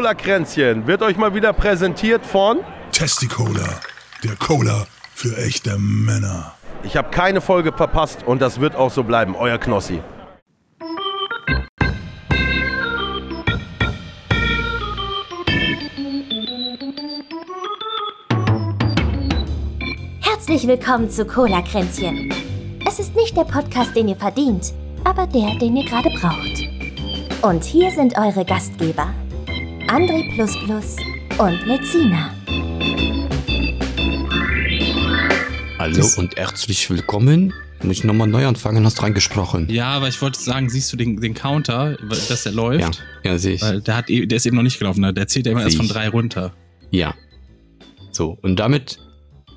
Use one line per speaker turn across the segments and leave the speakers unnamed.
Cola-Kränzchen wird euch mal wieder präsentiert von.
Testicola, der Cola für echte Männer.
Ich habe keine Folge verpasst und das wird auch so bleiben. Euer Knossi.
Herzlich willkommen zu Cola Kränzchen. Es ist nicht der Podcast, den ihr verdient, aber der, den ihr gerade braucht. Und hier sind eure Gastgeber, André Plus Plus und Lezina.
Hallo und herzlich willkommen. Muss ich nochmal neu anfangen? Hast reingesprochen?
Ja, aber ich wollte sagen, siehst du den, den Counter, weil- dass der
Ja,
läuft?
ja, sehe ich.
Weil der, hat, eh- der ist eben noch nicht gelaufen, ne? der zählt ja immer erst
Sieh
von
ich.
drei runter.
Ja. So, und damit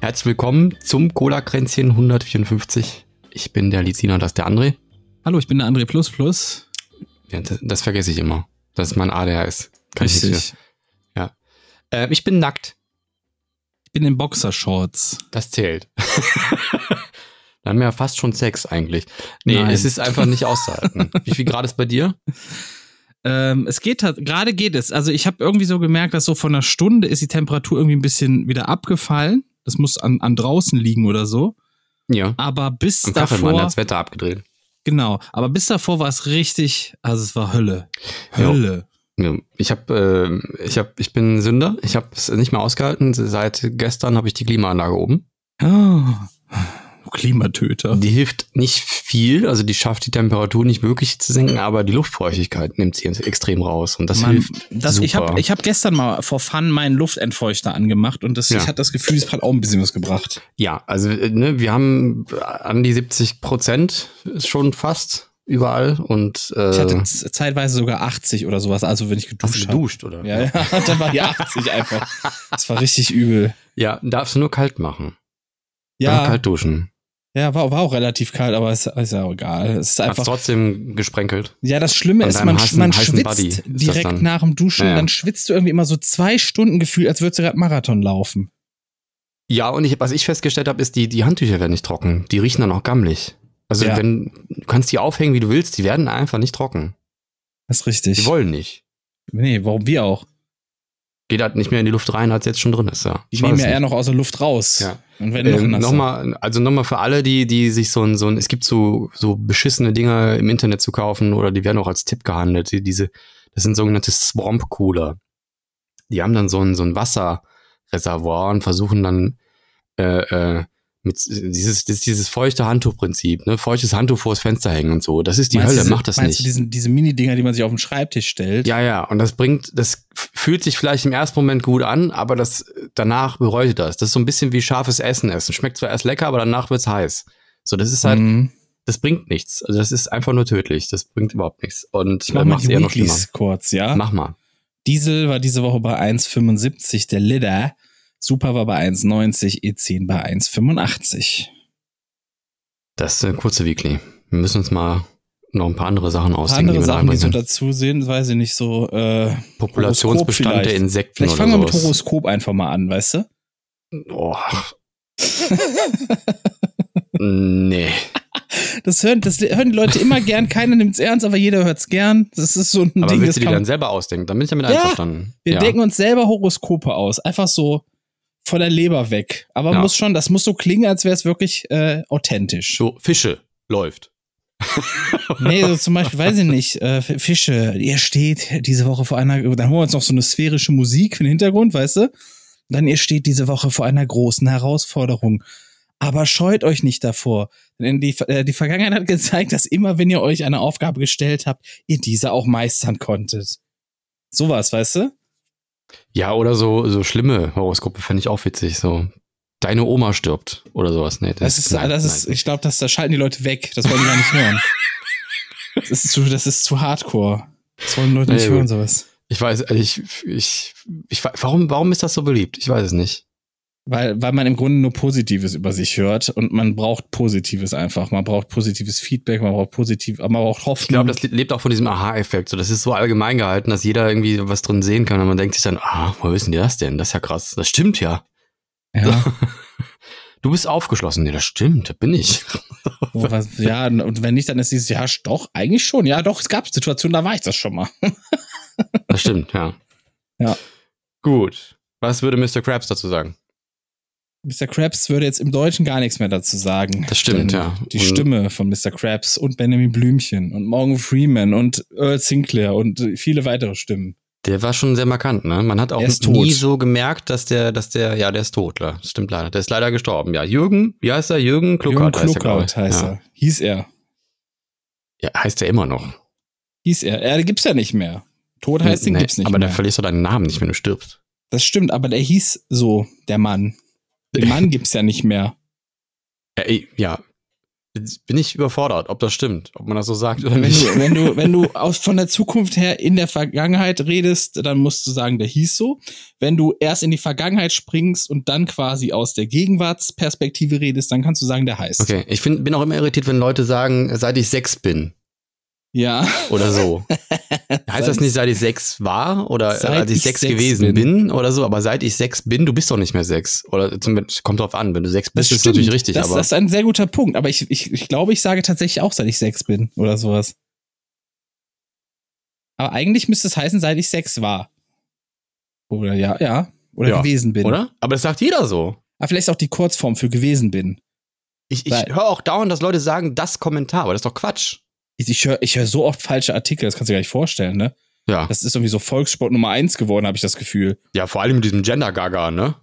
herzlich willkommen zum Cola-Kränzchen 154. Ich bin der Lizina und das ist der André.
Hallo, ich bin der André Plus Plus.
Ja, das, das vergesse ich immer, dass es mein ADR ist. Kann ich nichts
Richtig.
mehr. Ähm, ich bin nackt.
Ich bin in Boxershorts.
Das zählt. Dann haben wir ja fast schon Sex eigentlich. Nee,
Nein.
es ist einfach nicht auszuhalten. Wie viel Grad ist bei dir?
Ähm, es geht tat- gerade geht es. Also ich habe irgendwie so gemerkt, dass so von einer Stunde ist die Temperatur irgendwie ein bisschen wieder abgefallen. Das muss an, an draußen liegen oder so.
Ja.
Aber bis
Am Kaffeemann
davor,
hat's Wetter abgedreht.
genau. Aber bis davor war es richtig. Also es war Hölle,
Ja.
Hölle.
Ja, ich habe, äh, ich habe, ich bin Sünder. Ich habe es nicht mehr ausgehalten. Seit gestern habe ich die Klimaanlage oben.
Oh, Klimatöter.
Die hilft nicht viel, also die schafft die Temperatur nicht wirklich zu senken, aber die Luftfeuchtigkeit nimmt sie extrem raus und das
Mann,
hilft.
das, ich
super.
habe ich hab gestern mal vor Fun meinen Luftentfeuchter angemacht und das,
Ja.
ich hatte das Gefühl, es hat auch ein bisschen was gebracht.
Ja, also äh, ne, wir haben an die 70 Prozent ist schon fast überall und äh,
Ich hatte z- zeitweise sogar 80 oder sowas, also wenn ich
hast du
geduscht habe.
geduscht oder?
Ja, ja, dann war die 80 einfach. Das war richtig übel.
ja, darfst du nur kalt machen.
Ja,
Nur kalt duschen.
Ja, war, war auch relativ kalt, aber ist, ist ja auch egal. Es ist
Hast
einfach.
trotzdem gesprenkelt.
Ja, das Schlimme
an
ist,
deinem
man,
heißen-
man
heißen
schwitzt
Buddy ist das
direkt
dann.
nach dem Duschen,
Ja, ja.
dann schwitzt du irgendwie immer so zwei Stunden gefühlt, als würdest du gerade Marathon laufen.
Ja, und ich, was ich festgestellt habe, ist, die, die Handtücher werden nicht trocken. Die riechen dann auch gammelig. Also
Ja.
wenn du kannst die aufhängen, wie du willst, die werden einfach nicht trocken.
Das ist
Die
richtig.
wollen nicht.
Nee, warum wir auch?
Geht halt nicht mehr in die Luft rein, als jetzt schon drin ist. Ja.
Die nehmen
weiß
ja eher
nicht.
noch aus der Luft raus.
Ja.
Und wenn
Ähm,
noch, nasser.
nochmal, also nochmal für alle, die, die sich so ein, so ein, es gibt so, so beschissene Dinger im Internet zu kaufen oder die werden auch als Tipp gehandelt. Die, diese, das sind sogenannte Swamp Cooler. Die haben dann so ein, so ein Wasserreservoir und versuchen dann, äh, äh, mit dieses, das ist dieses feuchte Handtuchprinzip, ne? Feuchtes Handtuch vors Fenster hängen und so. Das ist die
Meinst du
Hölle,
diese-
macht das
meinst
nicht.
Du diesen, diese Mini-Dinger, die man sich auf den Schreibtisch stellt?
Ja, ja, und das bringt, das f- fühlt sich vielleicht im ersten Moment gut an, aber das danach bereut ihr das. Das ist so ein bisschen wie scharfes Essen essen. Schmeckt zwar erst lecker, aber danach wird's heiß. So, das ist halt,
Mhm.
das bringt nichts. Also das ist einfach nur tödlich. Das bringt überhaupt nichts. Und
Ich mach mal
macht's
die Weeklies Ah? kurz, ja?
Mach mal.
Diesel war diese Woche bei 1,75, der Liter. Super war bei 1,90, E10 E bei 1,85.
Das ist eine kurze Weekly. Wir müssen uns mal noch ein paar andere Sachen
paar
ausdenken,
andere
wir da
Sachen, die so
reinbringen
dazu sind, weiß ich nicht, so, äh,
können. Populationsbestand der
Horoskop vielleicht.
Insekten
vielleicht
oder
fangen wir mit
sowas.
Horoskop einfach mal an, weißt du?
Oh. nee.
Das hören, das hören die Leute immer gern, keiner nimmt's ernst, aber jeder hört's gern. Das ist so ein
Aber
Ding,
willst
das
du die
kann-
dann selber ausdenken? Dann bin ich damit
Ja,
einverstanden.
wir
ja.
denken uns selber Horoskope aus, einfach so von der Leber weg. Aber
Ja.
muss schon, das muss so klingen, als wäre es wirklich äh, authentisch.
So, Fische läuft.
Nee, so zum Beispiel, weiß ich nicht, äh, Fische, ihr steht diese Woche vor einer, dann holen wir uns noch so eine sphärische Musik für den Hintergrund, weißt du? Dann ihr steht diese Woche vor einer großen Herausforderung. Aber scheut euch nicht davor. Denn die, äh, die Vergangenheit hat gezeigt, dass immer, wenn ihr euch eine Aufgabe gestellt habt, ihr diese auch meistern konntet. Sowas, weißt du?
Ja, oder so, so schlimme Horoskope fände ich auch witzig. So, deine Oma stirbt oder sowas. Nee,
Das ist,
nein,
das ist,
nein.
ich glaube, das, das schalten die Leute weg. Das wollen die gar nicht hören. Das ist zu, das ist zu hardcore. Das wollen Leute nicht
Nee,
hören,
gut.
sowas.
Ich weiß, also ich, ich, ich, warum, warum ist das so beliebt? Ich weiß es nicht.
Weil, weil man im Grunde nur Positives über sich hört und man braucht Positives einfach. Man braucht positives Feedback, man braucht positiv, aber man braucht Hoffnung.
Ich glaube, das le- lebt auch von diesem Aha-Effekt. So, das ist so allgemein gehalten, dass jeder irgendwie was drin sehen kann. Und man denkt sich dann, ah, woher wissen die das denn? Das ist ja krass. Das stimmt ja.
ja.
Du bist aufgeschlossen. Nee, das stimmt. Da bin ich.
Wo Oh, was, ja, und wenn nicht, dann ist dieses, ja, doch, eigentlich schon. Ja, doch, es gab Situationen, da war ich das schon mal.
Das stimmt, ja.
Ja.
Gut. Was würde Mr. Krabs dazu sagen?
Mr. Krabs würde jetzt im Deutschen gar nichts mehr dazu sagen.
Das stimmt,
Denn
ja.
Die
Und-
Stimme von Mr. Krabs und Benjamin Blümchen und Morgan Freeman und Earl Sinclair und viele weitere Stimmen.
Der war schon sehr markant, ne? Man hat auch
Der ist
nie
tot.
so gemerkt, dass der, dass der, ja, der ist tot, ja. Das stimmt leider. Der ist leider gestorben, ja. Jürgen, wie heißt er? Jürgen Kluckert
Jürgen
glaub
Kluckert
ich.
heißt
ja.
er. Hieß er.
Ja, heißt er immer noch.
Hieß er. Er gibt's ja nicht mehr. Tod heißt, den
Nee,
gibt's nicht
Aber dann
mehr.
verlierst du deinen Namen nicht, wenn du stirbst.
Das stimmt, aber der hieß so, der Mann. Den Mann gibt's ja nicht mehr.
Ja, ey, ja. Jetzt bin ich überfordert, ob das stimmt, ob man das so sagt oder
Wenn
nicht.
du, wenn du, wenn du aus, von der Zukunft her in der Vergangenheit redest, dann musst du sagen, der hieß so. Wenn du erst in die Vergangenheit springst und dann quasi aus der Gegenwartsperspektive redest, dann kannst du sagen, der heißt.
Okay, ich find, bin auch immer irritiert, wenn Leute sagen, seit ich sechs bin
Ja.
oder so. heißt das
Seit-
nicht, seit ich sechs war oder äh,
Seit
als ich,
ich
sechs
sechs
gewesen bin.
bin.
oder so? Aber seit ich sechs bin, du bist doch nicht mehr sechs. Oder zumindest kommt drauf an, wenn du sechs bist, ist
stimmt.
natürlich richtig.
Das,
aber
das ist ein sehr guter Punkt. Aber ich, ich, ich glaube, ich sage tatsächlich auch, seit ich sechs bin oder sowas. Aber eigentlich müsste es heißen, seit ich sechs war. Oder ja, ja. Oder
Ja,
gewesen bin.
Oder? Aber das sagt jeder so.
Aber vielleicht auch die Kurzform für gewesen bin.
Ich, ich
Weil-
höre auch dauernd, dass Leute sagen, das Kommentar, aber das ist doch Quatsch.
Ich, ich höre ich hör so oft falsche Artikel, das kannst du dir gar nicht vorstellen, ne?
Ja.
Das ist irgendwie so Volkssport Nummer eins geworden, habe ich das Gefühl.
ja, vor allem mit diesem Gender-Gaga, ne?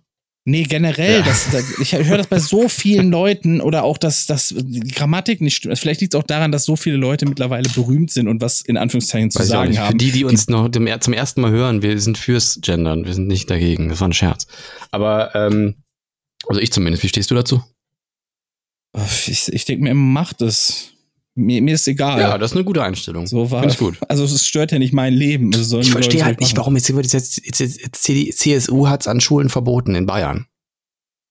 Nee, generell,
Ja.
das, da- ich höre das bei so vielen Leuten oder auch, dass, dass die Grammatik nicht stimmt. Vielleicht liegt es auch daran, dass so viele Leute mittlerweile berühmt sind und was in Anführungszeichen zu
Weiß ich auch
sagen
nicht. Für
haben.
die, die uns noch dem, zum ersten Mal hören, wir sind fürs Gendern, wir sind nicht dagegen. Das war ein Scherz. Aber, ähm, also ich zumindest, wie stehst du dazu?
Ich, ich denke mir immer, macht es. Mir, mir ist egal.
Ja, das ist eine gute Einstellung.
Ah, so war
Finde ich gut.
Also es stört ja nicht mein Leben. Also sollen
Ich
die
verstehe
Leute
halt
machen.
nicht, warum jetzt, jetzt, jetzt, jetzt, jetzt CD CSU hat es an Schulen verboten in Bayern.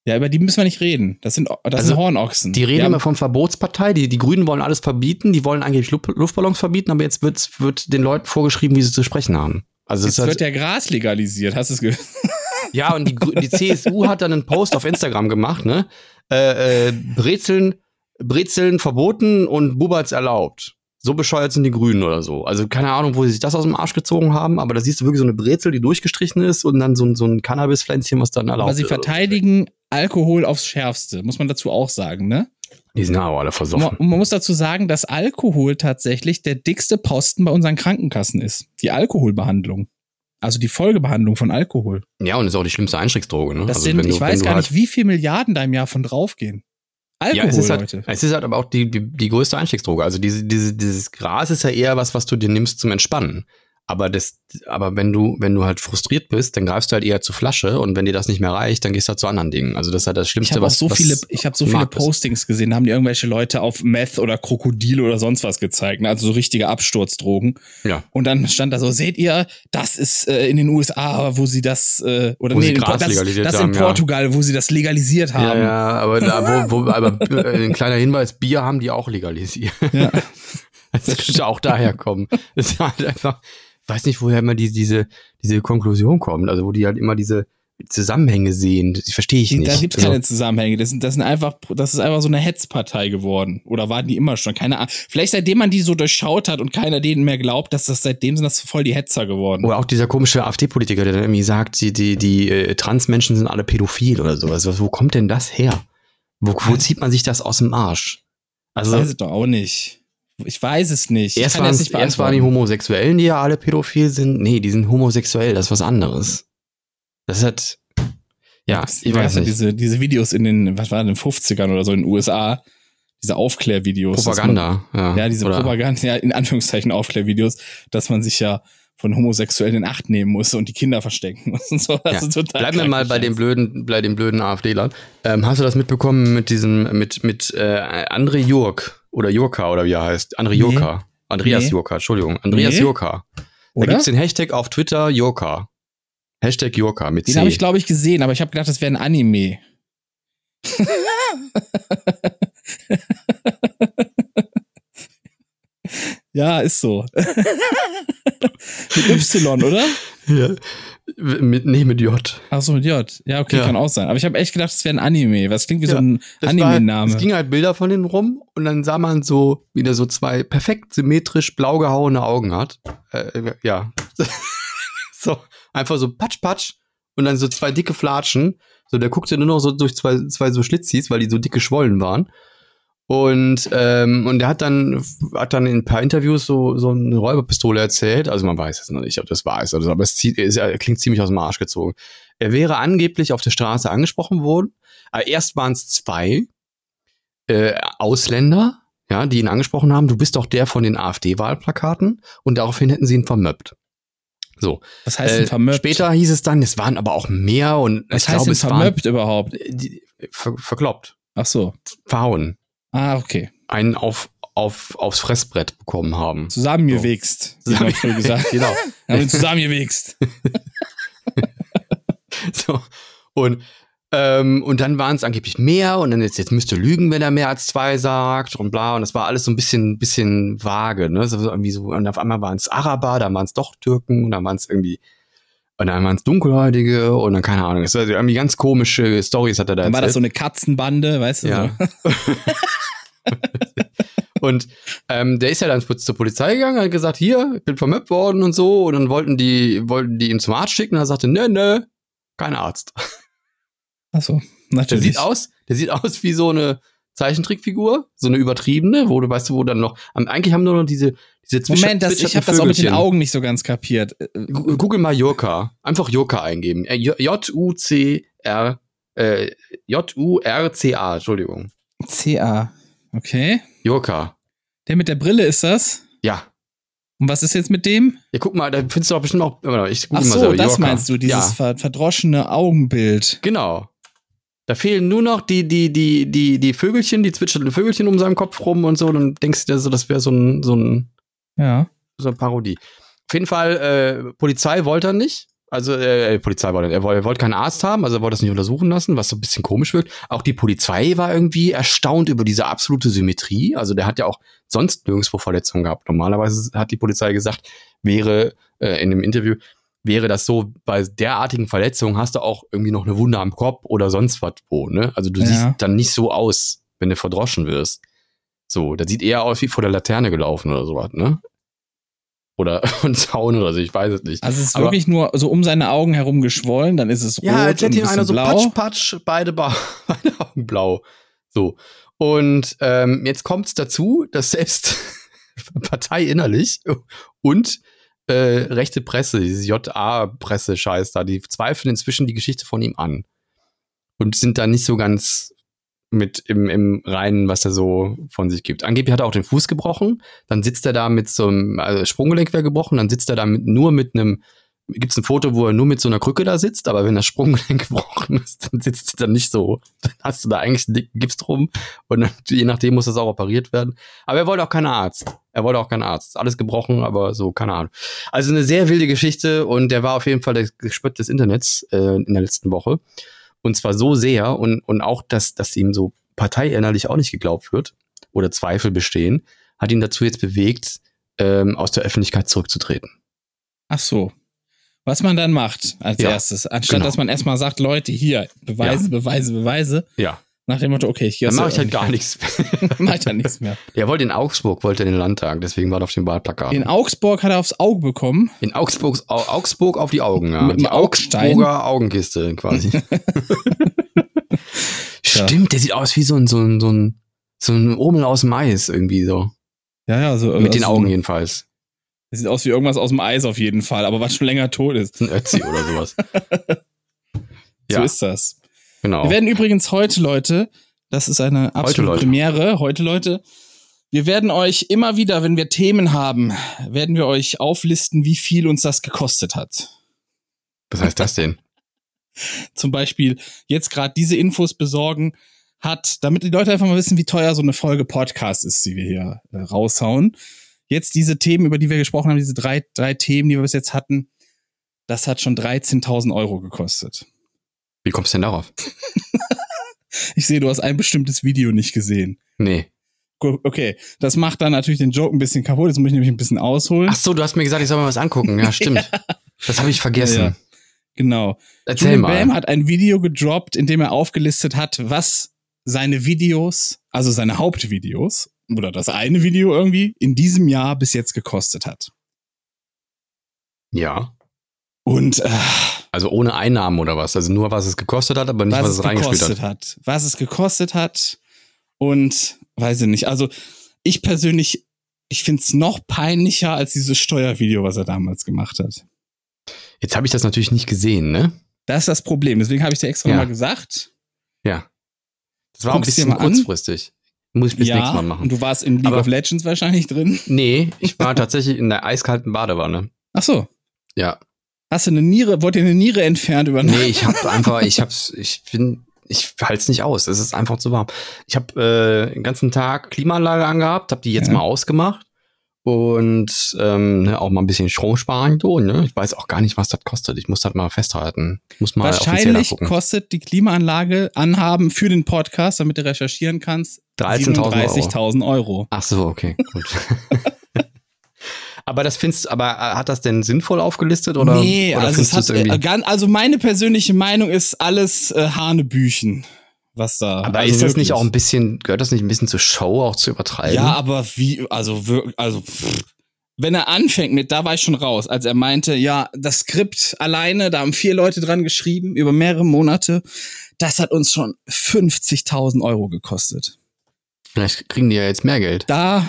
Ja, über die müssen wir nicht reden. Das sind, das
Also,
sind Hornochsen.
Die reden
ja,
immer von Verbotspartei, die, die Grünen wollen alles verbieten, die wollen angeblich Lu- Luftballons verbieten, aber jetzt wird's, wird den Leuten vorgeschrieben, wie sie zu sprechen haben. Also es
Jetzt
ist halt-
wird ja Gras legalisiert, hast du es gehört?
Ja, und die, Grü- die CSU hat dann einen Post auf Instagram gemacht, ne? Äh, äh, Brezeln, Brezeln verboten und Buberts erlaubt. So bescheuert sind die Grünen oder so. Also keine Ahnung, wo sie sich das aus dem Arsch gezogen haben, aber da siehst du wirklich so eine Brezel, die durchgestrichen ist und dann so, ein- so ein Cannabispflänzchen, was dann erlaubt
Aber sie
ist.
verteidigen Alkohol aufs Schärfste, muss man dazu auch sagen, ne?
Die sind aber alle
Und man,
versoffen.
und man muss dazu sagen, dass Alkohol tatsächlich der dickste Posten bei unseren Krankenkassen ist. Die Alkoholbehandlung. Also die Folgebehandlung von Alkohol.
Ja, und ist auch die schlimmste Einstiegsdroge, ne?
Das
Also,
sind,
wenn du-
ich weiß
wenn du
gar
halt-
nicht, wie viel Milliarden da im Jahr von draufgehen. Alkohol,
ja, es ist, halt,
Leute.
es ist halt aber auch die, die, die größte Einstiegsdroge. Also diese, diese, dieses Gras ist ja eher was, was du dir nimmst zum Entspannen. Aber, das, aber wenn, du, wenn du halt frustriert bist, dann greifst du halt eher zur Flasche und wenn dir das nicht mehr reicht, dann gehst du halt zu anderen Dingen. Also das ist halt das
Ich
Schlimmste,
habe auch
was
so
was
viele, ich habe so
auf dem
viele
Markt ist.
Postings gesehen, da haben die irgendwelche Leute auf Meth oder Krokodil oder sonst was gezeigt, ne? also so richtige Absturzdrogen.
Ja.
Und dann stand da so, seht ihr, das ist äh, in den USA, wo sie das äh, oder
Wo sie
in
Gras
Por- das,
legalisiert
das
haben,
in
ja.
Portugal, wo sie das legalisiert
Ja,
haben.
ja, aber, da, wo, wo, aber äh, ein kleiner Hinweis, Bier haben die auch legalisiert.
Ja.
Das könnte auch daher kommen. Das ist halt einfach, ich weiß nicht, woher immer die, diese, diese Konklusion kommt, also wo die halt immer diese Zusammenhänge sehen. Das verstehe ich
Die-
nicht.
Da gibt es
also,
keine Zusammenhänge. Das, sind- das sind einfach, das ist einfach so eine Hetzpartei geworden. Oder waren die immer schon? Keine Ahnung. Vielleicht seitdem man die so durchschaut hat und keiner denen mehr glaubt, dass das seitdem sind das voll die Hetzer geworden.
Oder auch dieser komische AfD-Politiker, der dann irgendwie sagt, die, die, die äh, Transmenschen sind alle pädophil oder sowas. Was- Wo kommt denn das her? Wo, wo zieht man sich das aus dem Arsch?
Ich
Also
weiß es doch auch nicht. Ich weiß es nicht.
erst
ich kann
waren,
das nicht
erst waren die
beantworten.
Homosexuellen, die ja alle pädophil sind. Nee, die sind homosexuell, das ist was anderes. Das hat, ja, ich
Weißt
weiß
du,
nicht,
Diese, diese Videos in den, was war in den 50ern oder so in den USA, diese Aufklärvideos. dass
Propaganda.
Man, ja, diese
oder-
Propaganda, ja, in Anführungszeichen Aufklärvideos, dass man sich ja von Homosexuellen in Acht nehmen muss und die Kinder verstecken muss und so. Das
Ja.
ist total
Bleiben wir mal bei
krankenscheiß.
den blöden, bei den blöden AfD-Lern. Ähm, hast du das mitbekommen mit diesem, mit, mit äh, André Jurk oder Jurka oder wie er heißt? André
Nee.
Jurka. Andreas
Nee.
Jurka, Entschuldigung. Andreas
Nee.
Jurka. Da
Oder?
gibt's den Hashtag auf Twitter Jurka. Hashtag Jurka mit
Den
C.
habe ich, glaube ich, gesehen, aber ich habe gedacht, das wäre ein Anime. ja, ist so. mit Y, oder?
ja. mit, nee, mit J.
Achso, mit J. Ja, okay,
Ja.
kann auch sein. Aber ich habe echt gedacht, das wäre ein Anime. Was klingt wie so
Ja,
ein
Das war-
Anime-Name.
Es ging halt Bilder von denen rum und dann sah man so, wieder so zwei perfekt symmetrisch blau gehauene Augen hat. Äh, ja. äh, so. Einfach so patsch, patsch und dann so zwei dicke Flatschen. So, der guckte nur noch so durch zwei, zwei so Schlitzis, weil die so dick geschwollen waren. Und, ähm, und der hat dann, hat dann in ein paar Interviews so, so eine Räuberpistole erzählt. Also man weiß jetzt noch nicht, ob das wahr ist, oder so, aber es zieht, es äh, klingt ziemlich aus dem Arsch gezogen. Er wäre angeblich auf der Straße angesprochen worden. Aber erst waren es zwei äh, Ausländer, ja, die ihn angesprochen haben, du bist doch der von den AfD-Wahlplakaten und daraufhin hätten sie ihn vermöppt. So.
Was heißt denn
Äh,
vermöppt?
Später hieß es dann, es waren aber auch mehr und
Was
ich
heißt
glaube,
denn
es waren,
vermöppt überhaupt?
äh, die, ver, verkloppt,
Ach so.
verhauen,
Ah, okay.
einen auf, auf, aufs Fressbrett bekommen haben.
Zusammengewichst, wie man früher gesagt.
genau.
Haben ihn zusammengewichst.
So. Und, ähm, und dann waren es angeblich mehr und dann jetzt, jetzt müsste lügen, wenn er mehr als zwei sagt und bla. Und das war alles so ein bisschen, bisschen vage, ne? So, so irgendwie so, und auf einmal waren es Araber, dann waren es doch Türken und dann waren es irgendwie, und dann waren es Dunkelhäutige und dann keine Ahnung. Es war irgendwie ganz komische Stories hat er da
Dann war das
erzählt.
so eine Katzenbande, weißt du?
Ja.
So.
und ähm, der ist ja dann zur Polizei gegangen, hat gesagt, hier, ich bin vermöppt worden und so. Und dann wollten die, wollten die ihn zum Arzt schicken und er sagte, ne, ne, kein Arzt.
Ach so,
Der
natürlich.
sieht aus, der sieht aus wie so eine Zeichentrickfigur, so eine übertriebene, wo du weißt, du, wo dann noch, am- eigentlich haben nur noch diese, diese Zwitscher-
Moment, das, ich habe das auch mit den Augen nicht so ganz kapiert. Äh,
Gu- Google mal Jurka. Einfach Jurka eingeben. Äh, J- J-U-C-R, äh, J-U-R-C-A, Entschuldigung.
CA. Okay.
Jurka.
Der mit der Brille ist das.
Ja.
Und was ist jetzt mit dem?
Ja, guck mal, da findest du doch bestimmt auch, warte mal, ich google
Ach
mal
so,
selber.
das
Jurka.
meinst du, dieses
Ja,
ver verdroschene Augenbild.
genau. Da fehlen nur noch die, die, die, die, die Vögelchen, die zwitschernden Vögelchen um seinem Kopf rum und so, dann denkst du dir so, das wäre so ein, so ein
Ja.
so eine Parodie. Auf jeden Fall, äh, Polizei wollte er nicht. Also, äh, Polizei wollte er nicht. Er woll- er wollte keinen Arzt haben, also er wollte das nicht untersuchen lassen, was so ein bisschen komisch wirkt. Auch die Polizei war irgendwie erstaunt über diese absolute Symmetrie. Also, der hat ja auch sonst nirgendwo Verletzungen gehabt. Normalerweise hat die Polizei gesagt, wäre äh, in dem Interview, wäre das so, bei derartigen Verletzungen hast du auch irgendwie noch eine Wunde am Kopf oder sonst was wo. Ne? Also, du
Ja.
siehst dann nicht so aus, wenn du verdroschen wirst. So, das sieht eher aus wie vor der Laterne gelaufen oder sowas, ne? Oder und Zaun oder so, ich weiß es nicht.
Also es ist
Aber-
wirklich nur so um seine Augen herum geschwollen, dann ist es rot
ja, als
und
hätte
ein
ihm einer
bisschen
so
blau.
patsch, patsch, beide, ba beide Augen blau. So. Und ähm, jetzt kommt es dazu, dass selbst Partei innerlich und äh, rechte Presse, diese JA-Presse-Scheiß da, die zweifeln inzwischen die Geschichte von ihm an. Und sind da nicht so ganz mit im, im Reinen, was er so von sich gibt. Angeblich hat er auch den Fuß gebrochen, dann sitzt er da mit so einem, also das Sprunggelenk wäre gebrochen, dann sitzt er da mit, nur mit einem gibt es ein Foto, wo er nur mit so einer Krücke da sitzt, aber wenn das Sprunggelenk gebrochen ist, dann sitzt er dann nicht so. Dann hast du da eigentlich einen dicken Gips drum und dann, je nachdem muss das auch operiert werden. Aber er wollte auch keinen Arzt. Er wollte auch keinen Arzt. Ist Alles gebrochen, aber so, keine Ahnung. Also eine sehr wilde Geschichte und der war auf jeden Fall der Gespött des Internets äh, in der letzten Woche. Und zwar so sehr und, und auch, dass, dass ihm so parteiinnerlich auch nicht geglaubt wird oder Zweifel bestehen, hat ihn dazu jetzt bewegt, ähm, aus der Öffentlichkeit zurückzutreten.
Ach so. Was man dann macht als
Ja,
erstes, anstatt
genau.
dass man erstmal sagt, Leute, hier, Beweise, Beweise, Beweise,
Ja.
nach dem Motto, okay, ich gehe
Dann
aus
mache ich
der
halt gar
Öffentlichkeit.
nichts.
Mach ich dann nichts mehr.
Der wollte in Augsburg, wollte in den Landtag, deswegen war er auf dem Wahlplakat.
In
In,
Augsburg hat er aufs Auge bekommen.
Augsburg, Au, Augsburg auf die Augen, ja.
Mit dem
die
Augstein.
Augsburger Augenkiste quasi. Stimmt, der sieht aus wie so ein, so ein, so ein, so ein Omel aus dem Eis irgendwie so.
Ja, ja, so.
Mit den
also,
Augen jedenfalls.
Das sieht aus wie irgendwas aus dem Eis auf jeden Fall, aber was schon länger tot ist.
Ein Ötzi oder sowas.
So
Ja.
ist das.
Genau.
Wir werden übrigens heute, Leute, das ist eine absolute
Leute.
Premiere, heute, Leute, wir werden euch immer wieder, wenn wir Themen haben, werden wir euch auflisten, wie viel uns das gekostet hat.
Was heißt das denn?
Zum Beispiel jetzt gerade diese Infos besorgen hat, damit die Leute einfach mal wissen, wie teuer so eine Folge Podcast ist, die wir hier äh, raushauen. Jetzt diese Themen, über die wir gesprochen haben, diese drei, drei Themen, die wir bis jetzt hatten, das hat schon 13.000 Euro gekostet.
Wie kommst du denn darauf?
Ich sehe, du hast ein bestimmtes Video nicht gesehen.
Nee.
Gu- Okay, das macht dann natürlich den Joke ein bisschen kaputt. Jetzt muss ich nämlich ein bisschen ausholen.
Ach so, du hast mir gesagt, ich soll mal was angucken. Ja, stimmt. Das habe ich vergessen.
Ja, ja. Genau.
Erzähl
Julian Bam
mal.
hat ein Video gedroppt, in dem er aufgelistet hat, was seine Videos, also seine Hauptvideos oder das eine Video irgendwie in diesem Jahr bis jetzt gekostet hat.
Ja.
Und äh,
Also ohne Einnahmen oder was? Also nur, was es gekostet hat, aber nicht, was,
was,
es
es
reingespielt
gekostet
hat.
hat. Was es gekostet hat und weiß ich nicht. Also ich persönlich, ich find's noch peinlicher als dieses Steuervideo, was er damals gemacht hat.
Jetzt habe ich das natürlich nicht gesehen, ne?
Das ist das Problem. Deswegen habe ich dir extra
Ja.
nochmal gesagt.
Ja. Das war auch ein
Guck's dir
bisschen
mal an.
kurzfristig. Muss ich bis nächstes Mal machen.
und du warst in League
Aber-
of Legends wahrscheinlich drin.
Nee, ich war tatsächlich in der eiskalten Badewanne.
Ach so.
Ja.
Hast du eine Niere, wurde dir eine Niere entfernt über
Nee, ich hab einfach, ich hab's, ich bin, ich halt's nicht aus. Es ist einfach zu warm. Ich hab äh, den ganzen Tag Klimaanlage angehabt, hab die jetzt
Ja.
mal ausgemacht und ähm, ne, auch mal ein bisschen Strom sparen. So, ne? Ich weiß auch gar nicht, was das kostet. Ich muss das mal festhalten. Ich muss mal offiziell
Wahrscheinlich
gucken.
kostet die Klimaanlage anhaben für den Podcast, damit du recherchieren kannst,
13.000 Euro.
37.000 Euro.
Ach so, okay, gut. aber das findest, aber äh, hat das denn sinnvoll aufgelistet oder?
nee,
oder
also, es
findest
hat,
du's irgendwie-
äh, gan- also meine persönliche Meinung ist alles äh, Hanebüchen, was da.
Aber
also
ist das
wirklich.
nicht auch ein bisschen, gehört das nicht ein bisschen zur Show auch zu übertreiben?
Ja, aber wie, also wirklich, also pff. wenn er anfängt mit, da war ich schon raus, als er meinte, ja, das Skript alleine, da haben vier Leute dran geschrieben über mehrere Monate, das hat uns schon 50.000 Euro gekostet.
Vielleicht kriegen die ja jetzt mehr Geld.
Da,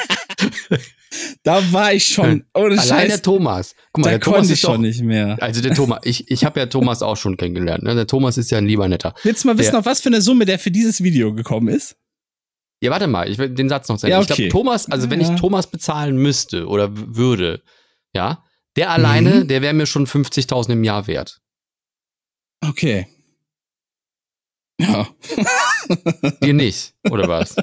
da war ich schon ohne
Allein der
Scheiß,
Hm. Thomas. Guck mal,
da
der Thomas
konnte ich
ist doch,
schon nicht mehr.
Also der Thomas, ich, ich habe ja Thomas auch schon kennengelernt. Ne? Der Thomas ist ja ein lieber netter.
Willst du mal wissen,
der-
auf was für eine Summe der für dieses Video gekommen ist?
Ja, warte mal, ich will den Satz noch sagen.
Ja,
Ich
okay.
glaube, Thomas, also wenn ich
Ja.
Thomas bezahlen müsste oder w- würde, ja, der alleine,
Mhm.
der wäre mir schon 50.000 im Jahr wert.
Okay. Ja.
Dir nicht, oder was?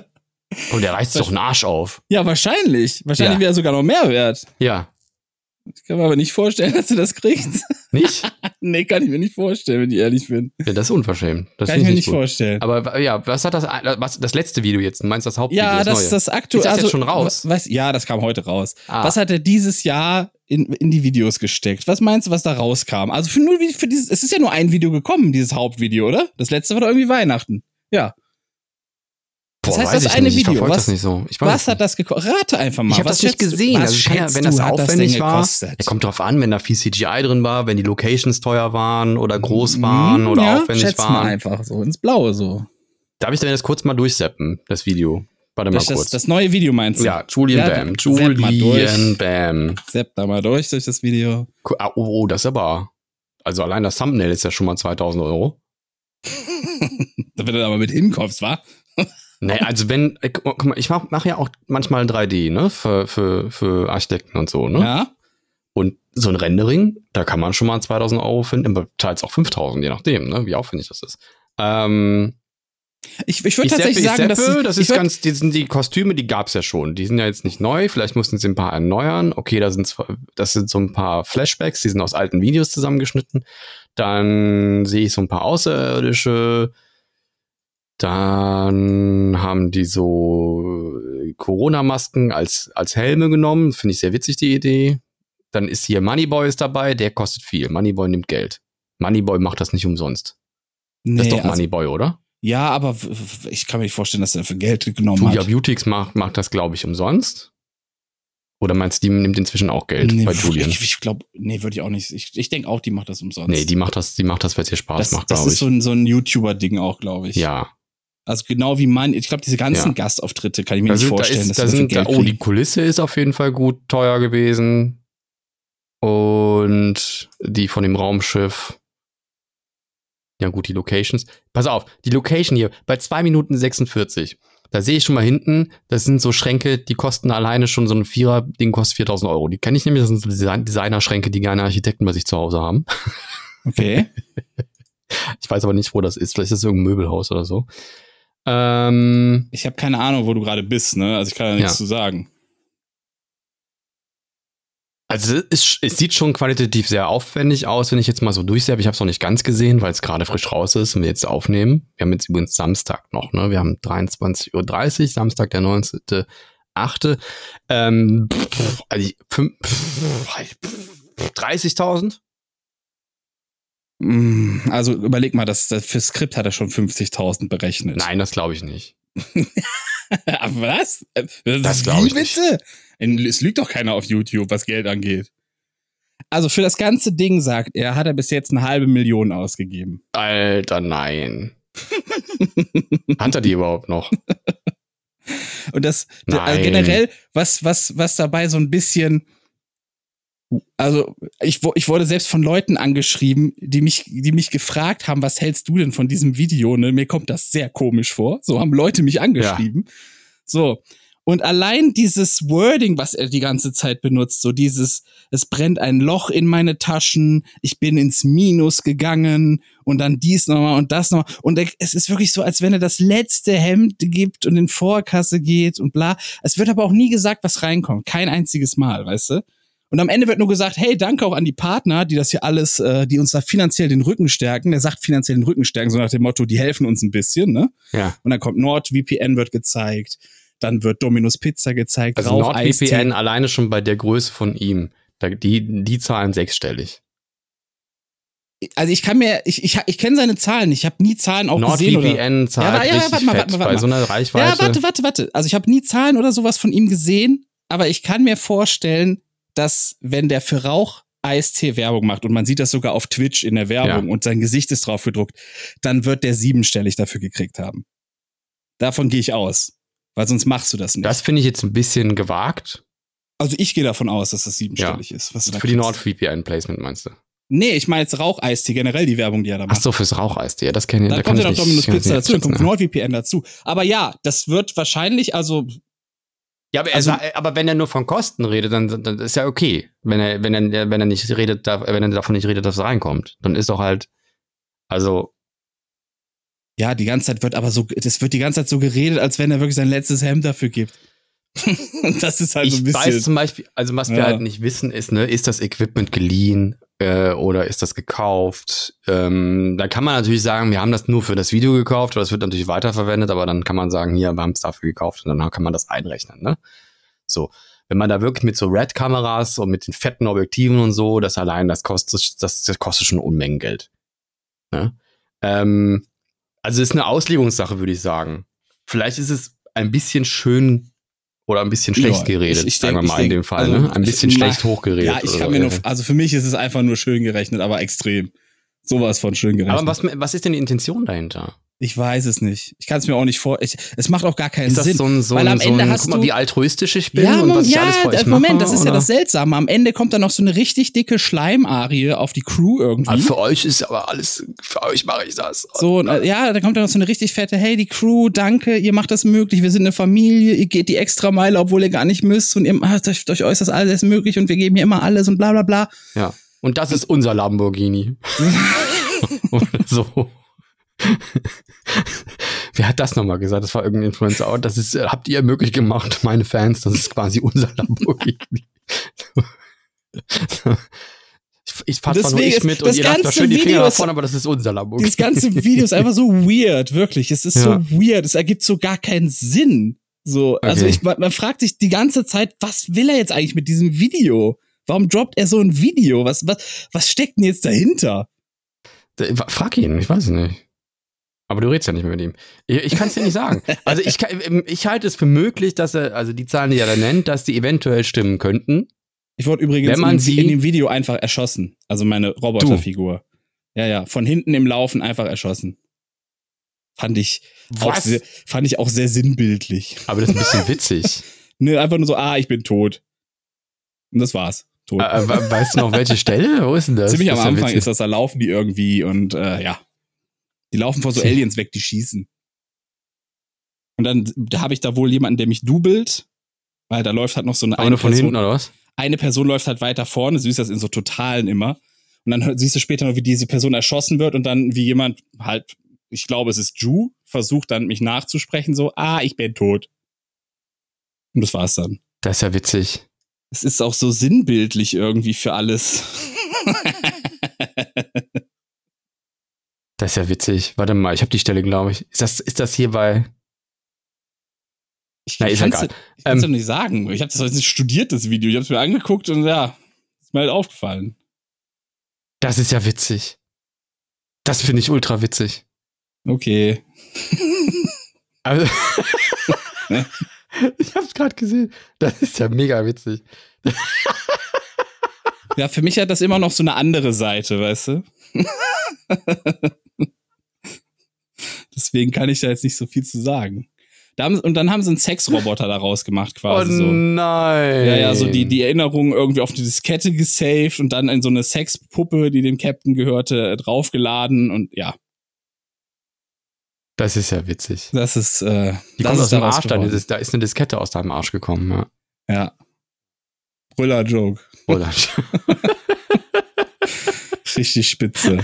Und der reißt doch einen Arsch auf.
Ja, wahrscheinlich. Wahrscheinlich
Ja.
wäre er sogar noch mehr wert.
Ja,
Ich kann mir aber nicht vorstellen, dass du das kriegst.
nicht?
Nee, kann ich mir nicht vorstellen, wenn ich ehrlich bin.
Ja, das ist unverschämt. Das
kann
find
ich mir
ich
nicht
gut.
vorstellen.
Aber ja, was hat das, was, das letzte Video jetzt? Du meinst das Hauptvideo?
ja, das
neue?
ist das aktuelle.
Ist das jetzt schon raus?
Weiß, ja, das kam heute raus.
Ah.
Was hat er dieses Jahr in, in die Videos gesteckt? Was meinst du, was da rauskam? Also für nur wie- für dieses, es ist ja nur ein Video gekommen, dieses Hauptvideo, oder? Das letzte war doch irgendwie Weihnachten. Ja. Das heißt,
weiß
das
ich
eine
nicht. Ich
Video,
verfolg
was-
das nicht so. Ich weiß es
Was hat das gekostet? Rate einfach mal.
Ich habe
Was
das nicht
schätzt du-
gesehen.
Was
Also ich kann ja, wenn
schätzt
das
du, hat
aufwendig
denn
war,
gekostet?
ja, kommt drauf an, wenn da viel CGI drin war, wenn die Locations teuer waren oder groß waren
Hm,
oder
ja,
aufwendig
schätzt mal
waren.
einfach so ins Blaue so.
Darf ich denn das kurz mal durchseppen, das Video? Warte mal
Das, das,
kurz.
das neue Video meinst du?
ja, Julian
Ja,
Bam.
sepp mal durch.
Julian Bam.
Sepp da mal durch durch das Video.
Gu- ah, Oh, oh, das ist aber. Also allein das Thumbnail ist ja schon mal 2000 Euro.
Da wird er aber mit hinkommst, wa?
Nee, also wenn, äh, guck mal, guck mal, ich mache mach ja auch manchmal 3D, ne? Für, für, für Architekten und so, ne?
Ja.
Und so ein Rendering, da kann man schon mal 2000 Euro finden, aber teils auch 5000, je nachdem, ne, wie aufwendig das ist. Ähm,
Ich, ich würde
ich
tatsächlich
seppe,
sagen,
ich
dass
seppe,
sie-
das
ich
ist
würd-
ganz, die, sind, die Kostüme, die gab's ja schon. Die sind ja jetzt nicht neu, vielleicht mussten sie ein paar erneuern. Okay, da sind zwar, das sind so ein paar Flashbacks, die sind aus alten Videos zusammengeschnitten. Dann sehe ich so ein paar Außerirdische. Dann haben die so äh, Corona-Masken als, als Helme genommen. Finde ich sehr witzig, die Idee. Dann ist hier Moneyboy ist dabei, der kostet viel. Moneyboy nimmt Geld. Moneyboy macht das nicht umsonst.
nee,
das ist doch
also-
Moneyboy, oder?
Ja, aber w- w- ich kann mir nicht vorstellen, dass er dafür Geld genommen
Julia
hat.
Beautix macht, macht das, glaube ich, umsonst. Oder meinst du, die nimmt inzwischen auch Geld
nee,
bei Julian?
Ich, ich glaube, nee, würde ich auch nicht. Ich, ich denke auch, die macht das umsonst.
nee, die macht das, die macht das, weil es ihr Spaß
das,
macht,
das
glaube ich.
ist so ein, so ein YouTuber-Ding auch, glaube ich.
ja.
Also genau wie mein, ich glaube, diese ganzen
Ja.
Gastauftritte kann ich mir
Da
nicht
sind, da
vorstellen,
ist, da
dass sie dafür
sind, da,
Geld
oh, die
kriegen.
Kulisse ist auf jeden Fall gut teuer gewesen. Und die von dem Raumschiff. Ja, gut, die Locations. Pass auf, die Location hier bei 2 Minuten 46. Da sehe ich schon mal hinten, das sind so Schränke, die kosten alleine schon so ein Vierer, den kostet 4000 Euro. Die kenne ich nämlich, das sind so Design Designerschränke, die gerne Architekten bei sich zu Hause haben.
Okay.
Ich weiß aber nicht, wo das ist. Vielleicht ist es irgendein Möbelhaus oder so. Ähm,
Ich habe keine Ahnung, wo du gerade bist, ne? Also ich kann da nichts
Ja.
zu sagen.
Also es, ist, es sieht schon qualitativ sehr aufwendig aus, wenn ich jetzt mal so durchsehe. Ich habe es noch nicht ganz gesehen, weil es gerade frisch raus ist und wir jetzt aufnehmen. Wir haben jetzt übrigens Samstag noch, ne? Wir haben 23.30 Uhr, Samstag, der 19.8. Ähm, pff, also ich- fünf- pff, pff, 30.000?
Mm, Also überleg mal, das, das für Skript hat er schon 50.000 berechnet.
Nein, das glaube ich nicht.
Aber Was? Äh,
Das glaub ich
Wie bitte? Ein- Es lügt doch keiner auf YouTube, was Geld angeht. Also für das ganze Ding, sagt er, hat er bis jetzt eine halbe Million ausgegeben.
Alter, nein. Hat er die überhaupt noch?
Und das d- also
Nein.
generell, was, was, was dabei so ein bisschen. Also, ich, wo- ich wurde selbst von Leuten angeschrieben, die mich, die mich gefragt haben, was hältst du denn von diesem Video? Ne? Mir kommt das sehr komisch vor. So haben Leute mich angeschrieben. So. Und allein dieses Wording, was er die ganze Zeit benutzt, so dieses, es brennt ein Loch in meine Taschen, ich bin ins Minus gegangen und dann dies nochmal und das nochmal. Und er- es ist wirklich so, als wenn er das letzte Hemd gibt und in Vorkasse geht und bla. Es wird aber auch nie gesagt, was reinkommt. Kein einziges Mal, weißt du? Und am Ende wird nur gesagt, hey, danke auch an die Partner, die das hier alles, äh, die uns da finanziell den Rücken stärken. Er sagt finanziell den Rücken stärken, so nach dem Motto, die helfen uns ein bisschen, ne?
Ja.
Und dann kommt NordVPN wird gezeigt, dann wird Dominus Pizza gezeigt,
Also
Rauch, Eistee.
NordVPN alleine schon bei der Größe von ihm. Da, die, die zahlen sechsstellig.
Also ich kann mir, ich, ich, ich kenne seine Zahlen, nicht. ich habe nie Zahlen auch gesehen. Oder,
NordVPN
Ja,
zahlt
aber- ja,
richtig
warte mal,
fett
warte mal, warte
bei
mal.
so einer Reichweite.
ja, warte, warte, warte. Also ich habe nie Zahlen oder sowas von ihm gesehen, aber ich kann mir vorstellen, dass wenn der für Rauch Eistee Werbung macht und man sieht das sogar auf Twitch in der Werbung und sein Gesicht ist drauf gedruckt, dann wird der siebenstellig dafür gekriegt haben. Davon gehe ich aus, weil sonst machst du das nicht.
Das finde ich jetzt ein bisschen gewagt.
also ich gehe davon aus, dass das siebenstellig ist. Was du da
Also Für die
kriegst.
NordVPN-Placement meinst du?
Nee, ich meine jetzt Raucheistee, generell die Werbung, die er da
Ach
macht.
so, fürs Raucheis. Ja, das kann ich
dann
da kann
kommt ja noch
ich
Dominus
nicht- kann ich
Pizza
nicht
dazu, dann kommt
abschätzen.
NordVPN dazu. Aber ja, das wird wahrscheinlich, also
Ja, aber, er
Also-
sa- aber wenn er nur von Kosten redet, dann, dann ist ja okay. Wenn er, wenn er, wenn er nicht redet, darf, wenn er davon nicht redet, dass es reinkommt, dann ist doch halt, also,
Ja, die ganze Zeit wird aber so, das wird die ganze Zeit so geredet, als wenn er wirklich sein letztes Hemd dafür gibt. das ist halt so ein
ich
bisschen.
weiß zum Beispiel, also was wir
Ja.
halt nicht wissen ist, ne, ist das Equipment geliehen äh, oder ist das gekauft? Ähm, da kann man natürlich sagen, wir haben das nur für das Video gekauft oder es wird natürlich weiterverwendet, aber dann kann man sagen, hier, wir haben es dafür gekauft und dann kann man das einrechnen, ne? So. Wenn man da wirklich mit so Red-Kameras und mit den fetten Objektiven und so, das allein, das kostet, das, das kostet schon Unmengen Geld. Ne? Ähm, also ist eine Auslegungssache, würde ich sagen. Vielleicht ist es ein bisschen schön oder ein bisschen schlecht
Ja,
geredet,
ich- ich
sagen
denk-
wir mal
ich
in
denk-
dem Fall.
also
ne? Ein
ich-
bisschen
ma-
schlecht hochgeredet.
ja, ich
oder
kann
so,
mir
ja.
nur, also für mich ist es einfach nur schön gerechnet, aber extrem. Sowas von schön gerechnet.
Aber was, was ist denn die Intention dahinter?
ich weiß es nicht. Ich kann es mir auch nicht vor. Ich, es macht auch gar keinen
Ist das
Sinn.
so ein, so
weil am
ein, so ein
Ende hast
guck mal,
du-
wie altruistisch ich bin
ja,
und was
Moment,
ich
ja
alles für euch
Moment,
mache?
das ist ja
oder?
das Seltsame. Am Ende kommt dann noch so eine richtig dicke Schleimarie auf die Crew irgendwie.
Also für euch ist aber alles, für euch mache ich das.
So, und, äh, ja, da kommt dann noch so eine richtig fette, hey, die Crew, danke, ihr macht das möglich, wir sind eine Familie, ihr geht die extra Meile, obwohl ihr gar nicht müsst und ihr, ah, durch, durch euch ist das alles möglich und wir geben hier immer alles und bla bla bla.
Ja. Und das ist unser Lamborghini. Oder so. Wer hat das nochmal gesagt? Das war irgendein Influencer. Oh, Das ist, äh, habt ihr möglich gemacht, meine Fans. Das ist quasi unser Lamborghini. Ich, ich fahr zwar nur
Deswegen
ich
ist
mit
das
und ihr lasst da
ganze
schön die Finger
Video ist-
davon, aber das ist unser Lamborghini.
Dieses ganze Video ist einfach so weird, wirklich. Es ist
Ja.
so weird, es ergibt so gar keinen Sinn. So, also
Okay.
ich, man, man fragt sich die ganze Zeit, was will er jetzt eigentlich mit diesem Video? Warum droppt er so ein Video? Was, was, was steckt denn jetzt dahinter?
Äh, Frag ihn, ich weiß es nicht. Aber du redest ja nicht mehr mit ihm. Ich, ich kann es dir nicht sagen. Also ich, kann- ich halte es für möglich, dass er, also die Zahlen, die er da nennt, dass die eventuell stimmen könnten.
Ich wurde übrigens
Wenn man
in,
sie-
in dem Video einfach erschossen. Also meine Roboterfigur. Ja, ja. Von hinten im Laufen einfach erschossen. Fand ich, auch
Was?
sehr, fand ich auch sehr sinnbildlich.
Aber das ist ein bisschen witzig.
Ne, einfach nur so, ah, ich bin tot. Und das war's. Tot.
Äh, äh, we- weißt du noch, welche Stelle? Wo ist denn das?
Ziemlich
ah, das
am
ja
Anfang
witzig.
ist das, da laufen die irgendwie und äh, ja. Die laufen vor so Aliens weg, die schießen. Und dann da habe ich da wohl jemanden, der mich dubelt, weil da läuft halt noch so eine,
Aber nur von
Person-
hinten oder was?
eine Person läuft halt weiter vorne, du siehst das in so Totalen immer. Und dann hör- siehst du später noch, wie diese Person erschossen wird und dann wie jemand halt, ich glaube, es ist Ju, versucht dann mich nachzusprechen, so, ah, ich bin tot. Und das war's dann.
Das ist ja witzig.
Es ist auch so sinnbildlich irgendwie für alles.
Das ist ja witzig. Warte mal, ich habe die Stelle, glaube ich. Ist das, ist das hier bei.
Ich
Na, ist ja
kann's
egal.
dir- ich kann's dir
Ähm.
nicht sagen. Ich habe das jetzt nicht studiert, das Video. Ich habe es mir angeguckt und ja, ist mir halt aufgefallen.
Das ist ja witzig. Das finde ich ultra witzig.
Okay.
Also,
Ne?
ich hab's gerade gesehen. Das ist ja mega witzig.
Ja, für mich hat das immer noch so eine andere Seite, weißt du? Deswegen kann ich da jetzt nicht so viel zu sagen. Da haben, und dann haben sie einen Sexroboter daraus gemacht, quasi so.
Oh nein.
Ja, ja, so die, die Erinnerungen irgendwie auf die Diskette gesaved und dann in so eine Sexpuppe, die dem Captain gehörte, äh, draufgeladen und ja,
Das ist ja witzig.
das ist, äh,
Die kommt
das
aus
ist
dem
daraus
Arsch, dann
geworden.
ist, es- da ist eine Diskette aus deinem Arsch gekommen. Ja.
Ja. Brüller-Joke.
Oder?
Richtig spitze.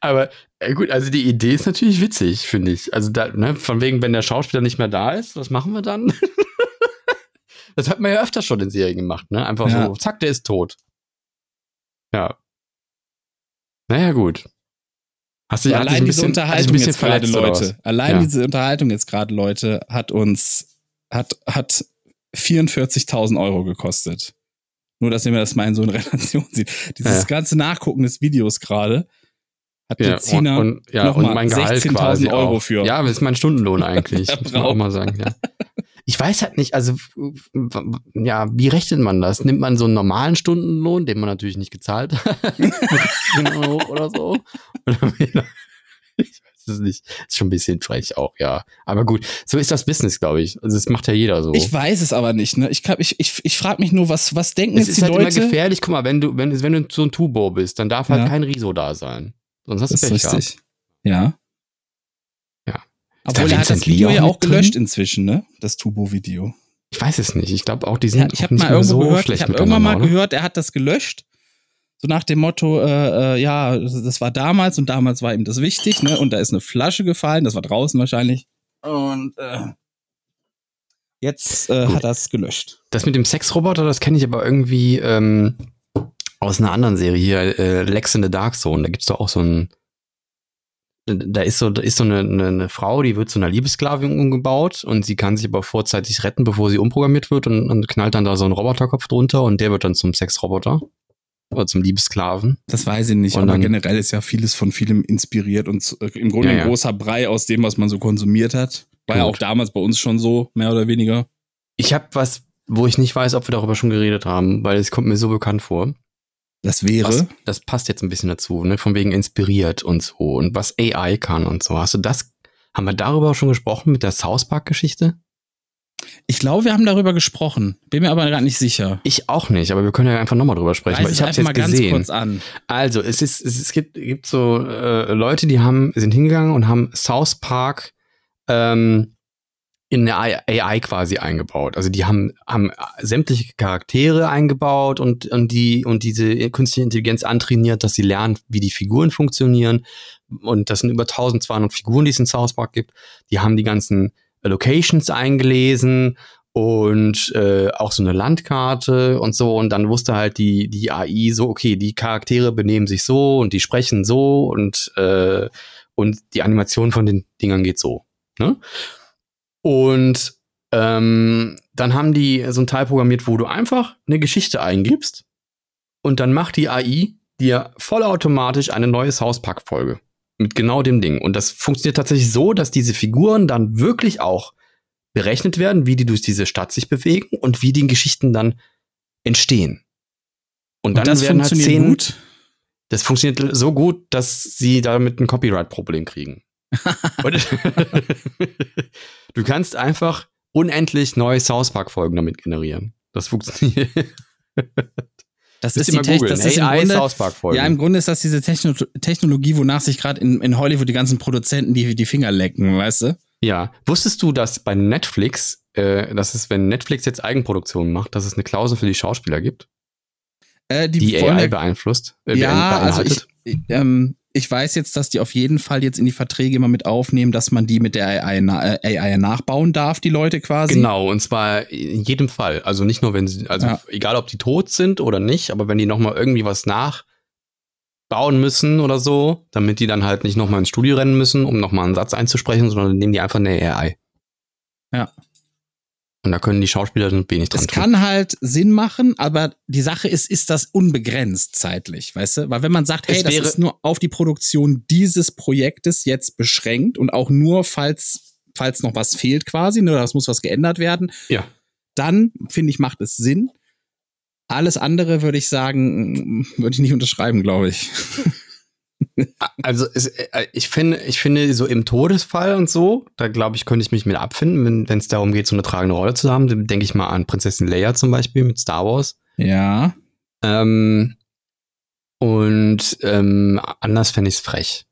Aber äh, gut, also die Idee ist natürlich witzig, finde ich. Also da, ne, von wegen, wenn der Schauspieler nicht mehr da ist, was machen wir dann? das hat man ja öfter schon in Serien gemacht, ne? Einfach
Ja.
so, zack, der ist tot. Ja. Naja, gut. Hast du
Allein diese Unterhaltung jetzt gerade, Leute. Allein
Ja.
diese Unterhaltung jetzt gerade, Leute, hat uns, hat, hat 44.000 Euro gekostet. Nur, dass ihr mir das mal in so eine Relation sieht. Dieses
Ja.
ganze Nachgucken des Videos gerade hat
Ja,
der Zina
und, und, ja,
nochmal
und mein Gehalt
16.000
quasi
Euro
auch.
für.
Ja, das ist mein Stundenlohn eigentlich, muss man
braucht.
auch mal sagen. Ja. Ich weiß halt nicht, also w- w- ja, wie rechnet man das? Nimmt man so einen normalen Stundenlohn, den man natürlich nicht gezahlt hat, 10 Euro hoch oder so? Oder wie- ich weiß es nicht. Ist schon ein bisschen frech auch, ja. Aber gut, so ist das Business, glaube ich. Also das macht ja jeder so.
Ich weiß es aber nicht, ne? Ich, glaub, ich, ich, ich frage mich nur, was, was denken
es
jetzt
ist
die
halt immer
Leute?
gefährlich. Guck mal, wenn du, wenn, wenn du so ein Tubo bist, dann darf halt
Ja.
kein Riso da sein. Sonst hast du
Das ist
Pech gehabt.
richtig. Ja.
Ja.
Obwohl
Ist da
er hat
Vincent
das Video
Lee auch
ja auch
mit drin?
gelöscht inzwischen, ne? Das Tubo-Video.
Ich weiß es nicht. Ich glaube auch, die sind
Ja, ich
auch
habe
nicht
mal
mehr
irgendwo
so
gehört,
schlecht
ich habe irgendwann mal
miteinander, ne? oder?
gehört, er hat das gelöscht. So nach dem Motto, äh, äh, ja, das das war damals und damals war ihm das wichtig, ne? Und da ist eine Flasche gefallen, das war draußen wahrscheinlich. Und äh, jetzt äh,
Gut.
hat er es gelöscht.
Das mit dem Sexroboter, das kenne ich aber irgendwie ähm, aus einer anderen Serie hier, äh, Lex in the Dark Zone. Da gibt's doch auch so ein. Da ist so, da ist so eine, eine, eine Frau, die wird zu einer Liebessklavin umgebaut und sie kann sich aber vorzeitig retten, bevor sie umprogrammiert wird und, und knallt dann da so einen Roboterkopf drunter und der wird dann zum Sexroboter oder zum Liebessklaven.
Das weiß ich nicht,
Und
aber
dann-
generell ist ja vieles von vielem inspiriert und äh, im Grunde
Ja, ja.
ein großer Brei aus dem, was man so konsumiert hat. War ja
Gut.
auch damals bei uns schon so, mehr oder weniger.
Ich habe was, wo ich nicht weiß, ob wir darüber schon geredet haben, weil es kommt mir so bekannt vor.
Das wäre.
Was, das passt jetzt ein bisschen dazu, ne? Von wegen inspiriert und so und was AI kann und so. Hast du das? Haben wir darüber schon gesprochen mit der South Park-Geschichte?
Ich glaube, wir haben darüber gesprochen. Bin mir aber gerade nicht sicher.
Ich auch nicht, aber wir können ja einfach nochmal drüber sprechen. Weil
Reiß
ich
es
habe es
einfach
jetzt gesehen.
kurz an.
Also es ist, es, es gibt, gibt so äh, Leute, die haben sind hingegangen und haben South Park ähm, in eine AI AI quasi eingebaut. Also die haben, haben sämtliche Charaktere eingebaut und, und die und diese künstliche Intelligenz antrainiert, dass sie lernen, wie die Figuren funktionieren. Und das sind über 1200 Figuren, die es in South Park gibt. Die haben die ganzen Locations eingelesen und äh, auch so eine Landkarte und so. Und dann wusste halt die, die AI so, okay, die Charaktere benehmen sich so und die sprechen so und, äh, und die Animation von den Dingern geht so. Ne? Und ähm, dann haben die so ein Teil programmiert, wo du einfach eine Geschichte eingibst und dann macht die AI dir vollautomatisch eine neue South Park-Folge. Mit genau dem Ding. Und das funktioniert tatsächlich so, dass diese Figuren dann wirklich auch berechnet werden, wie die durch diese Stadt sich bewegen und wie die Geschichten dann entstehen. Und dann werden halt Szenen,
gut.
das funktioniert so gut, dass sie damit ein Copyright-Problem kriegen. Und- du kannst einfach unendlich neue South Park-Folgen damit generieren. Das funktioniert.
Das
Müsst
ist
ihr
die
mal
Technik.
googeln.
Das ist im
AI
Grunde,
South Park-Folgen.
ja, im Grunde ist das diese Techno Technologie, wonach sich gerade in, in Hollywood die ganzen Produzenten die, die Finger lecken, weißt du?
Ja, wusstest du, dass bei Netflix, äh, dass es, wenn Netflix jetzt Eigenproduktionen macht, dass es eine Klausel für die Schauspieler gibt,
Äh,
die,
wollen
AI
ja-
beeinflusst? äh,
ja,
bein-
also ich,
beinhaltet?
ich, ähm, ich weiß jetzt, dass die auf jeden Fall jetzt in die Verträge immer mit aufnehmen, dass man die mit der AI, na äh, AI nachbauen darf, die Leute quasi.
Genau, und zwar in jedem Fall. Also nicht nur, wenn sie, also
Ja.
egal ob die tot sind oder nicht, aber wenn die nochmal irgendwie was nachbauen müssen oder so, damit die dann halt nicht nochmal ins Studio rennen müssen, um nochmal einen Satz einzusprechen, sondern nehmen die einfach eine AI.
Ja.
Und da können die Schauspieler wenig dran
Es
tun.
kann halt Sinn machen, aber die Sache ist, ist das unbegrenzt zeitlich, weißt du? Weil wenn man sagt, hey,
Es
das
wäre-
ist nur auf die Produktion dieses Projektes jetzt beschränkt und auch nur, falls, falls noch was fehlt quasi, ne, oder es muss was geändert werden,
Ja.
dann, finde ich, macht es Sinn. Alles andere würde ich sagen, würde ich nicht unterschreiben, glaube ich.
Also es, äh, ich finde, ich finde so im Todesfall und so, da glaube ich, könnte ich mich mit abfinden, wenn es darum geht, so eine tragende Rolle zu haben. Dann Denke ich mal an Prinzessin Leia zum Beispiel mit Star Wars.
Ja.
Ähm, und ähm, anders fände ich es frech.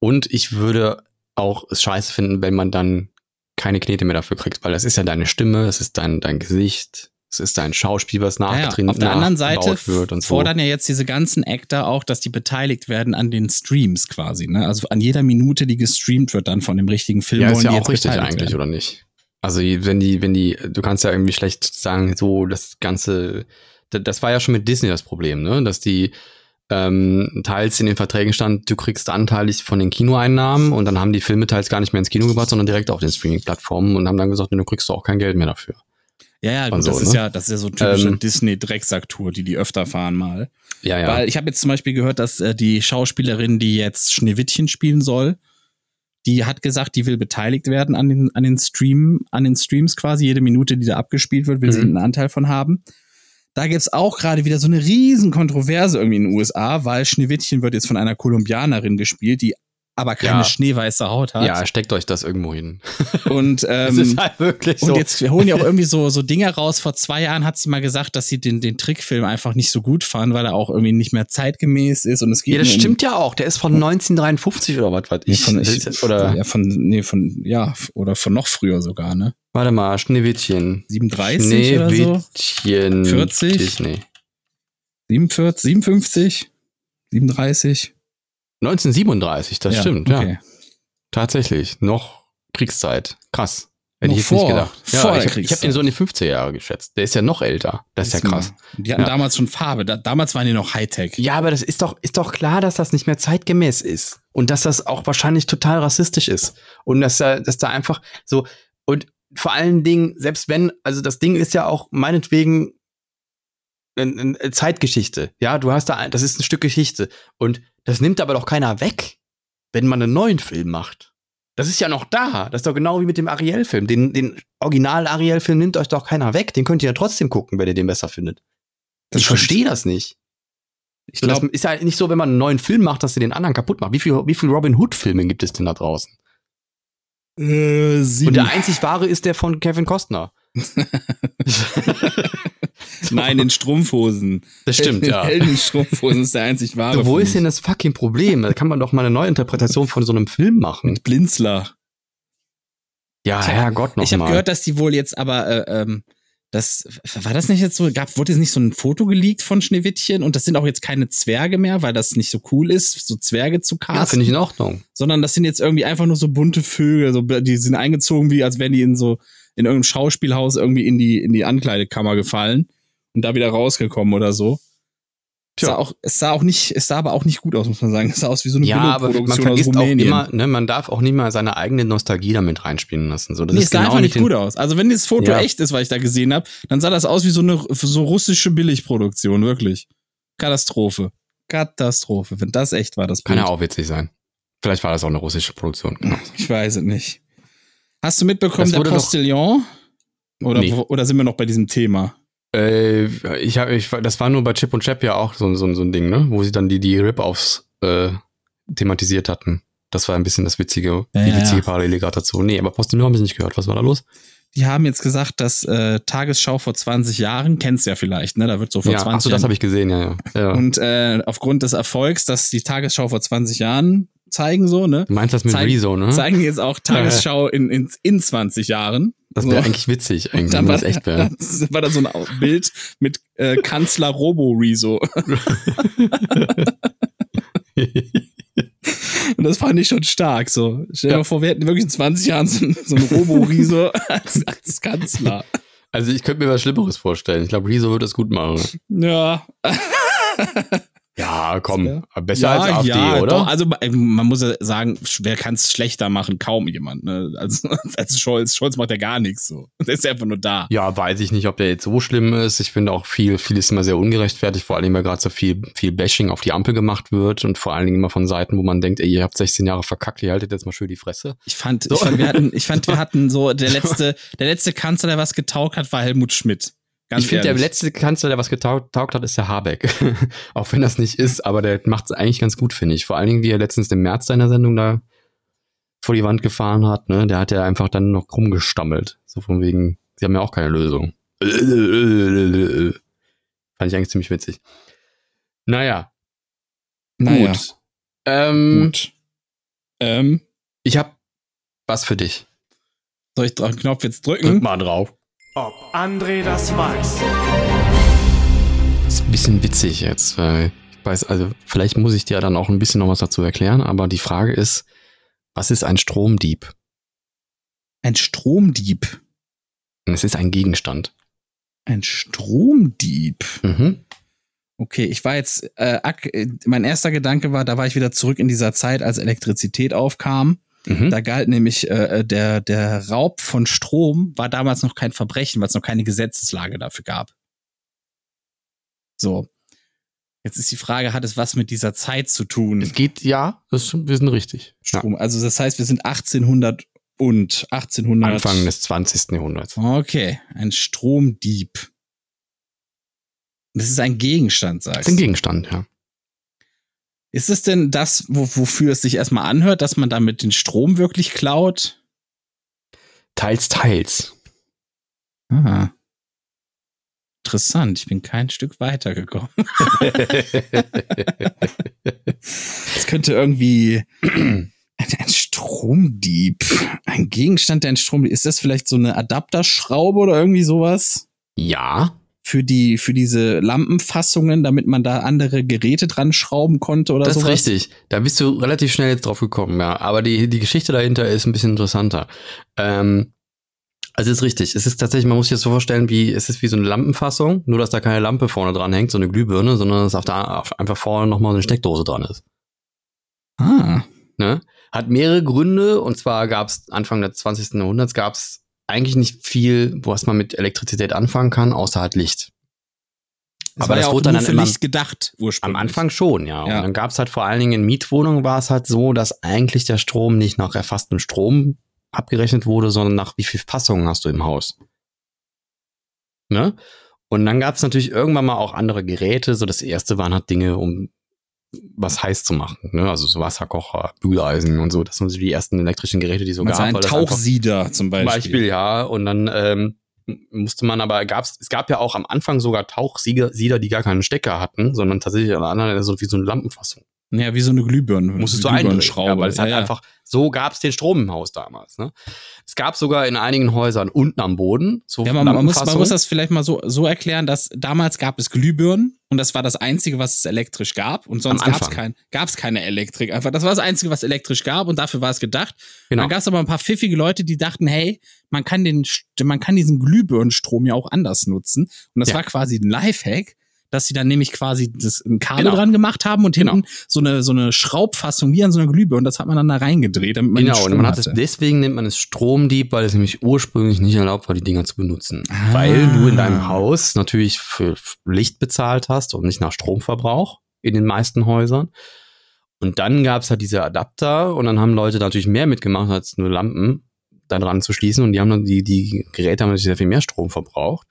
Und ich würde auch es scheiße finden, wenn man dann keine Knete mehr dafür kriegt, weil das ist ja deine Stimme, es ist dein, dein Gesicht, es ist dein Schauspiel, was
Naja,
nachgetrainiert
Ah auf der anderen Seite
nachgebaut wird und so.
fordern ja jetzt diese ganzen Actor auch, dass die beteiligt werden an den Streams quasi, ne? Also an jeder Minute, die gestreamt wird, dann von dem richtigen Film.
ja,
wollen
ist ja
die
auch
jetzt
richtig
beteiligt
eigentlich,
werden.
oder nicht? Also wenn die, wenn die, du kannst ja irgendwie schlecht sagen, so das ganze, da- das war ja schon mit Disney das Problem, ne? Dass die ähm, teils in den Verträgen stand, du kriegst anteilig von den Kinoeinnahmen und dann haben die Filme teils gar nicht mehr ins Kino gebracht, sondern direkt auf den Streaming-Plattformen und haben dann gesagt, nee, du kriegst auch kein Geld mehr dafür.
Ja, ja, gut,
Und so,
das ist
ne?
ja, das ist ja so typische
Ähm.
Disney-Drecksack-Tour, die die öfter fahren mal.
Ja, ja.
Weil ich habe jetzt zum Beispiel gehört, dass äh, die Schauspielerin, die jetzt Schneewittchen spielen soll, die hat gesagt, die will beteiligt werden an den, an den Stream, an den Streams quasi. Jede Minute, die da abgespielt wird, will sie
Mhm.
einen Anteil von haben. Da gibt's auch gerade wieder so eine riesen Kontroverse irgendwie in den USA, weil Schneewittchen wird jetzt von einer Kolumbianerin gespielt, die aber keine
Ja.
schneeweiße Haut hat.
ja, steckt euch das irgendwo hin.
Und ähm,
Es ist halt wirklich
und
so.
jetzt holen die auch irgendwie so, so Dinger raus. Vor zwei Jahren hat sie mal gesagt, dass sie den, den Trickfilm einfach nicht so gut fand, weil er auch irgendwie nicht mehr zeitgemäß ist und es geht
ja, das
nur um-
stimmt ja auch. Der ist von 1953 oder was weiß
Nee,
ich.
von,
Das-
ich
oder,
ja, von, nee, von, ja, oder von noch früher sogar, ne?
warte mal, Schneewittchen.
37 oder so?
Schneewittchen.
40?
Disney.
47, 57, 37.
1937, das stimmt, ja.
okay.
Tatsächlich. Noch Kriegszeit. Krass. Hätte
Noch
ich jetzt nicht
vor-
gedacht. ich
vor der
hab- ich habe
Kriegszeit.
den so in die 50er Jahre geschätzt. Der ist ja noch älter. Das ist ja krass.
Die hatten
Ja.
damals schon Farbe. Da, damals waren die noch Hightech.
Ja, aber das ist doch, ist doch klar, dass das nicht mehr zeitgemäß ist. Und dass das auch wahrscheinlich total rassistisch ist. Und dass da, dass da einfach so, und vor allen Dingen, selbst wenn, also das Ding ist ja auch meinetwegen eine, eine Zeitgeschichte. Ja, du hast da, ein, das ist ein Stück Geschichte. Und das nimmt aber doch keiner weg, wenn man einen neuen Film macht. Das ist ja noch da. Das ist doch genau wie mit dem Ariel-Film. Den, den Original-Ariel-Film nimmt euch doch keiner weg. Den könnt ihr ja trotzdem gucken, wenn ihr den besser findet.
Das
ich
stimmt.
verstehe das nicht.
Ich
So, das
glaube,
ist ja nicht so, wenn man einen neuen Film macht, dass sie den anderen kaputt macht. Wie viel, wie viel Robin Hood-Filme gibt es denn da draußen?
äh,
Und
sieben.
der einzig wahre ist der von Kevin Costner.
Nein, in Strumpfhosen.
das stimmt, ja.
In den Strumpfhosen ist der einzig wahre.
So, wo
für
ist denn
mich.
das fucking Problem? Da kann man doch mal eine Neuinterpretation von so einem Film machen.
Mit Blinzler.
Ja,
Ich hab-
Herrgott nochmal.
Ich habe gehört, dass die wohl jetzt aber, äh, ähm, das, war das nicht jetzt so, gab, wurde jetzt nicht so ein Foto geleakt von Schneewittchen und das sind auch jetzt keine Zwerge mehr, weil das nicht so cool ist, so Zwerge zu
ja,
casten,
Ah, finde ich in Ordnung.
sondern das sind jetzt irgendwie einfach nur so bunte Vögel, so, die sind eingezogen wie, als wären die in so, in irgendeinem Schauspielhaus irgendwie in die, in die Ankleidekammer gefallen und da wieder rausgekommen oder so. Es
Tja.
sah auch, es sah auch nicht, es sah aber auch nicht gut aus, muss man sagen. Es sah aus wie so eine
Ja, aber man
Billo-Produktion aus
vergisst auch
Rumänien.
immer, ne, man darf auch nicht mal seine eigene Nostalgie damit reinspielen lassen. So, das
Nee,
ist
es sah
genau
einfach nicht
den-
gut aus. Also wenn dieses Foto
Ja.
echt ist, was ich da gesehen habe, dann sah das aus wie so eine so russische Billigproduktion, wirklich. Katastrophe. Katastrophe. Wenn das echt war, das
Kann ja
Bild.
auch witzig sein. Vielleicht war das auch eine russische Produktion. Genau.
Ich weiß es nicht. Hast du mitbekommen,
Das
der
wurde doch-
Postillon? Oder,
Nee.
wo- oder sind wir noch bei diesem Thema?
Äh, ich habe, ich, das war nur bei Chip und Chap ja auch so, so, so ein Ding, ne? Wo sie dann die, die Rip-Offs äh, thematisiert hatten. Das war ein bisschen das witzige,
Ja,
die
ja,
witzige
ja.
Parallele gerade dazu. Nee, aber Postillon habe ich nicht gehört. Was war da los?
Die haben jetzt gesagt, dass äh, Tagesschau vor 20 Jahren, kennst ja vielleicht, ne? Da wird so vor
ja,
20
achso, das
Jahren
habe ich gesehen, ja, ja. ja.
und äh, aufgrund des Erfolgs, dass die Tagesschau vor 20 Jahren zeigen so, ne?
du meinst das mit
zeig-
Rezo, ne?
Zeigen jetzt auch Tagesschau in, in, in 20 Jahren.
das wäre eigentlich witzig, eigentlich, wenn
war,
das echt wäre.
da- war da so ein Au- Bild mit äh, Kanzler Robo Rezo. Und das fand ich schon stark. So. Stell dir
Ja.
mal vor, wir hätten wirklich in 20 Jahren so, einen- so einen Robo Rezo als, als Kanzler.
also ich könnte mir was Schlimmeres vorstellen. Ich glaube, Rezo wird das gut machen.
Ja.
Ja, komm, besser
ja,
als AfD,
ja,
oder?
Doch. Also ähm, man muss ja sagen, sch- wer kann es schlechter machen? Kaum jemand. Ne? Als, als Scholz. Scholz macht ja gar nichts. So. Der ist einfach nur da.
Ja, weiß ich nicht, ob der jetzt so schlimm ist. Ich finde auch viel, viel ist immer sehr ungerechtfertigt, vor allem weil gerade so viel, viel Bashing auf die Ampel gemacht wird und vor allen Dingen immer von Seiten, wo man denkt, ey, ihr habt 16 Jahre verkackt, ihr haltet jetzt mal schön die Fresse.
Ich fand,
So.
ich fand, wir hatten, ich fand, wir hatten so der letzte, der letzte Kanzler, der was getaugt hat, war Helmut Schmidt.
ich finde, der letzte Kanzler, der was getaugt taugt hat, ist der Habeck. Auch wenn das nicht ist, aber der macht es eigentlich ganz gut, finde ich. Vor allen Dingen, wie er letztens im März seiner Sendung da vor die Wand gefahren hat, ne? der hat ja einfach dann noch rumgestammelt. So von wegen, sie haben ja auch keine Lösung. Fand ich eigentlich ziemlich witzig. Naja,
Naja,
gut. Ähm,
gut. Ähm,
Ich habe was für dich.
soll ich den Knopf jetzt drücken?
mal drauf.
Ob André das weiß.
Ist ein bisschen witzig jetzt, weil ich weiß, also vielleicht muss ich dir dann auch ein bisschen noch was dazu erklären, aber die Frage ist, was ist ein Stromdieb?
Ein Stromdieb.
Und Es ist ein Gegenstand.
Ein Stromdieb.
Mhm.
Okay, ich war jetzt, äh, ak äh, mein erster Gedanke war, da war ich wieder zurück in dieser Zeit, als Elektrizität aufkam.
Mhm.
Da galt nämlich äh, der, der Raub von Strom war damals noch kein Verbrechen, weil es noch keine Gesetzeslage dafür gab. So. Jetzt ist die Frage, hat es was mit dieser Zeit zu tun?
es geht ja, das, wir sind richtig. Ja.
Strom. Also das heißt, wir sind 1800 und 1800.
Anfang des 20. Jahrhunderts.
Okay, ein Stromdieb. Das ist ein Gegenstand,
Das
sagst
ist ein
du.
Gegenstand, ja.
Ist es denn das, wo, wofür es sich erstmal anhört, dass man damit den Strom wirklich klaut?
Teils, teils.
Ah. Interessant, ich bin kein Stück weitergekommen. Es könnte irgendwie ein, ein Stromdieb, ein Gegenstand, der ein Stromdieb. Ist das vielleicht so eine Adapterschraube oder irgendwie sowas?
ja,
Für die, für diese Lampenfassungen, damit man da andere Geräte dran schrauben konnte oder
das ist
sowas?
richtig. Da bist du relativ schnell jetzt drauf gekommen, ja. Aber die, die Geschichte dahinter ist ein bisschen interessanter. Ähm, also es ist richtig. Es ist tatsächlich, man muss sich das so vorstellen, wie es ist wie so eine Lampenfassung, nur dass da keine Lampe vorne dran hängt, so eine Glühbirne, sondern dass auf der, auf, einfach vorne nochmal so eine Steckdose dran ist.
Ah,
Ne? Hat mehrere Gründe und zwar gab es Anfang des 20. Jahrhunderts gab es eigentlich nicht viel, was man mit Elektrizität anfangen kann, außer halt Licht.
das
Aber
war
das
ja auch
wurde dann
nur für
immer-
Licht gedacht ursprünglich.
Am Anfang schon, ja.
Ja.
Und dann gab es halt vor allen Dingen in Mietwohnungen war es halt so, dass eigentlich der Strom nicht nach erfasstem Strom abgerechnet wurde, sondern nach wie viel Fassungen hast du im Haus. Ne? Und dann gab es natürlich irgendwann mal auch andere Geräte. So das erste waren halt Dinge, um was heiß zu machen. Ne? Also so Wasserkocher, Bügeleisen und so. Das sind so die ersten elektrischen Geräte, die so
Man
gab.
sah einen
weil das einfach-
Tauchsieder zum Beispiel.
zum Beispiel, ja. Und dann ähm, musste man aber, gab's, es gab ja auch am Anfang sogar Tauchsieder, Sieder, die gar keinen Stecker hatten, sondern tatsächlich an der anderen Ende so wie so eine Lampenfassung.
Ja, wie so eine Glühbirne.
Musstest du
Glühbirnenschraube.
einschrauben, ja, weil es
Ja,
halt
ja.
einfach, so gab es den Strom im Haus damals. Ne? Es gab sogar in einigen Häusern unten am Boden so
Ja, man, man, muss, man
Lampenfassungen.
muss das vielleicht mal so, so erklären, dass damals gab es Glühbirnen und das war das Einzige, was es elektrisch gab. Und sonst
Am
gab es
Anfang.
kein, gab's keine Elektrik. Einfach, das war das Einzige, was elektrisch gab und dafür war es gedacht.
Genau.
Dann gab es aber ein paar pfiffige Leute, die dachten, hey, man kann, den, St- man kann diesen Glühbirnenstrom ja auch anders nutzen. Und das
Ja.
war quasi ein Lifehack, dass sie dann nämlich quasi das, ein Kabel
Genau.
dran gemacht haben und
Genau.
hinten so, eine, so eine Schraubfassung wie an so einer Glühbirne. Und das hat man dann da reingedreht, damit man den
Genau, und
Strom
man hat es,
hatte.
deswegen nennt man es Stromdieb, weil es nämlich ursprünglich nicht erlaubt war, die Dinger zu benutzen.
Ah.
Weil du in deinem Haus natürlich für Licht bezahlt hast und nicht nach Stromverbrauch in den meisten Häusern. Und dann gab es halt diese Adapter und dann haben Leute natürlich mehr mitgemacht als nur Lampen da dran zu schließen und die haben dann, die, die Geräte haben natürlich sehr viel mehr Strom verbraucht.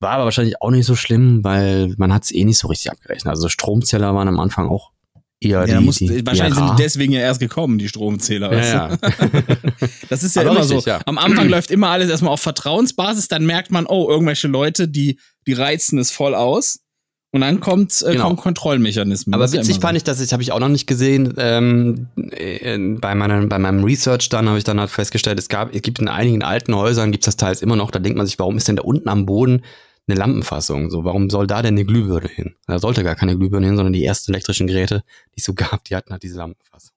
War aber wahrscheinlich auch nicht so schlimm, weil man hat es eh nicht so richtig abgerechnet. Also Stromzähler waren am Anfang auch eher
Ja,
die,
da muss,
die
wahrscheinlich sind
rar.
die deswegen ja erst gekommen, die Stromzähler. weißt du?
ja, ja.
Das ist ja
Aber
immer
richtig,
so.
ja.
Am Anfang läuft immer alles erstmal auf Vertrauensbasis, dann merkt man, oh, irgendwelche Leute, die, die reizen es voll aus. Und dann kommt, äh,
Genau.
kommen Kontrollmechanismen.
Aber
Das ist
witzig
ja
fand ich, dass ich habe ich auch noch nicht gesehen. Ähm, äh, bei, meiner, bei meinem Research dann habe ich dann halt festgestellt, es gab, es gibt in einigen alten Häusern gibt es das teils immer noch. Da denkt man sich, warum ist denn da unten am Boden eine Lampenfassung? So, warum soll da denn eine Glühbirne hin? Da sollte gar keine Glühbirne hin, sondern die ersten elektrischen Geräte, die es so gab, die hatten halt diese Lampenfassung.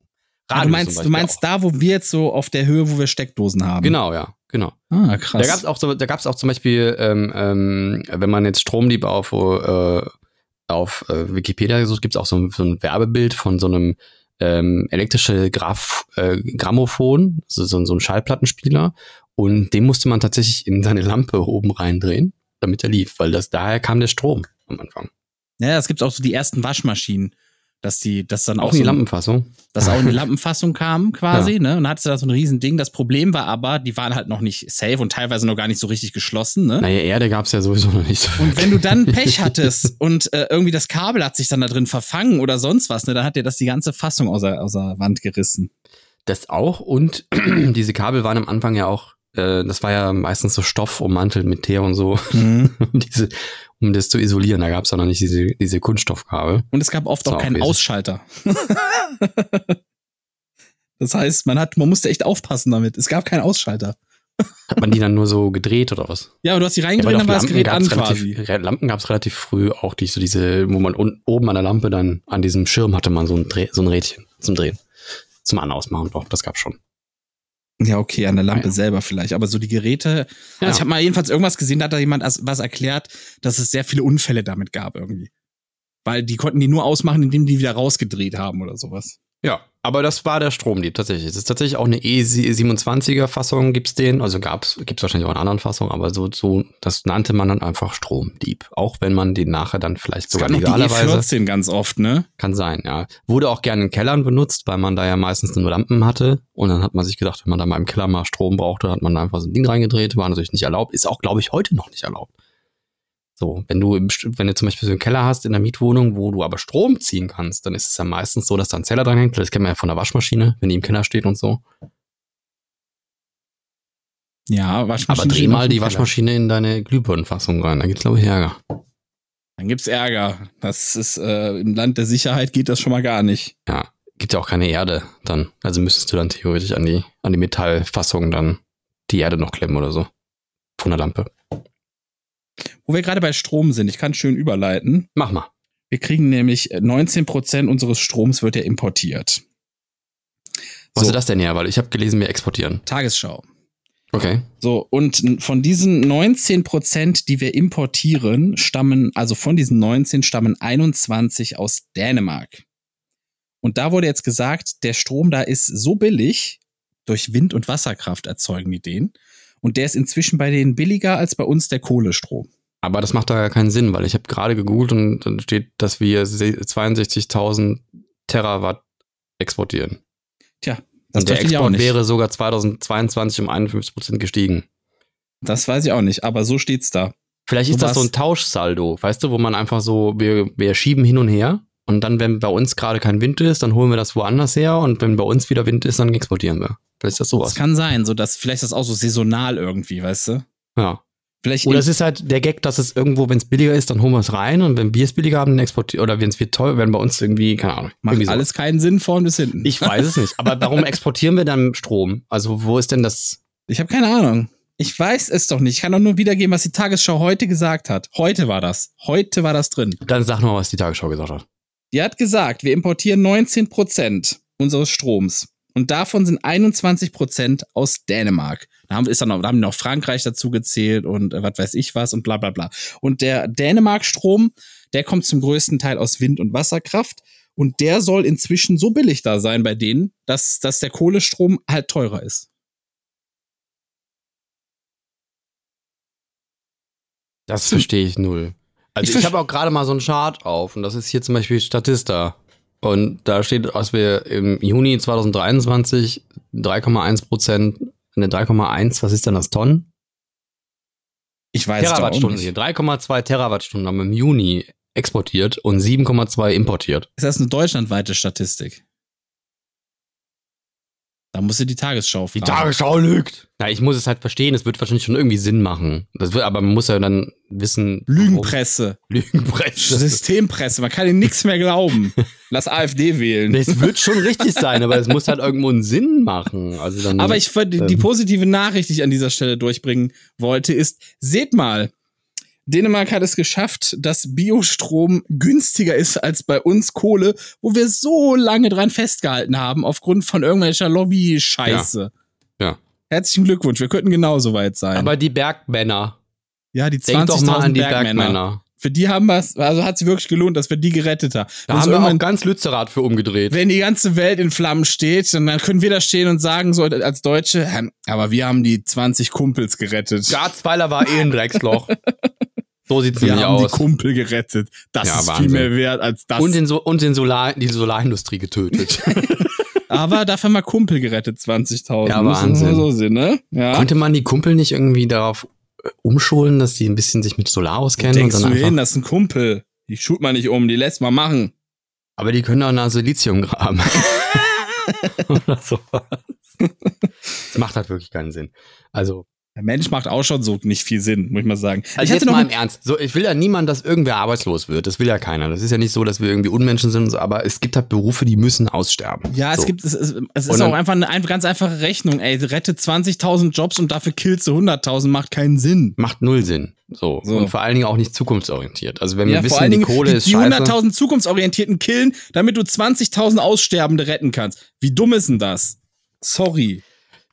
Radio
immer so. Ah, du
zum
meinst, du
Beispiel
meinst
auch.
da, wo wir jetzt so auf der Höhe, wo wir Steckdosen haben.
Genau, ja, genau.
Ah, krass.
Da gab es auch, so, da gab's auch zum Beispiel, ähm, ähm, wenn man jetzt Stromdieb auf, äh, auf äh, Wikipedia sucht, gibt es auch so ein, so ein Werbebild von so einem ähm, elektrische Graf, äh, Grammophon, so, so, so ein Schallplattenspieler. Und den musste man tatsächlich in seine Lampe oben reindrehen, damit er lief, weil das daher kam der Strom am Anfang.
ja, es gibt auch so die ersten Waschmaschinen. dass die, dass dann auch,
Auch in die
so ein-
Lampenfassung.
dass auch eine Lampenfassung kam quasi, ne? Und hatte da so ein Riesending. Das Problem war aber, die waren halt noch nicht safe und teilweise noch gar nicht so richtig geschlossen, ne?
Naja, Erde gab es ja sowieso noch nicht. so
Und wenn du dann Pech hattest und äh, irgendwie das Kabel hat sich dann da drin verfangen oder sonst was, ne, dann hat dir das die ganze Fassung außer, außer Wand gerissen.
Das auch und diese Kabel waren am Anfang ja auch, äh, das war ja meistens so Stoff ummantelt mit Teer und so,
Mhm.
um, diese, um das zu isolieren. Da gab es ja noch nicht diese, diese Kunststoffkabel.
Und es gab oft
Das
auch
war
keinen
auch wesentlich.
Ausschalter. das heißt, man hat, man musste echt aufpassen damit. Es gab keinen Ausschalter.
Hat man die dann nur so gedreht oder was?
Ja, aber du hast die
Ja,
reingedreht,
aber
dann
doch,
war das Gerät an
gab's
quasi.
relativ, Re- Lampen gab es relativ früh auch, die so diese, wo man un, oben an der Lampe dann an diesem Schirm hatte man so ein, Dreh, so ein Rädchen zum Drehen. Zum An- ausmachen, doch, das gab's schon.
Ah, Ja, okay, an der Lampe
Ja.
selber vielleicht. Aber so die Geräte.
Ja.
Also ich habe mal jedenfalls irgendwas gesehen, da hat da jemand as- was erklärt, dass es sehr viele Unfälle damit gab irgendwie. Weil die konnten die nur ausmachen, indem die wieder rausgedreht haben oder sowas.
Ja, aber das war der Stromlieb tatsächlich. Es ist tatsächlich auch eine E E27er-Fassung, gibt's den. Also gab's, gibt's wahrscheinlich auch in anderen Fassungen, aber so, so, das nannte man dann einfach Stromdieb. Auch wenn man den nachher dann vielleicht
Es
sogar
gab noch die
legalerweise.
E14 ganz oft, ne?
Kann sein, ja. Wurde auch gerne in Kellern benutzt, weil man da ja meistens nur Lampen hatte. Und dann hat man sich gedacht, wenn man da mal im Keller mal Strom brauchte, hat man da einfach so ein Ding reingedreht. War natürlich nicht erlaubt. Ist auch, glaube ich, heute noch nicht erlaubt. So, wenn du, im, St- wenn du zum Beispiel so einen Keller hast in der Mietwohnung, wo du aber Strom ziehen kannst, dann ist es ja meistens so, dass da ein Zeller dran hängt. Das kennt man ja von der Waschmaschine, wenn die im Keller steht und so.
Ja,
Aber
Waschmaschine.
dreh
steht noch
mal
im
die
Keller.
Waschmaschine in deine Glühbirnenfassung rein. Da gibt's, glaube ich, Ärger.
Dann gibt's Ärger. Das ist äh, im Land der Sicherheit geht das schon mal gar nicht.
Ja, gibt ja auch keine Erde dann. Also müsstest du dann theoretisch an die, an die Metallfassung dann die Erde noch klemmen oder so. Von der Lampe.
Wo wir gerade bei Strom sind, ich kann schön überleiten.
Mach mal.
Wir kriegen nämlich äh, 19% unseres Stroms wird ja importiert.
Was
So.
ist das denn her? Weil ich habe gelesen, wir exportieren.
Tagesschau.
Okay.
So, und n- von diesen 19 Prozent, die wir importieren, stammen, also von diesen 19 stammen 21 aus Dänemark. Und da wurde jetzt gesagt, der Strom da ist so billig, durch Wind- und Wasserkraft erzeugen die den. Und der ist inzwischen bei denen billiger als bei uns der Kohlestrom.
Aber das macht da ja keinen Sinn, weil ich habe gerade gegoogelt und dann steht, dass wir se- 62.000 Terawatt exportieren.
Tja, das
und der
verstehe ich auch
Export
nicht.
wäre sogar 2022 um 51 Prozent gestiegen.
Das weiß ich auch nicht, aber so steht's da.
Vielleicht ist
So
das so
was-
ein Tauschsaldo, weißt du, wo man einfach so, wir, wir schieben hin und her und dann, wenn bei uns gerade kein Wind ist, dann holen wir das woanders her und wenn bei uns wieder Wind ist, dann exportieren wir. Vielleicht ist das sowas.
Das kann sein, so dass vielleicht das auch so saisonal irgendwie, weißt du?
ja.
Vielleicht
Oder es ist halt der Gag, dass es irgendwo, wenn es billiger ist, dann holen wir es rein und wenn wir es billiger haben, dann exportieren oder wenn es wir teuer, werden bei uns irgendwie, keine Ahnung.
macht
irgendwie sowas.
alles keinen Sinn vorn bis hinten.
Ich weiß es nicht. Aber warum exportieren wir dann Strom? Also wo ist denn das?
Ich habe keine Ahnung. Ich weiß es doch nicht. Ich kann doch nur wiedergeben, was die Tagesschau heute gesagt hat. Heute war das. Heute war das drin.
Dann sag noch, was die Tagesschau gesagt hat.
Die hat gesagt, wir importieren 19 Prozent unseres Stroms. Und davon sind 21 Prozent aus Dänemark. Da haben, ist dann noch, da haben die noch Frankreich dazu gezählt und äh, was weiß ich was und bla bla bla. Und der Dänemark-Strom, der kommt zum größten Teil aus Wind- und Wasserkraft. Und der soll inzwischen so billig da sein bei denen, dass, dass der Kohlestrom halt teurer ist.
Das verstehe ich null. Also
Ich
ich, habe auch gerade mal so einen Chart auf und das ist hier zum Beispiel Statista. Und da steht, dass wir im Juni 2023 3,1 Prozent, ne 3,1, was ist denn das, Tonnen?
Ich weiß es doch auch
Terawattstunden
nicht.
hier. 3,2 Terawattstunden haben wir im Juni exportiert und 7,2 importiert.
Ist das eine deutschlandweite Statistik? Da musst du die Tagesschau fragen.
lügt. Ja, ich muss es halt verstehen, es wird wahrscheinlich schon irgendwie Sinn machen. Das wird, aber man muss ja dann wissen.
Lügenpresse,
warum- Lügenpresse.
Systempresse, man kann ihnen nichts mehr glauben. Lass AfD wählen.
Es wird schon richtig sein, aber es muss halt irgendwo einen Sinn machen. Also dann
Aber ich wollte- die
Ähm.
positive Nachricht, die ich an dieser Stelle durchbringen wollte, ist, seht mal, Dänemark hat es geschafft, dass Biostrom günstiger ist als bei uns Kohle, wo wir so lange dran festgehalten haben, aufgrund von irgendwelcher Lobby-Scheiße.
Ja. Ja.
Herzlichen Glückwunsch, wir könnten genauso weit sein.
Aber die Bergmänner.
ja, die
Denk doch mal
20.000
an die
Bergmänner.
Bergmänner.
Für die haben wir es, also hat sich wirklich gelohnt, dass wir die gerettet haben.
Da
Wenn's
haben wir auch
irgendwann-
ganz Lützerath für umgedreht.
wenn die ganze Welt in Flammen steht, dann dann können wir da stehen und sagen, so als Deutsche, "Hm, aber wir haben die 20 Kumpels gerettet.
Garzweiler war eh ein Drecksloch. So sieht's
Wir
nämlich
haben
aus.
die Kumpel gerettet. Das
Ja,
ist
Wahnsinn.
viel mehr wert als das.
Und, den so und den Solar, die Solarindustrie getötet.
aber dafür mal Kumpel gerettet, 20.000.
Ja,
Muss man
Wahnsinn.
So sehen, ne? Ja.
Konnte man die Kumpel nicht irgendwie darauf äh, umschulen, dass die ein bisschen sich mit Solar auskennen?
Denkst du
einfach,
hin, das ist ein Kumpel. Die schult man nicht um, die lässt man machen.
aber die können doch nach Silizium graben. Oder sowas. Das macht halt wirklich keinen Sinn. Also,
Der Mensch macht auch schon so nicht viel Sinn, muss ich mal sagen.
also jetzt mal im Ernst. So, ich will ja niemand, dass irgendwer arbeitslos wird. Das will ja keiner. Das ist ja nicht so, dass wir irgendwie Unmenschen sind, und so, aber es gibt halt Berufe, die müssen aussterben.
ja, es
so.
gibt, es, es, es
Und
ist
dann-
auch einfach eine ein, ganz einfache Rechnung. Ey, rette 20.000 Jobs und dafür killst du 100.000, macht keinen Sinn.
Macht null Sinn. So.
So.
Und vor allen Dingen auch nicht zukunftsorientiert. Also, wenn wir wissen,
vor allen
die
Dingen
Kohle
die,
ist
die
scheiße.
100.000 zukunftsorientierten killen, damit du 20.000 Aussterbende retten kannst. Wie dumm ist denn das? Sorry.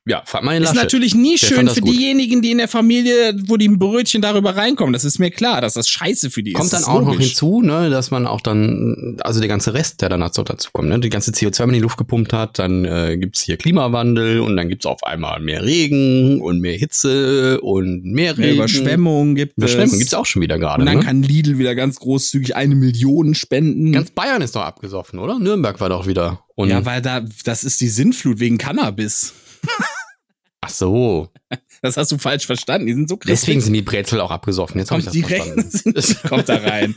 ja, frag mal den
Ist
Laschet.
natürlich nie
Der
schön
fand das
für
gut.
diejenigen, die in der Familie, wo die Brötchen darüber reinkommen. Das ist mir klar, dass das scheiße für die
Kommt
ist.
dann
Das
auch
ist
noch
logisch.
hinzu, ne, dass man auch dann, also der ganze Rest, der dann dazu, dazu kommt, ne, die ganze CO2 wenn man in die Luft gepumpt hat, dann äh, gibt's hier Klimawandel und dann gibt's auf einmal mehr Regen und mehr Hitze und mehr Regen.
Eine Überschwemmung gibt
Überschwemmung
es.
gibt's auch schon wieder gerade.
Und dann
Ne?
kann Lidl wieder ganz großzügig eine Million spenden.
Ganz Bayern ist doch abgesoffen, oder? Nürnberg war doch wieder. Und
Hm. ja, weil da, das ist die Sinnflut wegen Cannabis.
ach so,
Das hast du falsch verstanden. Die sind so krass.
deswegen sind die Brezel auch abgesoffen. Jetzt habe ich
kommt
das
direkt
verstanden.
kommt da rein.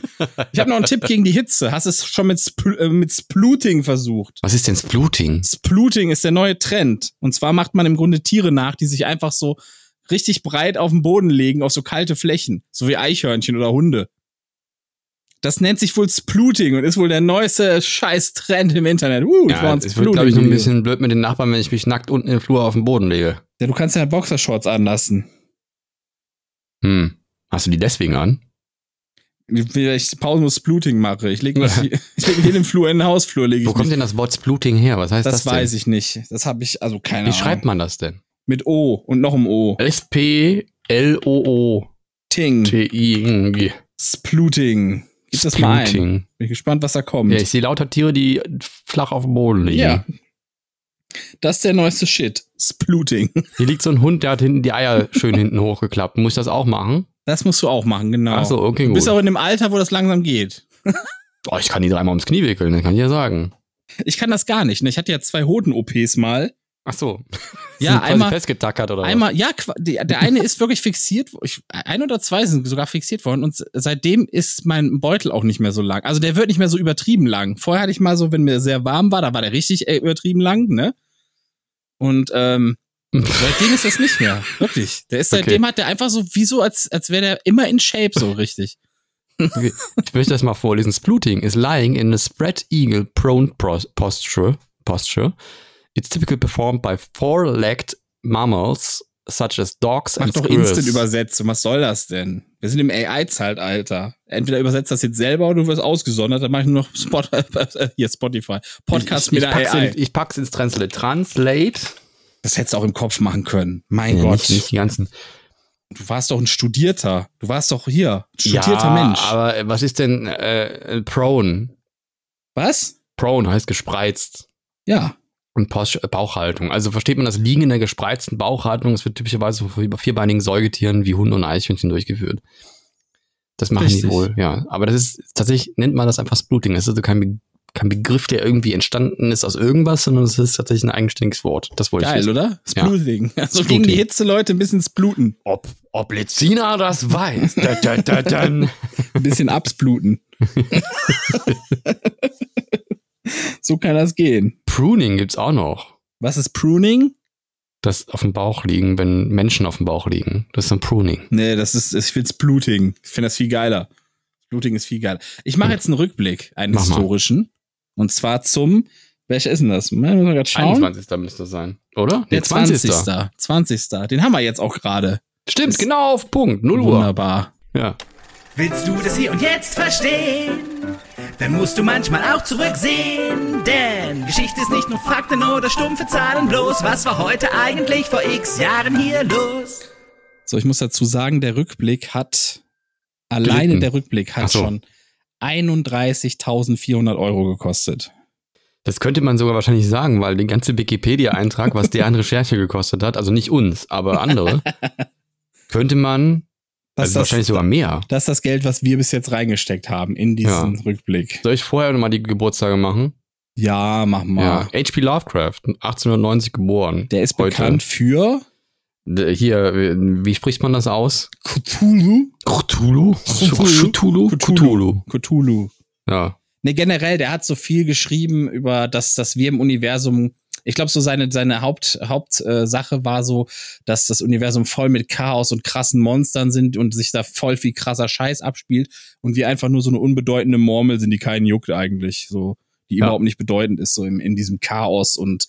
Ich habe noch einen Tipp gegen die Hitze. Hast es schon mit, Spl äh, mit Spluting versucht?
Was ist denn Spluting?
Spluting ist der neue Trend. Und zwar macht man im Grunde Tiere nach, die sich einfach so richtig breit auf den Boden legen, auf so kalte Flächen, so wie Eichhörnchen oder Hunde. Das nennt sich wohl Spluting und ist wohl der neueste Scheiß-Trend im Internet. Uh,
Ja,
war ein
es wird, glaube ich, nur ein
Spluting-Video.
bisschen blöd mit den Nachbarn, wenn ich mich nackt unten im Flur auf den Boden lege.
Ja, du kannst ja Boxershorts anlassen.
Hm. Hast du die deswegen an?
Wenn ich pausenlos Spluting mache. Ich lege mich, ich leg mich in den Flur, in den Hausflur lege ich
Wo kommt
mich.
denn das Wort Spluting her? Was heißt
Das,
das, denn?
weiß ich nicht. Das habe ich, also
Wie
keine Ahnung.
schreibt man Äh, das denn?
Mit O und noch einem O.
S-P-L-O-O-T-I.
Ting. Spluting. Gib das mal ein. Bin
Spluting.
ich gespannt, was da kommt.
Ja, ich sehe lauter Tiere, die flach auf dem Boden liegen.
Ja. Das ist der neueste Shit. Spluting.
Hier liegt so ein Hund, der hat hinten die Eier schön hinten hochgeklappt. Muss ich das auch machen?
Das musst du auch machen, genau.
Ach so, okay,
du
gut.
bist auch in dem Alter, wo das langsam geht.
Oh, ich kann die dreimal ums Knie wickeln, das kann ich ja sagen.
Ich kann das gar nicht. Ne? Ich hatte ja zwei Hoden-OPs mal.
Ach so.
Ja,
Sind quasi
einmal-
festgetackert oder
Einmal, ja, qua- der, der eine ist wirklich fixiert. Ich, ein oder zwei sind sogar fixiert worden. Und seitdem ist mein Beutel auch nicht mehr so lang. Also der wird nicht mehr so übertrieben lang. Vorher hatte ich mal so, wenn mir sehr warm war, da war der richtig äh, übertrieben lang, ne? Und ähm, seitdem ist das nicht mehr. Wirklich. Der ist seitdem hat der einfach so, wie so, als, als wäre der immer in Shape so richtig.
was? Okay. Ich möchte das mal vorlesen. Spluting is lying in a spread eagle prone pros- posture. posture. It's typically performed by four-legged mammals such as dogs
Mach
and
doch
squirrels.
Instant-Übersetzung. Was soll das denn? Wir sind im AI-Zeitalter. Entweder übersetzt das jetzt selber oder du wirst ausgesondert. Dann mach ich nur noch Spot, hier Spotify.
ich,
Podcast
ich,
mit der
pack's
AI.
In, ich pack's ins Translate. Translate.
Das hättest du auch im Kopf machen können. Mein
Ja,
Gott.
Nicht, nicht die ganzen.
Du warst doch ein Studierter. Du warst doch hier. ein Studierter
ja,
Mensch.
Aber äh, was ist denn äh, äh, prone?
Was?
Prone heißt gespreizt.
Ja.
Und Posch äh, Bauchhaltung. Also versteht man das Liegen in der gespreizten Bauchhaltung. Das wird typischerweise von vierbeinigen Säugetieren wie Hunden und Eichhörnchen durchgeführt. Das machen die
Richtig.
wohl, ja. Aber das ist tatsächlich, nennt man das einfach Spluting. Das ist also kein, Be kein Begriff, der irgendwie entstanden ist aus irgendwas, sondern es ist tatsächlich ein eigenständiges Wort. Das wollte ich
Geil,
wissen.
oder? Spluting. Also
Spluting.
gegen die Hitze, Leute, ein bisschen spluten.
Ob, ob Lezina das weiß. da, da, da, dann.
Ein bisschen abspluten. so kann das gehen.
Pruning gibt's auch noch.
Was ist Pruning?
Das auf dem Bauch liegen, wenn Menschen auf dem Bauch liegen. Das ist dann Pruning.
Nee, das ist, ich finde Spluting. Ich finde das viel geiler. Spluting ist viel geiler. Ich mache jetzt einen Rückblick, einen
Hm. Mach mal.
historischen. Und zwar zum, welcher ist denn das? Mal Müssen wir gerade schauen.
21. müsste das sein, oder?
Der 20. 20. Den haben wir jetzt auch gerade.
Stimmt, genau auf Punkt. 0 Uhr.
Wunderbar.
Ja.
Willst du das hier und jetzt verstehen? Dann musst du manchmal auch zurücksehen. Denn Geschichte ist nicht nur Fakten oder stumpfe Zahlen bloß. Was war heute eigentlich vor x Jahren hier los?
So, ich muss dazu sagen, der Rückblick hat, alleine
Dritten.
der Rückblick
Ach
hat
so.
schon 31.400 Euro gekostet.
Das könnte man sogar wahrscheinlich sagen, weil den ganzen Wikipedia-Eintrag, was der an Recherche gekostet hat, also nicht uns, aber andere, könnte man
Das,
also
ist
wahrscheinlich
das,
sogar mehr.
das ist das Geld, was wir bis jetzt reingesteckt haben in diesen
Ja.
Rückblick.
Soll ich vorher nochmal die Geburtstage machen?
Ja, mach mal.
Ja. H.P. Lovecraft, 1890 geboren.
Der ist
Heute.
bekannt für
D- Hier, wie wie spricht man das aus?
Cthulhu.
Cthulhu?
Cthulhu?
Cthulhu? Cthulhu.
Cthulhu.
Ja.
Ne, generell, der hat so viel geschrieben über das, dass wir im Universum. Ich glaube, so seine, seine Haupt, Hauptsache äh, Sache war so, dass das Universum voll mit Chaos und krassen Monstern sind und sich da voll viel krasser Scheiß abspielt und wir einfach nur so eine unbedeutende Murmel sind, die keinen juckt eigentlich, so, die
Ja.
überhaupt nicht bedeutend ist, so im, in diesem Chaos und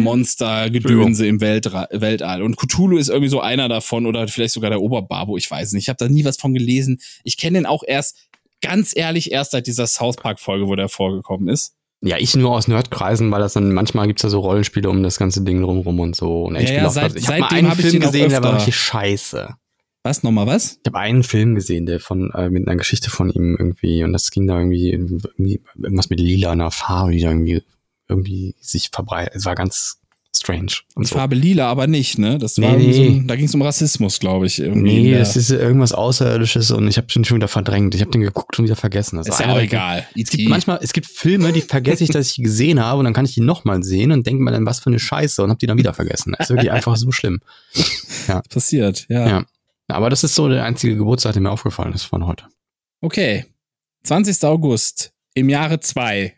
Monstergedönse im Weltra Weltall. Und Cthulhu ist irgendwie so einer davon oder vielleicht sogar der Oberbabo, ich weiß nicht. Ich habe da nie was von gelesen. Ich kenne den auch erst, ganz ehrlich, erst seit dieser South Park-Folge, wo der vorgekommen ist.
Ja, ich nur aus Nerdkreisen, weil das dann manchmal gibt's da so Rollenspiele um das ganze Ding drumrum und so. Und
Ja,
H.P.
ja,
Lovecraft-
seit-
ich habe mal
seitdem
einen
hab ich
Film
den auch
gesehen, der war
öfter.
richtig scheiße.
Was? Nochmal was?
Ich habe einen Film gesehen, der von äh, mit einer Geschichte von ihm irgendwie und das ging da irgendwie, irgendwie irgendwas mit lila einer Farbe, die da irgendwie irgendwie sich verbreitet. Es war ganz strange und
Die
so.
Farbe lila, aber nicht, ne? Das
Nee,
war irgendwie so
nee.
ein, da ging es um Rassismus, glaube ich. irgendwie in
Nee,
der-
das ist irgendwas Außerirdisches und ich habe den schon wieder verdrängt. Ich habe den geguckt und wieder vergessen. Das
ist
war
ja auch
einer-
egal. E
Es gibt manchmal, es gibt Filme, die vergesse ich, dass ich die gesehen habe und dann kann ich die nochmal sehen und denke mir dann, was für eine Scheiße und habe die dann wieder vergessen. Das ist wirklich einfach so schlimm.
passiert, ja.
Ja. Aber das ist so der einzige Geburtstag, der mir aufgefallen ist von heute.
Okay. 20. August im Jahre 2.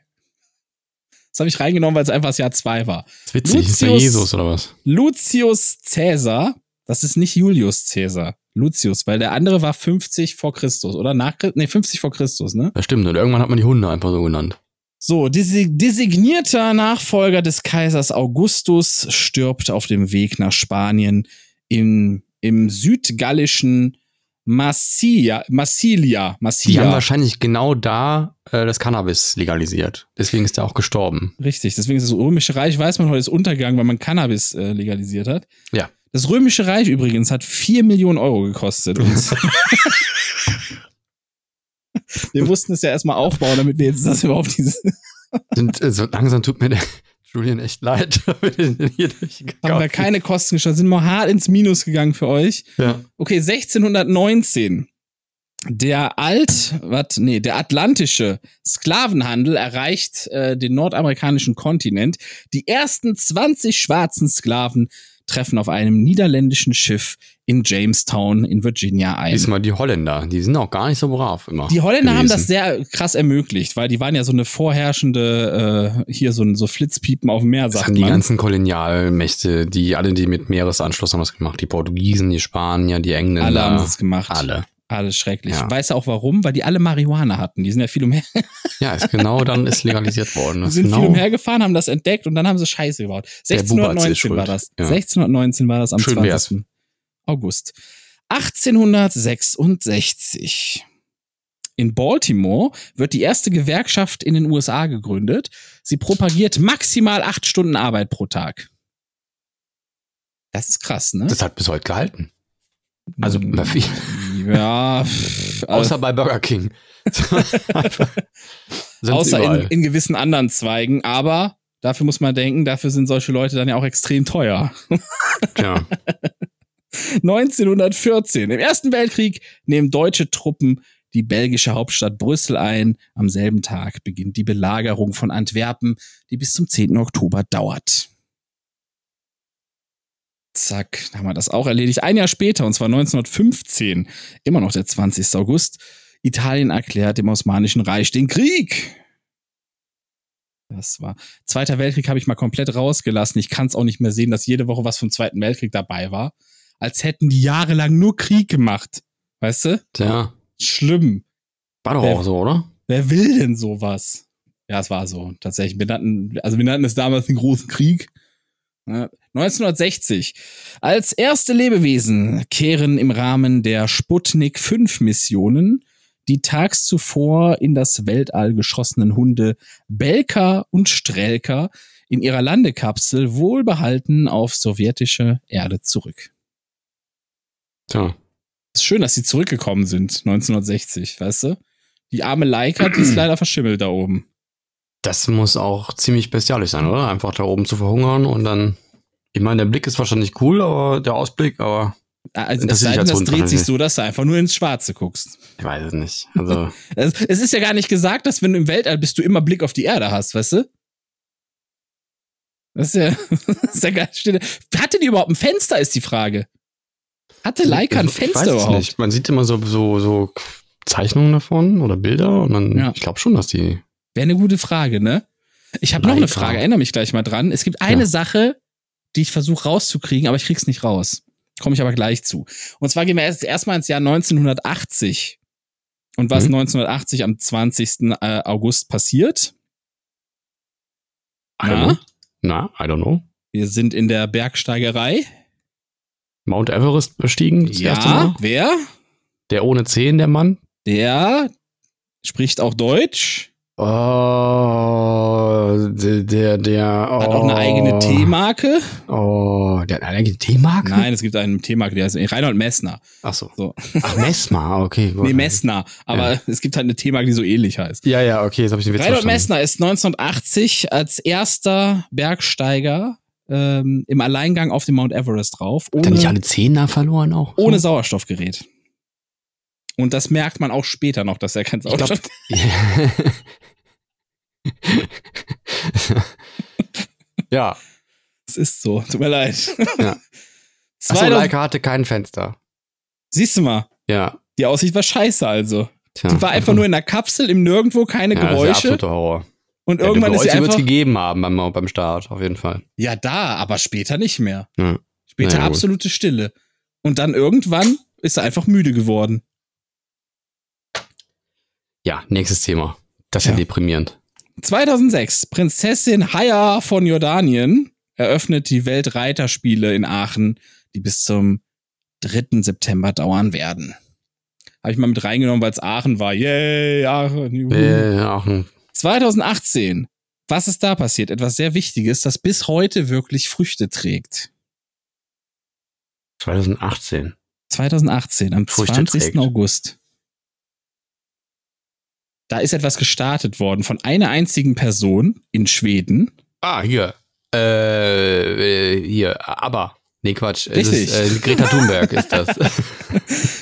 Das habe ich reingenommen, weil es einfach das Jahr 2 war.
ist witzig, ist der
Lucius-
Jesus oder was?
Lucius Caesar, das ist nicht Julius Caesar, Lucius, weil der andere war 50 vor Christus oder nach Christus, nee, 50 vor Christus, ne?
Das stimmt. Und irgendwann hat man die Hunde einfach so genannt.
So, desi- designierter Nachfolger des Kaisers Augustus stirbt auf dem Weg nach Spanien im, im südgallischen Massilia, Massilia,
Die haben
Massilia.
wahrscheinlich genau da äh, das Cannabis legalisiert. Deswegen ist der auch gestorben.
Richtig, deswegen ist das Römische Reich, weiß man heute, ist untergegangen, weil man Cannabis äh, legalisiert hat.
Ja.
Das Römische Reich übrigens hat 4 Millionen Euro gekostet. uns. wir mussten es ja erstmal aufbauen, damit wir jetzt das überhaupt dieses.
Und, äh, so langsam tut mir der Julian echt leid.
Haben wir keine Kosten gesteuert, sind mal hart ins Minus gegangen für euch.
Ja.
Okay, 1619. Der Alt, wat, nee, der atlantische Sklavenhandel erreicht äh, den nordamerikanischen Kontinent. Die ersten 20 schwarzen Sklaven treffen auf einem niederländischen Schiff in Jamestown in Virginia ein.
Diesmal die Holländer. Die sind auch gar nicht so brav immer.
Die Holländer haben das
gewesen.
sehr äh, krass ermöglicht, weil die waren ja so eine vorherrschende, äh, hier so, ein- so Flitzpiepen auf dem Meer,
Das
sagt
haben die
man.
ganzen Kolonialmächte, die alle, die mit Meeresanschluss haben das gemacht. Die Portugiesen, die Spanier, die Engländer.
alle haben das gemacht.
Alle.
Alles schrecklich.
Ja.
Weißt du auch warum? Weil die alle Marihuana hatten. Die sind ja viel umher
Ja, ist genau dann ist legalisiert worden.
Die
Das
sind
genau.
viel umhergefahren, haben das entdeckt und dann haben sie Scheiße gebaut.
Der Bubatz ist
1619
schuld.
war das.
Ja.
1619 war das am
Schön wär's.
20. August. 1866. In Baltimore wird die erste Gewerkschaft in den USA gegründet. Sie propagiert maximal acht Stunden Arbeit pro Tag. Das ist krass, ne?
das hat bis heute gehalten. Also
Mhm.
bei viel,
ja, pff, also
Außer bei Burger King. Sind's
außer in,
überall.
in gewissen anderen Zweigen, aber dafür muss man denken, dafür sind solche Leute dann ja auch extrem teuer.
ja.
1914. Im Ersten Weltkrieg nehmen deutsche Truppen die belgische Hauptstadt Brüssel ein. Am selben Tag beginnt die Belagerung von Antwerpen, die bis zum 10. Oktober dauert. Zack, haben wir das auch erledigt. Ein Jahr später, und zwar 1915, immer noch der 20. August, Italien erklärt dem Osmanischen Reich den Krieg. Das war. Zweiter Weltkrieg habe ich mal komplett rausgelassen. Ich kann es auch nicht mehr sehen, dass jede Woche was vom Zweiten Weltkrieg dabei war als hätten die jahrelang nur Krieg gemacht. Weißt du?
Tja.
Schlimm.
War doch auch so, oder?
Wer will denn sowas? Ja, es war so. Tatsächlich. Wir nannten, also wir nannten es damals den großen Krieg. Ja, 1960. Als erste Lebewesen kehren im Rahmen der Sputnik 5 Missionen die tags zuvor in das Weltall geschossenen Hunde Belka und Strelka in ihrer Landekapsel wohlbehalten auf sowjetische Erde zurück.
Tja.
Es ist schön, dass sie zurückgekommen sind, 1960, weißt du? Die arme Leica, die ist leider verschimmelt da oben.
Das muss auch ziemlich bestialisch sein, oder? Einfach da oben zu verhungern und dann. Ich meine, der Blick ist wahrscheinlich cool, aber der Ausblick, aber
Also,
Das
das,
sehe ich als
das
Hund
dreht sich
an.
so, dass du einfach nur ins Schwarze guckst.
Ich weiß es nicht. Also,
Es, es ist ja gar nicht gesagt, dass wenn du im Weltall bist, du immer Blick auf die Erde hast, weißt du? Das ist ja, das ist ja gar nicht. Hatte die überhaupt ein Fenster, ist die Frage. Hatte Leica ein
also ich- ich
Fenster
weiß es
überhaupt?
nicht. Man sieht immer so, so, so Zeichnungen davon oder Bilder und dann,
Ja.
ich glaube schon, dass die.
Wäre eine gute Frage, ne? Ich habe noch eine
Leica.
Frage, erinnere mich gleich mal dran. Es gibt eine
Ja.
Sache, die ich versuche rauszukriegen, aber ich krieg's nicht raus. Komme ich aber gleich zu. Und zwar gehen wir erst erstmal ins Jahr 1980 und was
Mhm.
1980 am 20. äh, August passiert.
I don't know. Na, I don't know.
Wir sind in der Bergsteigerei.
Mount Everest bestiegen, das erste Mal.
wer?
Der ohne Zehen, der Mann.
Der spricht auch Deutsch,
Oh, der, der, der. Oh.
hat auch eine eigene T-Marke.
Oh, der hat eine eigene T-Marke?
Nein, es gibt eine T-Marke, die heißt Reinhold Messner.
Ach so.
So.
Ach, Messmer, okay. gut.
Nee, Messner. Aber es gibt halt eine T-Marke, die so ähnlich heißt.
Ja, ja, okay, jetzt habe ich den Witz
Reinhold
verstanden.
Messner ist 1980 als erster Bergsteiger ähm, im Alleingang auf dem Mount Everest drauf,
Hat er nicht
ohne,
alle Zehen da verloren auch?
ohne Sauerstoffgerät. Und das merkt man auch später noch, dass er kein
glaub-
Sauerstoff.
ja.
Das ist so. Tut mir leid.
Ja. Achso,
2000,
Leica hatte kein Fenster.
siehst du mal,
Ja.
die Aussicht war scheiße also.
Tja.
Die war einfach nur in der Kapsel im Nirgendwo, keine
ja, Das ist der
Geräusche.
absolute Horror.
Und
Ja,
irgendwann ist sie
Geräusche wird's
einfach.
gegeben haben beim, beim Start, auf jeden Fall.
Ja, da, aber später nicht mehr.
Ja.
Später
Na ja, gut.
absolute Stille. Und dann irgendwann ist er einfach müde geworden.
Ja, nächstes Thema. Das ist ja,
Ja.
deprimierend.
2006, Prinzessin Haya von Jordanien eröffnet die Weltreiterspiele in Aachen, die bis zum 3. September dauern werden. Habe ich mal mit reingenommen, weil es Aachen war. Yay, Aachen. juhu.
Äh, Aachen.
2018. Was ist da passiert? Etwas sehr Wichtiges, das bis heute wirklich Früchte trägt.
2018.
2018, am
Früchte
20.
trägt.
August. Da ist etwas gestartet worden von einer einzigen Person in Schweden.
Ah, hier. Äh, äh, hier, aber. Nee, Quatsch. Es
Richtig.
Ist, äh, Greta Thunberg ist das.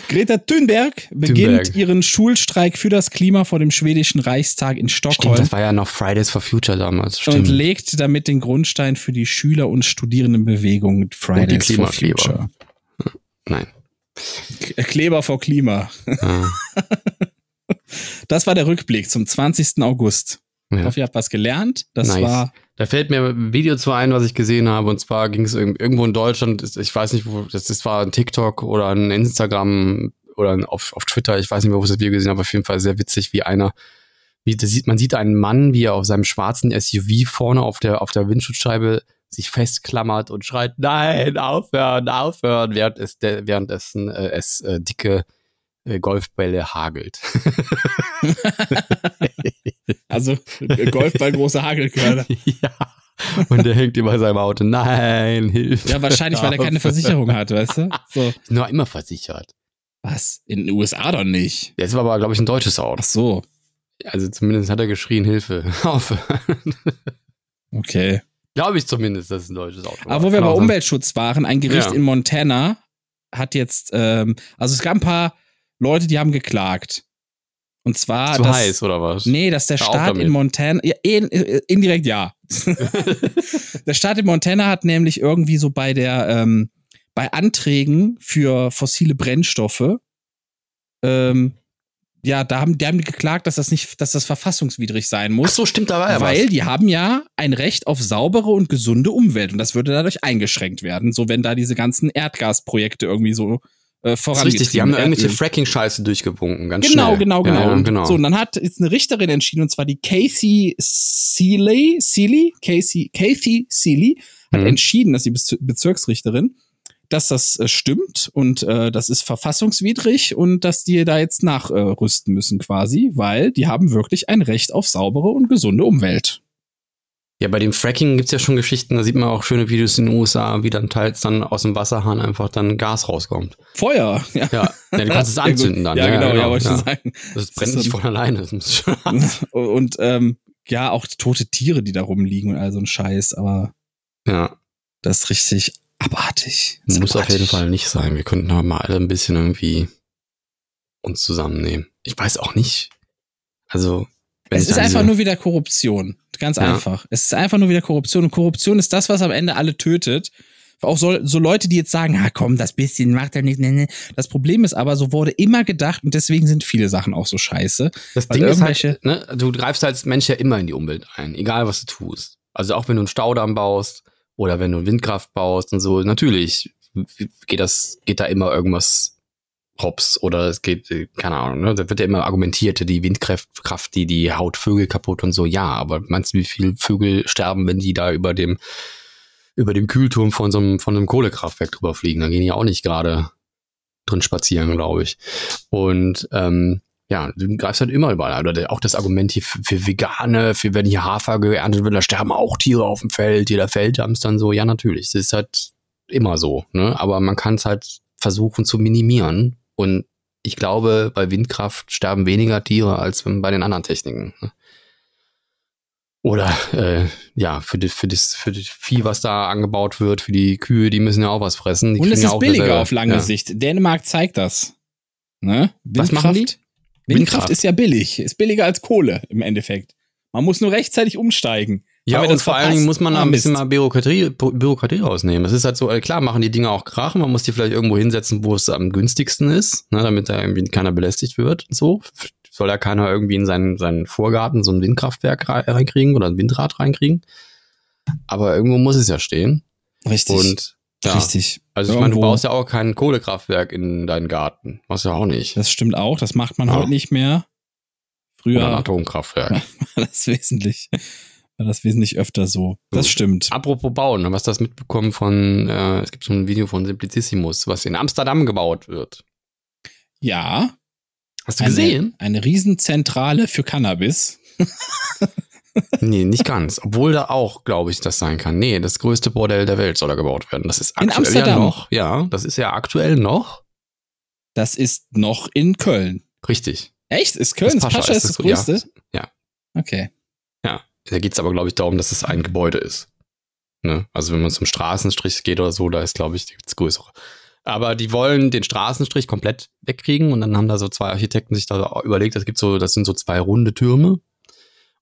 Greta Thunberg beginnt
Thunberg.
ihren Schulstreik für das Klima vor dem schwedischen Reichstag in
Stimmt,
Stockholm
das war ja noch Fridays for Future damals.
und
Stimmt.
legt damit den Grundstein für die Schüler- und Studierendenbewegung Fridays for
Klimakleber.
Future.
Nein.
K- Kleber vor Klima.
Ah,
Das war der Rückblick zum 20. August. Ich
ja.
hoffe, ihr habt was gelernt. Das
Nice.
war
Da fällt mir ein Video zu ein, was ich gesehen habe. Und zwar ging es irg- irgendwo in Deutschland, ist- ich weiß nicht, wo, das, das war ein TikTok oder ein Instagram oder ein, auf, auf Twitter, ich weiß nicht mehr, wo ich das Video gesehen habe, auf jeden Fall sehr witzig, wie einer, wie, das sieht, man sieht einen Mann, wie er auf seinem schwarzen SUV vorne auf der, auf der Windschutzscheibe sich festklammert und schreit, nein, aufhören, aufhören, während es, der, währenddessen äh, es äh, dicke äh, Golfbälle hagelt.
also Golfball große Hagelkörner.
ja. Und der hängt über seinem Auto. Nein, Hilfe.
Ja, wahrscheinlich, weil er keine Versicherung hat, weißt du? So.
Ist Nur immer versichert.
Was? In den USA doch nicht.
Das war aber, glaube ich, ein deutsches Auto.
Ach so.
Also zumindest hat er geschrien, Hilfe. Auf.
Okay.
glaube ich zumindest, dass es ein deutsches Auto war.
Aber wo wir
Kann
bei
auch sein.
Umweltschutz waren, ein Gericht
Genau Ja.
in Montana hat jetzt, ähm, also es gab ein paar Leute, die haben geklagt. Und zwar,
Zu
dass,
heiß oder was?
Ah, nee, dass der
Hör auf
Staat
damit.
in Montana, ja, in, äh, indirekt ja. der Staat in Montana hat nämlich irgendwie so bei der, ähm, bei Anträgen für fossile Brennstoffe, ähm, ja, da haben, die haben geklagt, dass das nicht, dass das verfassungswidrig sein
Ach
muss.
so, stimmt, da war Ah ja
Weil
was.
die haben ja ein Recht auf saubere und gesunde Umwelt und das würde dadurch eingeschränkt werden, so wenn da diese ganzen Erdgasprojekte irgendwie so äh,
Das ist
vorangetrieben
richtig, die haben da irgendwelche
Erdöl.
Fracking-Scheiße durchgewunken, ganz
Genau,
schnell.
genau, genau.
Ja, ja,
Und
genau.
So, und dann hat jetzt eine Richterin entschieden, und zwar die Kathy Seeley, Seeley, Casey, Kathy Seeley, hat
Mhm.
entschieden, dass die Bez- Bezirksrichterin, dass das äh, stimmt und äh, das ist verfassungswidrig und dass die da jetzt nachrüsten müssen quasi, weil die haben wirklich ein Recht auf saubere und gesunde Umwelt.
Ja, bei dem Fracking gibt's ja schon Geschichten, da sieht man auch schöne Videos in den USA, wie dann teils dann aus dem Wasserhahn einfach dann Gas rauskommt.
Feuer, ja.
Ja, ja du kannst es
Ja, gut.
anzünden dann.
Ja, genau, ja, wollte ich sagen.
Das
Das
brennt
ist
nicht
so-
von alleine. Das muss schon
Und ähm, ja, auch tote Tiere, die da rumliegen und all so ein Scheiß, aber
ja.
das ist richtig abartig. Das ist
Muss auf
abartig.
jeden Fall nicht sein. Wir könnten aber mal alle ein bisschen irgendwie uns zusammennehmen. Ich weiß auch nicht. Also, wenn
Es
ich
ist
an
einfach
diese-
nur wieder Korruption. Ganz
Ja.
einfach. Es ist einfach nur wieder Korruption. Und Korruption ist das, was am Ende alle tötet. Auch so, so Leute, die jetzt sagen, ah komm, das bisschen macht er nicht. Ne, ne. Das Problem ist aber, so wurde immer gedacht und deswegen sind viele Sachen auch so scheiße.
Das
Weil
Ding ist
irgendwelche-
halt, ne, du greifst als Mensch ja immer in die Umwelt ein, egal was du tust. Also auch wenn du einen Staudamm baust oder wenn du Windkraft baust und so, natürlich geht das, geht da immer irgendwas hops oder es geht, äh, keine Ahnung, ne? Da wird ja immer argumentiert, die Windkraft, Kraft, die, die haut Vögel kaputt und so, ja, aber meinst du, wie viele Vögel sterben, wenn die da über dem, über dem Kühlturm von so einem, von einem Kohlekraftwerk drüber fliegen? Da gehen die auch nicht gerade drin spazieren, glaube ich. Und ähm, ja, du greifst halt immer überall. ein. Oder der- auch das Argument hier für, für Vegane, für wenn hier Hafer geerntet wird, da sterben auch Tiere auf dem Feld, jeder Felddampf dann so. Ja, natürlich. Das ist halt immer so. Ne? Aber man kann es halt versuchen zu minimieren. Und ich glaube, bei Windkraft sterben weniger Tiere als bei den anderen Techniken. Ne? Oder äh, ja, für, die, für, das, für das Vieh, was da angebaut wird, für die Kühe, die müssen ja auch was fressen. Die
und
kriegen
es
ja
ist
auch
billiger
dasselbe.
auf lange
ja.
Sicht. Dänemark zeigt das. Ne?
Was machen die?
Windkraft, Windkraft ist ja billig. Ist billiger als Kohle im Endeffekt. Man muss nur rechtzeitig umsteigen.
Ja,
Haben wir
und
das
vor allen
verpasst?
Dingen muss man
Ah,
da ein bisschen
Mist.
mal Bürokratie, Bu- Bürokratie rausnehmen. Es ist halt so, äh, klar machen die Dinge auch Krachen, man muss die vielleicht irgendwo hinsetzen, wo es am günstigsten ist, ne, damit da irgendwie keiner belästigt wird. und So soll da keiner irgendwie in seinen, seinen Vorgarten so ein Windkraftwerk rei- reinkriegen oder ein Windrad reinkriegen. Aber irgendwo muss es ja stehen.
Richtig.
Und ja,
Richtig.
also ich meine, du
Irgendwo.
baust ja auch kein Kohlekraftwerk in deinen Garten. Machst du ja auch nicht.
Das stimmt auch. Das macht man
Ja.
heute nicht mehr.
Oder ein
Früher
Atomkraftwerk.
war das wesentlich, war das wesentlich öfter so. Das
Gut.
stimmt.
Apropos Bauen, ne, was das mitbekommen von, äh, es gibt so ein Video von Simplicissimus, was in Amsterdam gebaut wird.
Ja.
Hast du gesehen?
Eine, eine Riesenzentrale für Cannabis.
nee, nicht ganz. Obwohl da auch, glaube ich, das sein kann. Nee, das größte Bordell der Welt soll da gebaut werden. Das ist
In
aktuell ja
Amsterdam?
noch. Ja, das ist ja aktuell noch.
Das ist noch in Köln.
Richtig.
Echt? Ist Köln? Das Pascha, ist das
so-
größte?
Ja. ja.
Okay.
Da geht es aber, glaube ich, darum, dass es ein Gebäude ist. Ne? Also wenn man zum Straßenstrich geht oder so, da ist, glaube ich, das größere. Aber die wollen den Straßenstrich komplett wegkriegen und dann haben da so zwei Architekten sich da überlegt, das gibt so, das sind so zwei runde Türme.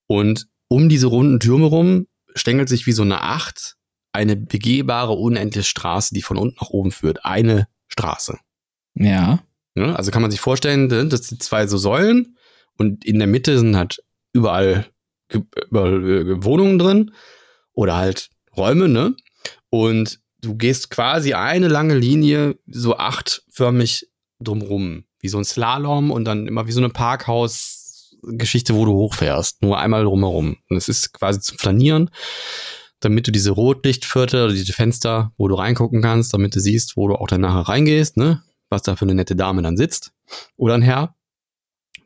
Und um diese runden Türme rum stängelt sich wie so eine Acht eine begehbare, unendliche Straße, die von unten nach oben führt. Eine Straße.
Ja.
Ne? Also kann man sich vorstellen, ne, das sind zwei so Säulen und in der Mitte sind halt überall, Ge- überall äh, Wohnungen drin oder halt Räume, ne? Und du gehst quasi eine lange Linie so achtförmig drumrum, wie so ein Slalom und dann immer wie so eine Parkhaus-Geschichte, wo du hochfährst, nur einmal drumherum. Und es ist quasi zum Flanieren, damit du diese Rotlichtviertel oder diese Fenster, wo du reingucken kannst, damit du siehst, wo du auch dann nachher reingehst, ne? was da für eine nette Dame dann sitzt oder ein Herr,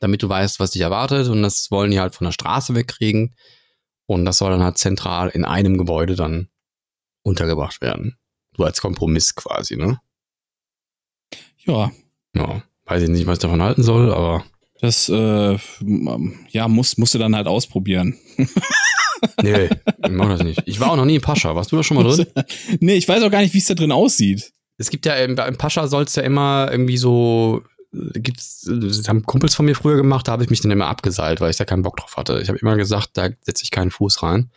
damit du weißt, was dich erwartet. Und das wollen die halt von der Straße wegkriegen. Und das soll dann halt zentral in einem Gebäude dann untergebracht werden. So als Kompromiss quasi, ne?
Ja.
Ja, weiß ich nicht, was ich davon halten soll, aber
Das, äh, m- ja, musst, musst du dann halt ausprobieren.
nee, ich mach das nicht. Ich war auch noch nie in Pascha. Warst du da schon mal drin?
nee, ich weiß auch gar nicht, wie es da drin aussieht.
Es gibt ja, im, im Pascha soll es ja immer irgendwie so, äh, gibt's, das haben Kumpels von mir früher gemacht, da habe ich mich dann immer abgeseilt, weil ich da keinen Bock drauf hatte. Ich habe immer gesagt, da setze ich keinen Fuß rein.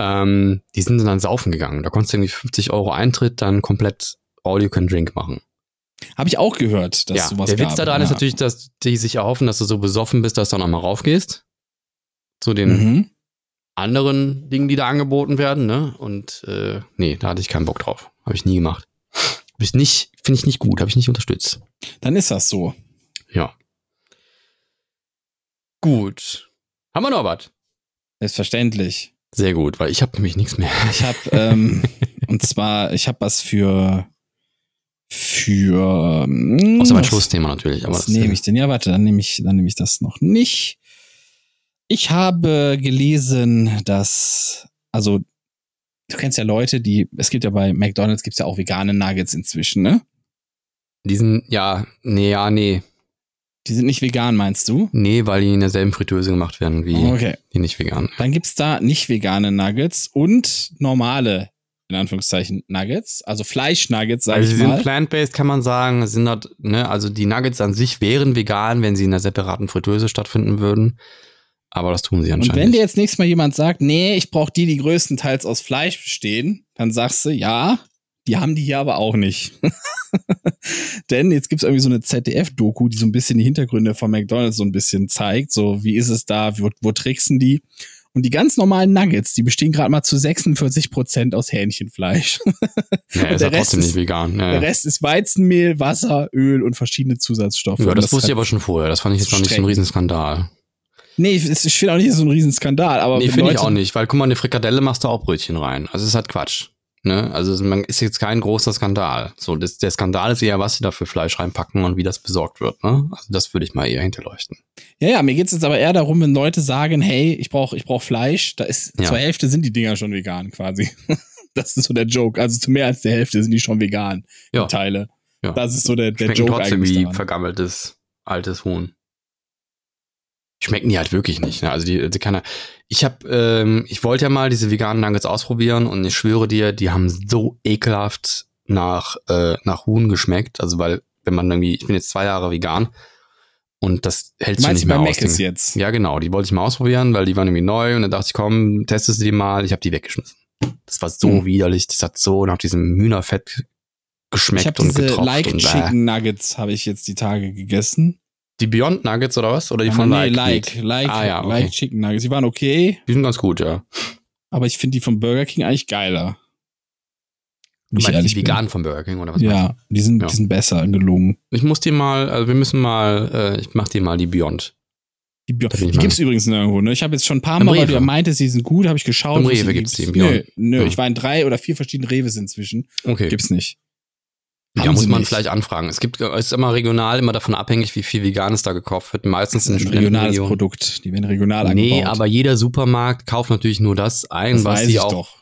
Ähm, die sind dann saufen gegangen. Da konntest du irgendwie 50 Euro Eintritt, dann komplett all you can drink machen.
Habe ich auch gehört, dass
ja,
sowas
der
gab.
Witz daran
ja.
ist natürlich, dass die sich erhoffen, dass du so besoffen bist, dass du dann nochmal raufgehst. Zu den
Mhm.
anderen Dingen, die da angeboten werden, ne? Und äh, nee, da hatte ich keinen Bock drauf. Habe ich nie gemacht. Hab ich nicht, finde ich nicht gut, habe ich nicht unterstützt.
Dann ist das so.
Ja. Gut. Haben wir noch was?
Selbstverständlich.
Sehr gut, weil ich habe nämlich nichts mehr.
Ich habe ähm, und zwar ich habe was für für ähm,
Außer mein
was-
Schlussthema natürlich. Aber
Was nehme ich denn? Ja, warte, dann nehme ich dann nehme ich das noch nicht. Ich habe gelesen, dass also du kennst ja Leute, die es gibt ja bei McDonald's gibt's ja auch vegane Nuggets inzwischen, ne?
Diesen, ja, nee, ja, nee.
Die sind nicht vegan, meinst du?
Nee, weil die in derselben Fritteuse gemacht werden wie
Oh, Okay.
die nicht vegan.
Dann gibt's da nicht vegane Nuggets und normale in Anführungszeichen, Nuggets, also Fleischnuggets, sage
Also sie
ich
sind
mal.
plant-based, kann man sagen. Sind dort, ne, also die Nuggets an sich wären vegan, wenn sie in einer separaten Fritteuse stattfinden würden. Aber das tun sie
Und
anscheinend
wenn dir
nicht.
jetzt nächstes Mal jemand sagt, nee, ich brauche die, die größtenteils aus Fleisch bestehen, dann sagst du, ja, die haben die hier aber auch nicht. Denn jetzt gibt's irgendwie so eine ZDF-Doku, die so ein bisschen die Hintergründe von McDonalds so ein bisschen zeigt. So, wie ist es da, wo, wo tricksen die? Und die ganz normalen Nuggets, die bestehen gerade mal zu 46 Prozent aus Hähnchenfleisch.
Ja, ist ja
der Rest
trotzdem
ist-
nicht vegan. Ja,
Der
ja.
Rest ist Weizenmehl, Wasser, Öl und verschiedene Zusatzstoffe.
ja
Und
das wusste ich
hat-
aber schon vorher. Das fand ich jetzt noch nicht so
streng.
einen Riesenskandal.
Nee, ich, ich finde auch nicht so ein Riesenskandal, aber
nee,
wenn
finde ich
Leute-
auch nicht, weil guck mal, eine Frikadelle machst du auch Brötchen rein. Also es ist halt Quatsch. Ne? Also es- man ist jetzt kein großer Skandal. So, das, der Skandal ist eher, was sie da für Fleisch reinpacken und wie das besorgt wird. Ne? Also das würde ich mal eher hinterleuchten.
Ja, ja, mir geht's jetzt aber eher darum, wenn Leute sagen, hey, ich brauche ich brauch Fleisch, da ist
Ja.
zur Hälfte sind die Dinger schon vegan quasi. Das ist so der Joke. Also zu mehr als der Hälfte sind die schon vegan,
Ja,
die Teile.
Ja.
Das ist so der, der
schmecken
Joke
trotzdem
eigentlich.
wie
daran.
vergammeltes altes Huhn. Schmecken die halt wirklich nicht. Ne? Also die, die kann er, ich habe, ähm, ich wollte ja mal diese veganen Nuggets ausprobieren und ich schwöre dir, die haben so ekelhaft nach äh, nach Huhn geschmeckt. Also weil wenn man irgendwie, ich bin jetzt zwei Jahre vegan und das hältst du
Meinst
nicht
du bei
mehr aus.
Mac ist
den-
jetzt?
Ja genau, die wollte ich mal ausprobieren, weil die waren irgendwie neu und dann dachte ich, komm, testest du die mal. Ich habe die weggeschmissen. Das war so
Hm.
widerlich. Das hat so nach diesem Hühnerfett
ich habe
geschmeckt und
diese
getropft.
Like
und, äh,
Chicken Nuggets habe ich jetzt die Tage gegessen. Ah,
die Beyond Nuggets oder was? Oder die von
nee,
Like?
Like,
Meat?
like,
Ah, ja, okay.
like Chicken Nuggets. Die waren okay,
Die sind ganz gut, ja.
aber ich finde die von Burger King eigentlich geiler. Wenn
Du
ich
meinst die
ehrlich bin.
veganen von Burger King oder was? meinst
Ja, die sind,
Ja.
die sind besser gelungen.
du? Ich muss dir mal, also wir müssen mal, äh, ich mach dir mal die Beyond.
Die, Bio-
Da bin ich
die
mal-
gibt's übrigens nirgendwo, ne? Ich habe jetzt schon ein paar
Im
Mal, weil du
Rewe.
ja meintest, die sind gut, habe ich geschaut.
Im
und
Rewe
sie
gibt's die, im
Nö,
Beyond.
nö,
Ja.
ich war in drei oder vier verschiedenen Reves inzwischen.
Okay.
Gibt's nicht.
ja,
haben
muss
sie
man
nicht.
vielleicht anfragen. Es gibt, es ist immer regional immer davon abhängig, wie viel Veganes da gekauft wird. Meistens
Das
in
ist ein regionales
Studentenregionen.
Produkt. Die werden regional
Nee,
angebaut.
aber jeder Supermarkt kauft natürlich nur das ein,
das
was
weiß
sie
ich
auch
doch.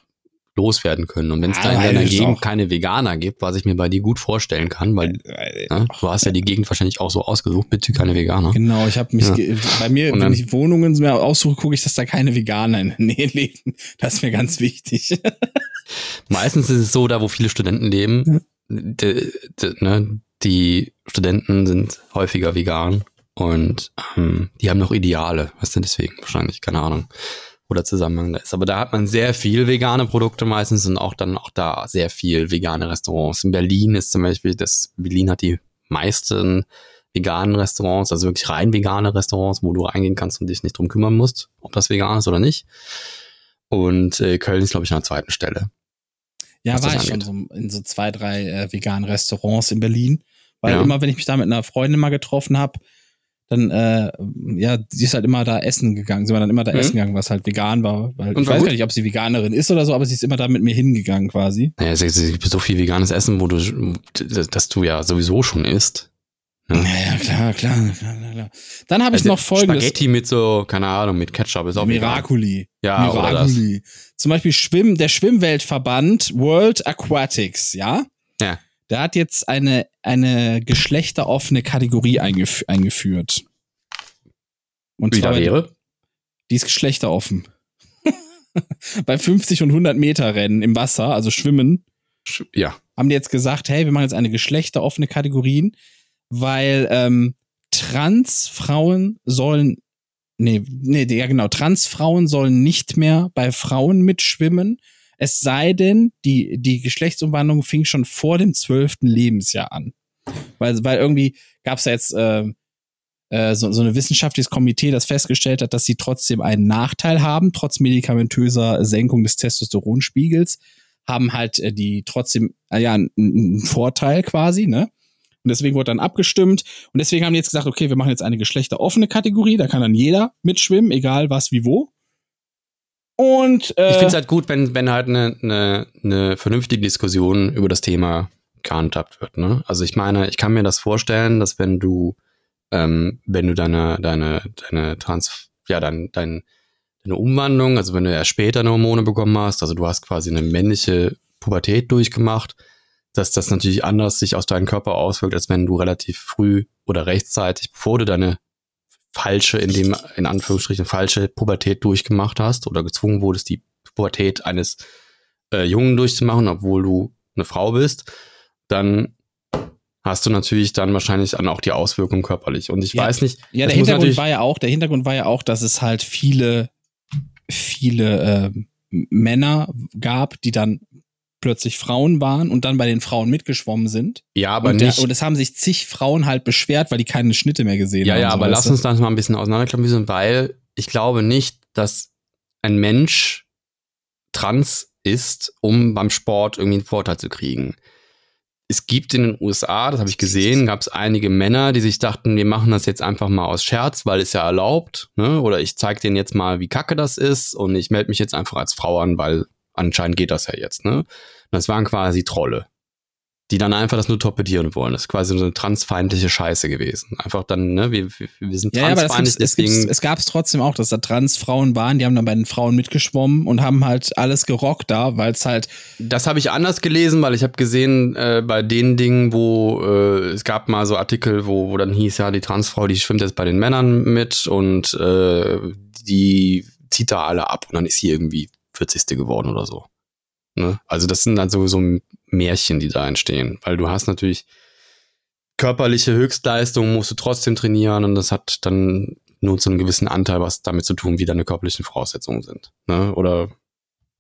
loswerden können. Und wenn es
Ah,
da in
weiß
deiner
ich
Gegend
doch.
keine Veganer gibt, was ich mir bei dir gut vorstellen kann,
Äh,
weil ne, du hast ja die Gegend wahrscheinlich auch so ausgesucht, bitte keine Veganer.
Genau, ich habe mich
Ja.
ge- bei mir,
Und
wenn
dann-
ich Wohnungen mir aussuche, gucke ich, dass da keine Veganer in der Nähe leben. Das ist mir ganz wichtig.
Meistens ist es so, da wo viele Studenten leben, de, de, ne, die Studenten sind häufiger vegan und ähm, die haben noch Ideale. Was denn deswegen? Wahrscheinlich, keine Ahnung. Wo der Zusammenhang da ist. Aber da hat man sehr viel vegane Produkte meistens und auch dann auch da sehr viel vegane Restaurants. In Berlin ist zum Beispiel, das Berlin hat die meisten veganen Restaurants, also wirklich rein vegane Restaurants, wo du reingehen kannst und dich nicht drum kümmern musst, ob das vegan ist oder nicht. Und äh, Köln ist, glaube ich, an der zweiten Stelle.
Ja,
was
war
das
ich schon
angeht.
so in so zwei, drei äh, veganen Restaurants in Berlin. Weil
Ja.
immer, wenn ich mich da mit einer Freundin mal getroffen habe, dann, äh, ja, sie ist halt immer da essen gegangen. Sie war dann immer da
Mhm.
essen gegangen, was halt vegan war. Weil
Und
ich
war
weiß
gut?
gar nicht, ob sie Veganerin ist oder so, aber sie ist immer da mit mir hingegangen quasi.
Naja, es es gibt so viel veganes Essen, wo du, das du ja sowieso schon isst.
Naja, klar, klar, klar, klar, klar. Dann habe ich
Mhm. Also
noch folgendes.
Spaghetti mit so, keine Ahnung, mit Ketchup ist auch vegan.
Miraculi.
Ja, oder
Miraculi. Zum Beispiel Schwimm, der Schwimmweltverband World Aquatics, ja?
Ja.
Der hat jetzt eine, eine geschlechteroffene Kategorie eingef eingeführt. Und
Wie da
zwar,
wäre?
die ist geschlechteroffen. Bei 50 und 100 Meter Rennen im Wasser, also Schwimmen,
Sch- Ja.
haben die jetzt gesagt, hey, wir machen jetzt eine geschlechteroffene Kategorien, weil ähm, Transfrauen sollen, nee, nee, ja genau, Transfrauen sollen nicht mehr bei Frauen mitschwimmen, es sei denn, die, die Geschlechtsumwandlung fing schon vor dem zwölften Lebensjahr an. Weil, weil irgendwie gab es ja jetzt äh, äh, so, so ein wissenschaftliches Komitee, das festgestellt hat, dass sie trotzdem einen Nachteil haben, trotz medikamentöser Senkung des Testosteronspiegels haben halt äh, die trotzdem äh, ja einen, einen Vorteil quasi, ne? Und deswegen wurde dann abgestimmt und deswegen haben die jetzt gesagt, okay, wir machen jetzt eine geschlechteroffene Kategorie, da kann dann jeder mitschwimmen, egal was, wie wo. Und äh,
Ich finde es halt gut, wenn, wenn halt eine ne, ne vernünftige Diskussion über das Thema gehandhabt wird. Ne? Also ich meine, ich kann mir das vorstellen, dass wenn du, ähm, wenn du deine, deine, deine Trans, ja, dein, dein, deine Umwandlung, also wenn du erst später eine Hormone bekommen hast, also du hast quasi eine männliche Pubertät durchgemacht, dass das natürlich anders sich aus deinem Körper auswirkt, als wenn du relativ früh oder rechtzeitig, bevor du deine falsche, in dem, in Anführungsstrichen, falsche Pubertät durchgemacht hast oder gezwungen wurdest, die Pubertät eines äh, Jungen durchzumachen, obwohl du eine Frau bist, dann hast du natürlich dann wahrscheinlich dann auch die Auswirkungen körperlich. Und ich
Ja.
weiß nicht,
Ja,
das
der
muss
Hintergrund
natürlich-
war ja auch, der Hintergrund war ja auch, dass es halt viele, viele ähm, Männer gab, die dann plötzlich Frauen waren und dann bei den Frauen mitgeschwommen sind.
ja, aber
und,
nicht.
Der, und es haben sich zig Frauen halt beschwert, weil die keine Schnitte mehr gesehen
Ja,
haben.
ja,
so,
aber
weißt
lass
du?
uns das mal ein bisschen auseinanderklammern, weil ich glaube nicht, dass ein Mensch trans ist, um beim Sport irgendwie einen Vorteil zu kriegen. Es gibt in den USA, das habe ich gesehen, gab es einige Männer, die sich dachten, wir machen das jetzt einfach mal aus Scherz, weil es ja erlaubt, ne? oder ich zeige denen jetzt mal, wie kacke das ist und ich melde mich jetzt einfach als Frau an, weil anscheinend geht das ja jetzt. Ne? Das waren quasi Trolle die dann einfach das nur torpedieren wollen. Das ist quasi so eine transfeindliche Scheiße gewesen. Einfach dann, ne, wir, wir, wir sind
Ja, ja, aber das
transfeindlich,
gibt's, es, gibt's,
deswegen.
es gab's trotzdem auch, dass da Transfrauen waren, die haben dann bei den Frauen mitgeschwommen und haben halt alles gerockt da, weil es halt,
das habe ich anders gelesen, weil ich habe gesehen, äh, bei den Dingen, wo äh, es gab mal so Artikel, wo, wo dann hieß, ja, die Transfrau, die schwimmt jetzt bei den Männern mit und äh, die zieht da alle ab und dann ist sie irgendwie 40. geworden oder so. Ne? Also das sind dann sowieso Märchen, die da entstehen, weil du hast natürlich körperliche Höchstleistung, musst du trotzdem trainieren und das hat dann nur zu einem gewissen Anteil was damit zu tun, wie deine körperlichen Voraussetzungen sind. Ne? Oder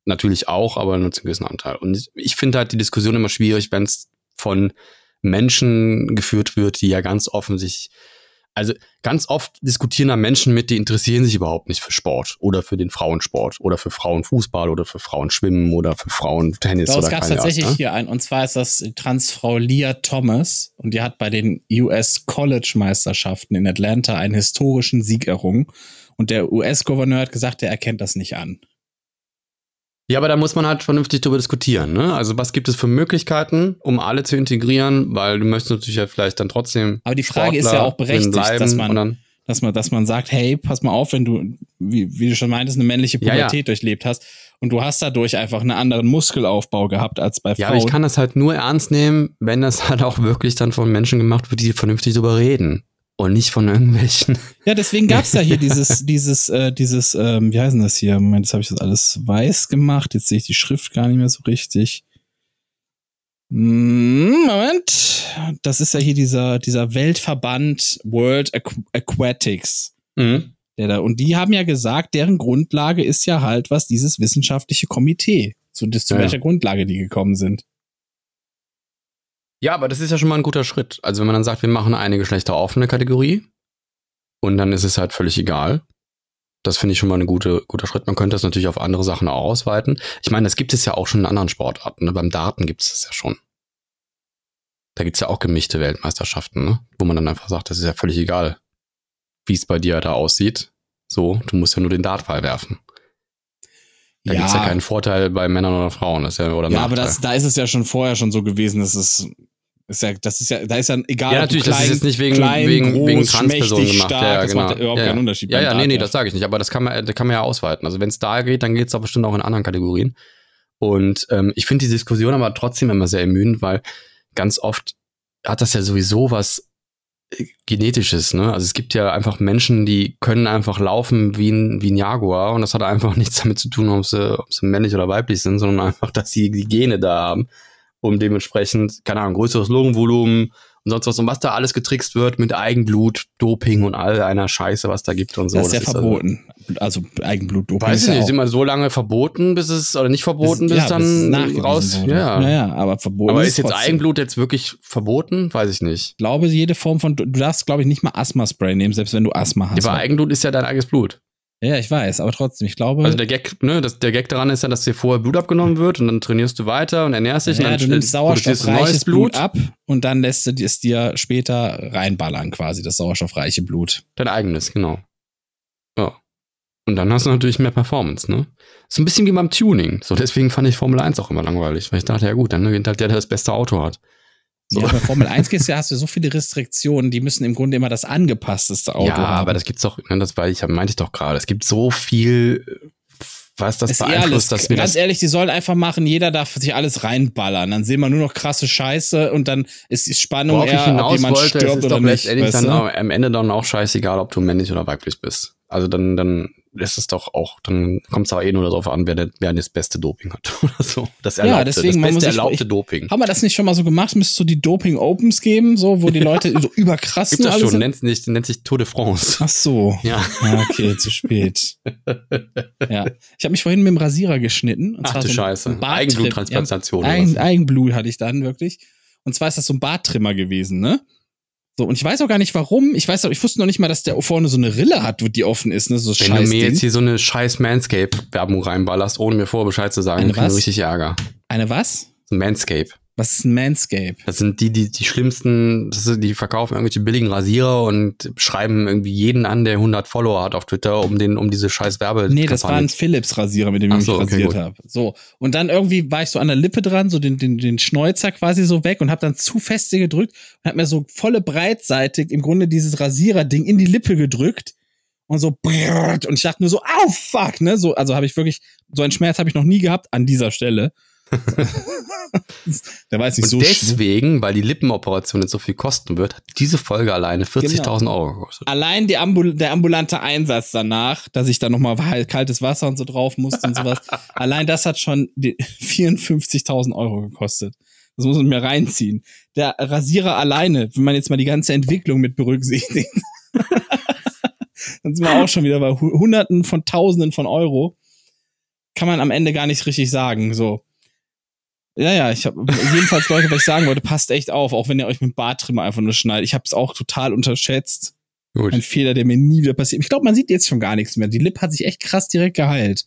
natürlich auch, aber nur zu einem gewissen Anteil. Und ich- ich finde halt die Diskussion immer schwierig, wenn es von Menschen geführt wird, die ja ganz offensichtlich, also ganz oft diskutieren da Menschen mit, die interessieren sich überhaupt nicht für Sport oder für den Frauensport oder für Frauenfußball oder für Frauenschwimmen oder für Frauentennis
bei
oder
uns gab's
keine Ahnung,
tatsächlich
ne?
hier einen, und zwar ist das Transfrau Leah Thomas und die hat bei den US College Meisterschaften in Atlanta einen historischen Sieg errungen und der US-Gouverneur hat gesagt, der erkennt das nicht an.
Ja, aber da muss man halt vernünftig drüber diskutieren. Ne? Also was gibt es für Möglichkeiten, um alle zu integrieren, weil du möchtest natürlich ja vielleicht dann trotzdem.
Aber die Frage ist ja auch berechtigt,
bleiben
dass man-
und dann,
dass man, dass man sagt, hey, pass mal auf, wenn du, wie, wie du schon meintest, eine männliche
Ja, ja.
Pubertät durchlebt hast und du hast dadurch einfach einen anderen Muskelaufbau gehabt als bei Frauen.
ja, aber ich kann das halt nur ernst nehmen, wenn das halt auch wirklich dann von Menschen gemacht wird, die vernünftig drüber reden. Und nicht von irgendwelchen.
ja deswegen gab's ja hier dieses, dieses, äh, dieses, ähm, wie heißt denn das hier? Moment, jetzt habe ich das alles weiß gemacht. Jetzt sehe ich die Schrift gar nicht mehr so richtig. Mm, Moment. Das ist ja hier dieser, dieser Weltverband World Aqu Aquatics. Der da, und die haben ja gesagt, deren Grundlage ist ja halt was dieses wissenschaftliche Komitee. Zu, das- zu
Ja, ja.
welcher Grundlage die gekommen sind.
Ja, aber das ist ja schon mal ein guter Schritt. Also wenn man dann sagt, wir machen eine geschlechteroffene Kategorie und dann ist es halt völlig egal. Das finde ich schon mal ein gute, guter Schritt. Man könnte das natürlich auf andere Sachen auch ausweiten. Ich meine, das gibt es ja auch schon in anderen Sportarten. Ne? Beim Darten gibt es das ja schon. Da gibt es ja auch gemischte Weltmeisterschaften, ne? wo man dann einfach sagt, das ist ja völlig egal, wie es bei dir da aussieht. So, du musst ja nur den Dartball werfen. Da gibt es ja keinen Vorteil bei Männern oder Frauen. Das ist ja, oder
ja aber
Nachteil.
das, da ist es ja schon vorher schon so gewesen, dass es ist ja, das ist ja, da ist ja egal,
Ja,
ob du
natürlich, das ist jetzt nicht wegen-
klein,
wegen-
groß,
wegen Transpersonen
schmächtig,
gemacht.
Stark,
Ja, ja,
Das macht
genau.
überhaupt
Ja,
keinen Unterschied.
Ja,
beim
ja, nee, nee,
Dartwerfen.
das sage ich nicht. Aber das kann man, da kann man ja ausweiten. Also wenn es da geht, dann geht es auch bestimmt auch in anderen Kategorien. Und ähm, ich finde die Diskussion aber trotzdem immer sehr ermüdend, weil ganz oft hat das ja sowieso was äh, Genetisches, ne? Also es gibt ja einfach Menschen, die können einfach laufen wie ein, wie ein Jaguar und das hat einfach nichts damit zu tun, ob sie, ob sie männlich oder weiblich sind, sondern einfach, dass sie die Gene da haben, um dementsprechend, keine Ahnung, größeres Lungenvolumen, und sonst was und was da alles getrickst wird mit Eigenblut, Doping und all einer Scheiße, was da gibt und so.
das ist ja
also-
verboten. Also, Eigenblutdoping.
weiß
ist
ich
ja
nicht,
auch-
ist immer so lange verboten, bis es, oder nicht verboten, bis,
ja, es
dann
nachgewiesen
raus.
wurde.
Ja.
ja, ja, aber verboten.
Aber ist jetzt
trotzdem.
Eigenblut jetzt wirklich verboten? Weiß ich nicht.
Ich glaube, jede Form von, du darfst, glaube ich, nicht mal Asthma-Spray nehmen, selbst wenn du Asthma hast.
Aber Eigenblut ist ja dein eigenes Blut.
Ja, ich weiß, aber trotzdem, ich glaube.
Also der Gag, ne, das, der Gag daran ist ja, dass dir vorher Blut abgenommen wird und dann trainierst du weiter und ernährst dich
ja,
und dann
du nimmst
st- produzierst du
sauerstoffreiches Blut ab und dann lässt du es dir später reinballern, quasi, das sauerstoffreiche Blut.
Dein eigenes, genau. Ja. Und dann hast du natürlich mehr Performance, ne? Ist ein bisschen wie beim Tuning. So, deswegen fand ich Formel 1 auch immer langweilig, weil ich dachte, ja gut, dann gewinnt halt der, der das beste Auto hat. So.
Ja, bei Formel 1 gehst du, hast du so viele Restriktionen, die müssen im Grunde immer das angepassteste Auto
ja,
haben.
aber das gibt's doch, ne, das war ich, meinte ich doch gerade. Es gibt so viel, was das
ist eh alles,
beeinflusst, dass wir
ganz
das.
ehrlich, die sollen einfach machen, jeder darf sich alles reinballern. Dann sehen wir nur noch krasse Scheiße und dann ist die Spannung
Worauf ich
eher, ob
hinaus
jemand
wollte, es
stirbt
ist
oder
doch
nicht.
letztendlich
weißt
dann
du?
auch, am Ende dann auch scheißegal, ob du männlich oder weiblich bist. Also dann, dann ist es doch auch, dann kommt es aber eh nur darauf an, wer, denn- wer das beste Doping hat oder so. Das
Ja,
erlaubte,
deswegen, man
das
muss
beste
sich-
erlaubte
ich-
Doping.
Haben wir das nicht schon mal so gemacht? Müsstest du die Doping Opens geben, so, wo die Leute so überkrass
Gibt das
alles
schon,
sind?
nennt sich, nennt sich Tour de France.
also Ach so.
Ja.
Ja, okay, zu spät. ja. Ich habe mich vorhin mit dem Rasierer geschnitten. Und
Ach
zwar
du
so ein-
Scheiße.
ein Barttrimm-
Eigenbluttransplantation.
also Ja,
oder
Eigen,
was?
Eigenblut hatte ich dann wirklich. Und zwar ist das so ein Barttrimmer gewesen, ne? So, und ich weiß auch gar nicht warum. Ich weiß auch, ich wusste noch nicht mal, dass der vorne so eine Rille hat, wo die offen ist, ne? So
Wenn du
scheiße.
mir jetzt hier so eine scheiß Manscape-Werbung reinballerst, ohne mir vorher Bescheid zu sagen,
Eine
dann kriegen wir
was?
richtig Ärger.
Eine was?
So ein Manscape.
Was ist ein Manscape?
Das sind die, die, die schlimmsten, das sind, die verkaufen irgendwelche billigen Rasierer und schreiben irgendwie jeden an, der 100 Follower hat auf Twitter, um den, um diese scheiß Werbe.
Nee, das war ein Philips-Rasierer, mit dem ich
Ach
mich
so, okay,
rasiert
gut.
habe. So. Und dann irgendwie war ich so an der Lippe dran, so den, den, den Schnäuzer quasi so weg und habe dann zu feste gedrückt und habe mir so volle breitseitig im Grunde dieses Rasierer-Ding in die Lippe gedrückt und so brrrt. und ich dachte nur so, au, fuck, ne? So, also habe ich wirklich, so einen Schmerz habe ich noch nie gehabt an dieser Stelle. der weiß nicht
Und
so schlimm.
deswegen, weil die Lippenoperation jetzt so viel kosten wird, hat diese Folge alleine 40.000
Genau.
Euro gekostet.
Allein die Ambul der ambulante Einsatz danach, dass ich da nochmal kaltes Wasser und so drauf musste und sowas, allein das hat schon die 54.000 Euro gekostet. Das muss man mir reinziehen. Der Rasierer alleine, wenn man jetzt mal die ganze Entwicklung mit berücksichtigt, dann sind wir auch schon wieder bei Hu- Hunderten von Tausenden von Euro. Kann man am Ende gar nicht richtig sagen, so. Ja, ja, ich habe jedenfalls Leute, was ich sagen wollte, passt echt auf, auch wenn ihr euch mit dem Barttrimmer einfach nur schneidet. Ich habe es auch total unterschätzt.
Gut.
Ein Fehler, der mir nie wieder passiert. Ich glaube, man sieht jetzt schon gar nichts mehr. Die Lippe hat sich echt krass direkt geheilt.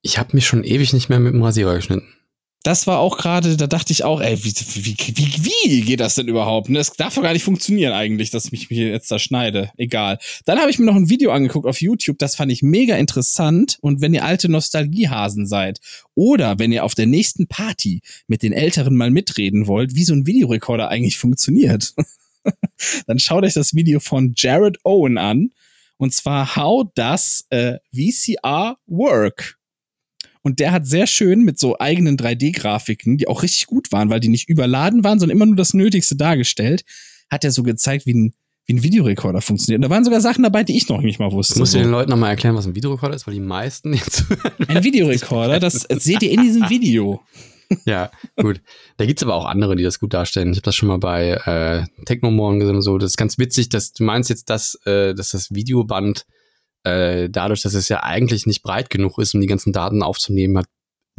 Ich habe mich schon ewig nicht mehr mit dem Rasierer geschnitten.
Das war auch gerade, da dachte ich auch, ey, wie, wie, wie, wie geht das denn überhaupt? ne? Das darf doch gar nicht funktionieren eigentlich, dass ich mich hier jetzt da schneide. Egal. Dann habe ich mir noch ein Video angeguckt auf YouTube, das fand ich mega interessant. Und wenn ihr alte Nostalgiehasen seid oder wenn ihr auf der nächsten Party mit den Älteren mal mitreden wollt, wie so ein Videorekorder eigentlich funktioniert, dann schaut euch das Video von Jared Owen an. Und zwar How Does äh, VCR Work? Und der hat sehr schön mit so eigenen 3D-Grafiken, die auch richtig gut waren, weil die nicht überladen waren, sondern immer nur das Nötigste dargestellt, hat er so gezeigt, wie ein, wie ein Videorekorder funktioniert. Und da waren sogar Sachen dabei, die ich noch nicht mal wusste.
Du musst
So.
den Leuten nochmal erklären, was ein Videorekorder ist, weil die meisten jetzt.
Ein Videorekorder, das seht ihr in diesem Video.
ja, gut. Da gibt's aber auch andere, die das gut darstellen. Ich habe das schon mal bei äh, Technomorn gesehen und so. Das ist ganz witzig, dass du meinst jetzt, dass, äh, dass das Videoband äh, dadurch, dass es ja eigentlich nicht breit genug ist, um die ganzen Daten aufzunehmen, hat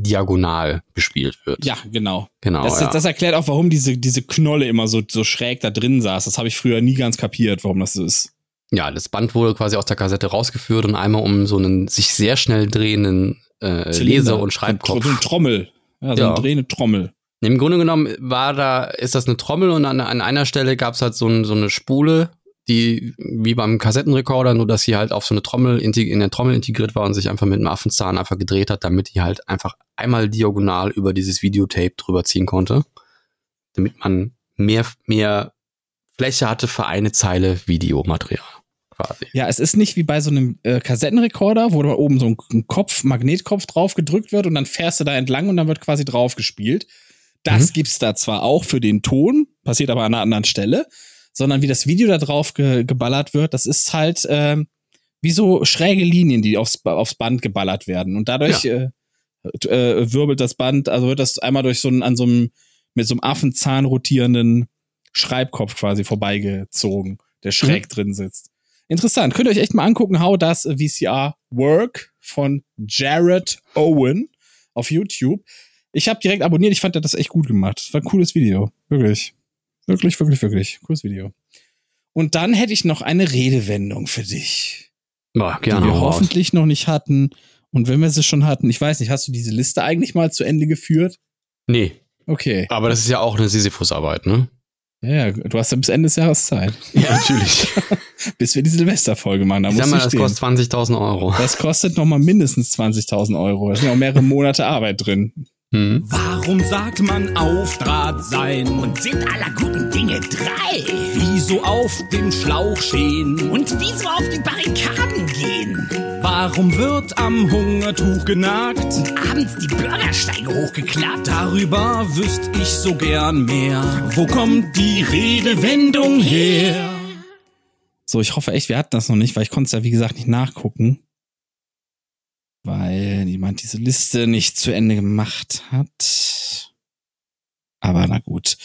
diagonal gespielt wird.
Ja, genau.
genau.
Das,
ja.
das erklärt auch, warum diese, diese Knolle immer so, so schräg da drin saß. Das habe ich früher nie ganz kapiert, warum das so ist.
ja, das Band wurde quasi aus der Kassette rausgeführt und einmal um so einen sich sehr schnell drehenden äh,
Zylinder.
Leser- und
So eine
Schreibkopf. Trommel.
Ja, so
Ja.
eine drehende Trommel.
Im Grunde genommen war da, ist das eine Trommel und an, an einer Stelle gab es halt so, ein, so eine Spule, die wie beim Kassettenrekorder, nur dass sie halt auf so eine Trommel integ- in der Trommel integriert war und sich einfach mit einem Affenzahn einfach gedreht hat, damit die halt einfach einmal diagonal über dieses Videotape drüber ziehen konnte. Damit man mehr, mehr Fläche hatte für eine Zeile Videomaterial. Quasi.
Ja, es ist nicht wie bei so einem äh, Kassettenrekorder, wo da oben so ein, ein Kopf, Magnetkopf drauf gedrückt wird und dann fährst du da entlang und dann wird quasi drauf gespielt. Das gibt's da zwar auch für den Ton, passiert aber an einer anderen Stelle, sondern wie das Video da drauf ge geballert wird, das ist halt ähm, wie so schräge Linien, die aufs, Ba- aufs Band geballert werden. Und dadurch äh, äh, wirbelt das Band, also wird das einmal durch so einen, an so einem, mit so einem Affenzahn rotierenden Schreibkopf quasi vorbeigezogen, der schräg drin sitzt. Interessant. Könnt ihr euch echt mal angucken, How Does a VCR Work von Jared Owen auf YouTube. Ich habe direkt abonniert, ich fand, der hat das echt gut gemacht. War ein cooles Video. Wirklich. Wirklich, wirklich, wirklich. Cooles Video. Und dann hätte ich noch eine Redewendung für dich,
Ja,
die wir
hau raus.
hoffentlich noch nicht hatten. Und wenn wir sie schon hatten, ich weiß nicht, hast du diese Liste eigentlich mal zu Ende geführt?
Nee,
Okay.
aber das ist ja auch eine Sisyphusarbeit, ne?
Ja, ja, du hast ja bis Ende des Jahres Zeit.
Ja, natürlich.
Bis wir die Silvesterfolge machen. Da
Ich
muss
sag mal,
ich
das
stehen.
kostet 20.000 Euro.
Das kostet nochmal mindestens 20.000 Euro. Da sind auch mehrere Monate Arbeit drin.
Hm.
Warum sagt man auf Draht sein und sind aller guten Dinge drei? Wieso auf dem Schlauch stehen und wieso auf die Barrikaden gehen? Warum wird am Hungertuch genagt und abends die Bürgersteige hochgeklappt? Darüber wüsst ich so gern mehr. Wo kommt die Redewendung her?
So, ich hoffe echt, wir hatten das noch nicht, weil ich konnte es ja, wie gesagt, nicht nachgucken. weil jemand diese Liste nicht zu Ende gemacht hat. Aber na gut.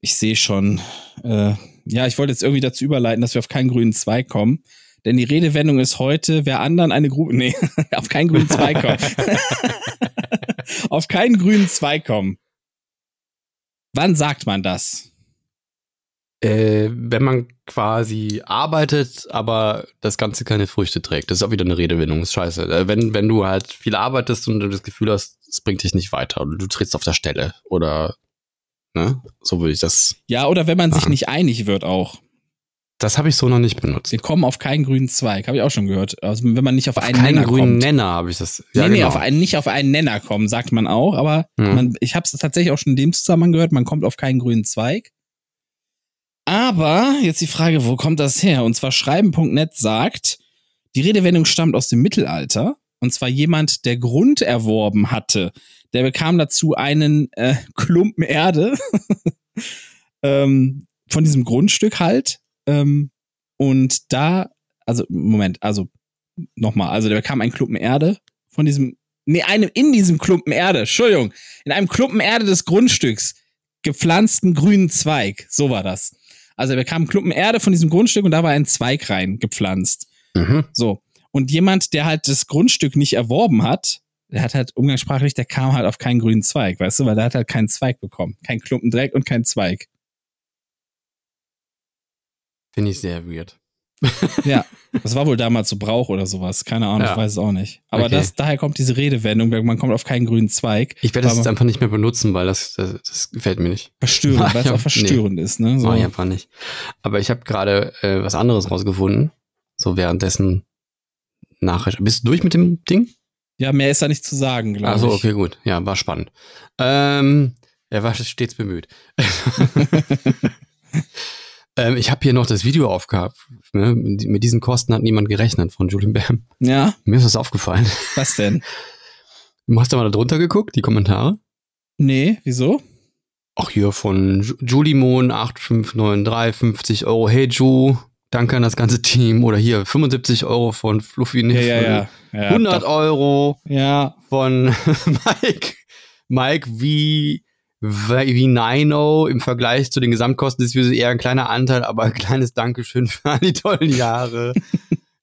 Ich sehe schon. Äh, ja, ich wollte jetzt irgendwie dazu überleiten, dass wir auf keinen grünen Zweig kommen. Denn die Redewendung ist heute, wer anderen eine Grube. Nee, auf keinen grünen Zweig kommen. auf keinen grünen Zweig kommen. Wann sagt man das?
Äh, wenn man quasi arbeitet, aber das Ganze keine Früchte trägt. Das ist auch wieder eine Redewendung, ist scheiße. Äh, wenn, wenn du halt viel arbeitest und du das Gefühl hast, es bringt dich nicht weiter und du trittst auf der Stelle oder, ne? So würde ich das.
Ja, oder wenn man sich
Ah.
nicht einig wird auch.
Das habe ich so noch nicht benutzt.
Wir kommen auf keinen grünen Zweig, habe ich auch schon gehört. Also wenn man nicht auf, einen
Keinen
Nenner
grünen
kommt.
Nenner genau. habe ich das.
nee, nee, auf einen, nicht auf einen Nenner kommen, sagt man auch, aber
Mhm.
man, ich habe es tatsächlich auch schon in dem Zusammenhang gehört, man kommt auf keinen grünen Zweig. Aber jetzt die Frage, wo kommt das her? Und zwar schreiben.net sagt, die Redewendung stammt aus dem Mittelalter und zwar jemand, der Grund erworben hatte. Der bekam dazu einen äh, Klumpen Erde ähm, von diesem Grundstück halt. Ähm, und da, also Moment, also nochmal, also der bekam einen Klumpen Erde von diesem, nee, einem in diesem Klumpen Erde, Entschuldigung, in einem Klumpen Erde des Grundstücks gepflanzten grünen Zweig. So war das. Also er bekam einen Klumpen Erde von diesem Grundstück und da war ein Zweig rein gepflanzt.
Mhm.
So. Und jemand, der halt das Grundstück nicht erworben hat, der hat halt umgangssprachlich, der kam halt auf keinen grünen Zweig, weißt du, weil der hat halt keinen Zweig bekommen. Kein Klumpen Dreck und kein Zweig.
Finde ich sehr weird.
Das war wohl damals so Brauch oder sowas. Keine Ahnung,
Ja.
ich weiß es auch nicht. Aber
Okay.
das, daher kommt diese Redewendung, man kommt auf keinen grünen Zweig.
Ich werde das
Aber-
jetzt einfach nicht mehr benutzen, weil das, das, das gefällt mir nicht.
Verstörend, weil es
Ja,
auch verstörend ist, ne? So.
Mach ich einfach nicht. Aber ich habe gerade äh, was anderes rausgefunden. So währenddessen Nachricht. Bist du durch mit dem Ding?
Ja, mehr ist da nicht zu sagen, glaube
Also
ich.
okay, gut. Ja, war spannend. Ähm, er war stets bemüht. ähm, ich habe hier noch das Video aufgehabt. Ne? Mit mit diesen Kosten hat niemand gerechnet von Julian Bam.
Ja,
Mir ist das aufgefallen.
was denn?
Du hast da mal da drunter geguckt, die Kommentare.
Nee, wieso?
Auch hier von Ju- Julimon 8593, 50 Euro. Hey Ju, danke an das ganze Team. Oder hier 75 Euro von Fluffy
Ja,
Niffel.
ja, ja. ja
100
doch.
Euro
Ja,
von Mike. Mike wie, wie Nino im Vergleich zu den Gesamtkosten ist für eher ein kleiner Anteil, aber ein kleines Dankeschön für all die tollen Jahre.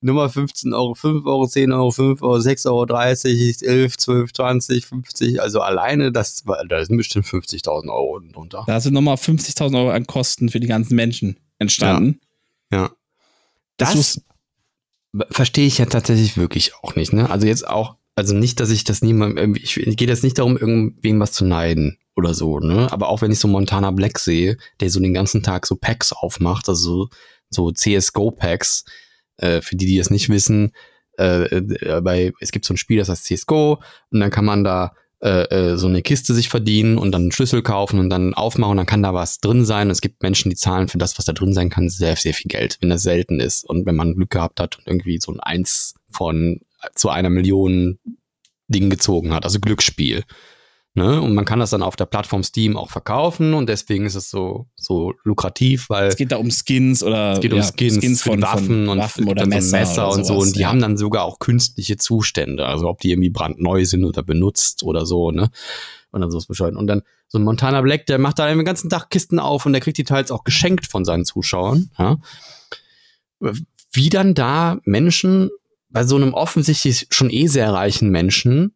Nummer 15 Euro, 5 Euro, 10 Euro, 5 Euro, 6 Euro, 30, 11, 12, 20, 50. Also alleine, das, war- da sind bestimmt 50.000 Euro unten drunter.
da sind nochmal 50.000 Euro an Kosten für die ganzen Menschen entstanden.
Ja.
Das,
Das verstehe ich ja tatsächlich wirklich auch nicht. Ne? Also jetzt auch, also nicht, dass ich das niemandem, irgendwie- ich, ich gehe jetzt nicht darum, irgendwem was zu neiden oder so. Ne? Aber auch wenn ich so Montana Black sehe, der so den ganzen Tag so Packs aufmacht, also so, so CSGO-Packs, äh, für die, die es nicht wissen, äh, äh, bei, es gibt so ein Spiel, das heißt CSGO, und dann kann man da äh, äh, so eine Kiste sich verdienen und dann einen Schlüssel kaufen und dann aufmachen, dann kann da was drin sein. Und es gibt Menschen, die zahlen für das, was da drin sein kann, sehr, sehr viel Geld, wenn das selten ist. Und wenn man Glück gehabt hat und irgendwie so ein Eins von äh, zu einer Million Ding gezogen hat, also Glücksspiel. Ne? Und man kann das dann auf der Plattform Steam auch verkaufen und deswegen ist es so, so lukrativ, weil
es geht da um Skins oder
es geht um
ja,
Skins, für die Waffen, und
Waffen oder
dann so ein
Messer,
Messer
oder
und so.
sowas,
Und die
ja.
haben dann sogar auch künstliche Zustände. Also ob die irgendwie brandneu sind oder benutzt oder so, ne? Und dann so ist bescheuert. Und dann so ein Montana Black, der macht da den ganzen Tag Kisten auf und der kriegt die teils auch geschenkt von seinen Zuschauern. Ja? Wie dann da Menschen bei so einem offensichtlich schon eh sehr reichen Menschen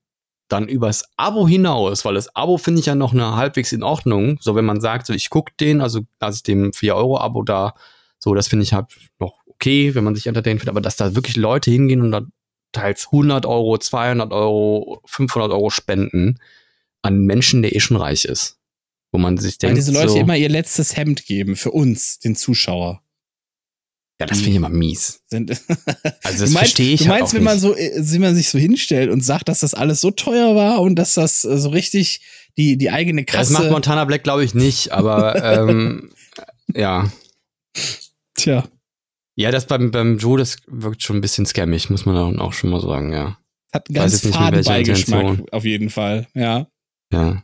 dann übers Abo hinaus, weil das Abo finde ich ja noch eine halbwegs in Ordnung. So, wenn man sagt, so ich gucke den, also als ich dem 4-Euro-Abo da, so, das finde ich halt noch okay, wenn man sich entertained findet, aber dass da wirklich Leute hingehen und dann teils 100 Euro, 200 Euro, 500 Euro spenden an Menschen, der eh schon reich ist. Wo man sich
Weil
denkt,
diese Leute
so,
immer ihr letztes Hemd geben für uns, den Zuschauer.
ja, das finde ich immer mies.
Sind,
Also das
du meinst,
verstehe ich
du
halt
meinst
auch
wenn man
nicht.
so, äh, wenn man sich so hinstellt und sagt, dass das alles so teuer war und dass das äh, so richtig die, die eigene
Das
Kasse.
macht Montana Black, glaube ich, nicht, aber ähm, ja.
tja,
Ja, das beim, beim Joe, das wirkt schon ein bisschen scammig, muss man dann auch schon mal sagen, ja.
hat einen
Weiß
ganz
jetzt nicht, mit
faden
welcher
Beigeschmack
Intention.
auf jeden Fall. Ja.
ja. Oh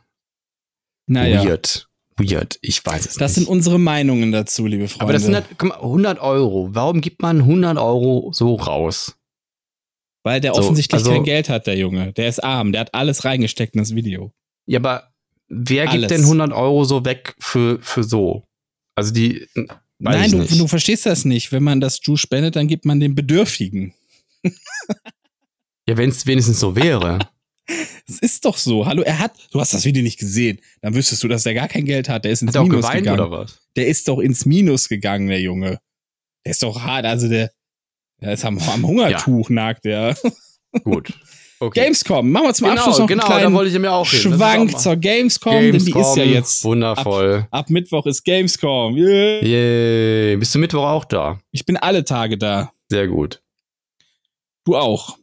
Naja.
Weird. Weird. Ich weiß es
Das sind
nicht.
unsere Meinungen dazu, liebe Freunde.
Aber das sind halt, guck mal, 100 Euro. Warum gibt man 100 Euro so raus?
Weil der
So,
offensichtlich
also-
kein Geld hat, der Junge. Der ist arm, der hat alles reingesteckt in das Video.
Ja, aber wer
Alles.
gibt denn 100 Euro so weg für, für so? Also die, weiß
Nein,
ich
du,
nicht.
du verstehst das nicht. Wenn man das Ju spendet, dann gibt man den Bedürftigen.
ja, wenn es wenigstens so wäre.
Es ist doch so. Hallo, er hat, du hast das Video nicht gesehen. Dann wüsstest du, dass er gar kein Geld hat. Der ist ins
Hat er auch
Minus
geweint
gegangen.
oder was?
Der ist doch ins Minus gegangen, der Junge. Der ist doch hart, also der, der ist am, am Hungertuch nagt der.
Gut. Okay.
Gamescom, machen wir zum Abschluss noch
genau,
einen
da
kleinen
wollte ich mir auch hin. Das ist auch
Schwank
mal-
zur Gamescom, denn die ist ja
Gamescom,
jetzt.
Wundervoll.
Ab Mittwoch ist Gamescom. Yeah.
Yay. Bist du Mittwoch auch da?
Ich bin alle Tage da.
Sehr gut.
Du auch.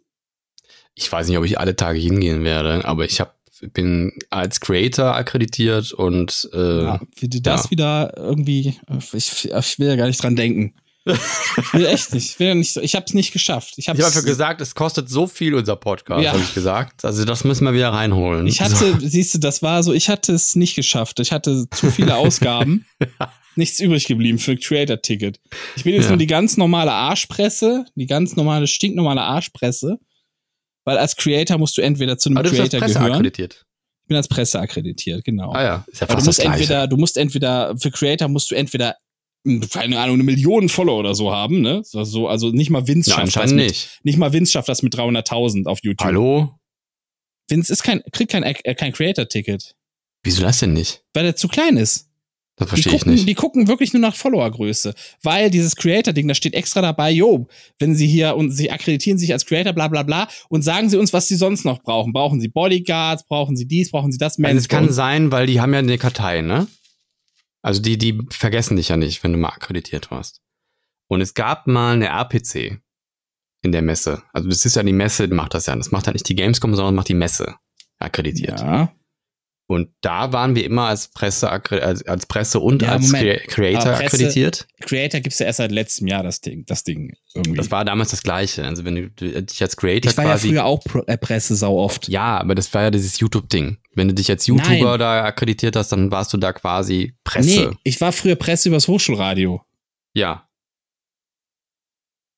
Ich weiß nicht, ob ich alle Tage hingehen werde, aber ich hab, bin als Creator akkreditiert und äh,
Ja, wie du das
ja.
wieder irgendwie. äh, Ich, ich will ja gar nicht dran denken. ich will echt nicht. Ich, will ja nicht, ich hab's nicht geschafft. Ich, hab's,
ich habe einfach gesagt, es kostet so viel unser Podcast,
Ja.
habe ich gesagt. Also das müssen wir wieder reinholen. Also,
Ich hatte, siehst du, das war so, ich hatte es nicht geschafft. Ich hatte zu viele Ausgaben. Nichts übrig geblieben für ein Creator-Ticket. Ich bin jetzt
Ja.
nur die ganz normale Arschpresse, die ganz normale, stinknormale Arschpresse. Weil als Creator musst du entweder zu einem
aber du bist
Creator
als Presse
gehören.
akkreditiert.
Ich bin als Presse akkreditiert, genau.
Ah ja, ist ja
Aber du
fast das
musst
Gleiche.
entweder, du musst entweder, für Creator musst du entweder, mh, keine Ahnung, eine Million Follower oder so haben, ne? So- So, also nicht mal Vince
Na,
schafft das
anscheinend
mit,
nicht.
nicht mal Vince schafft das mit 300.000 auf YouTube.
Hallo?
Vince ist kein, kriegt kein, äh, kein Creator-Ticket,
Wieso das denn nicht?
weil er zu klein ist.
Das
Die
verstehe ich
gucken,
nicht.
die gucken wirklich nur nach Followergröße, weil dieses Creator-Ding, da steht extra dabei, jo, wenn sie hier und sie akkreditieren sich als Creator, bla bla bla, und sagen sie uns, was sie sonst noch brauchen. Brauchen sie Bodyguards, brauchen sie dies, brauchen sie das,
Also es kann
Mensch.
sein, weil die haben ja eine Kartei, ne? Also die, die vergessen dich ja nicht, wenn du mal akkreditiert warst. Und es gab mal eine RPC in der Messe. Also das ist ja die Messe, die macht das ja. Das macht ja nicht die Gamescom, sondern macht die Messe akkreditiert.
Ja.
Und da waren wir immer als Presse, akkre- als, als Presse und
Ja,
als
Moment.
Crea- Creator
Aber Presse-
akkreditiert.
Creator gibt's ja erst seit letztem Jahr das Ding, das Ding irgendwie.
Das war damals das Gleiche. Also wenn du- du dich als Creator
ich war ja
quasi
früher auch Pro äh, Pressesau oft.
Ja, aber das war ja dieses YouTube-Ding. Wenn du dich als YouTuber
Nein.
da akkreditiert hast, dann warst du da quasi Presse.
Nee, ich war früher Presse übers Hochschulradio.
Ja.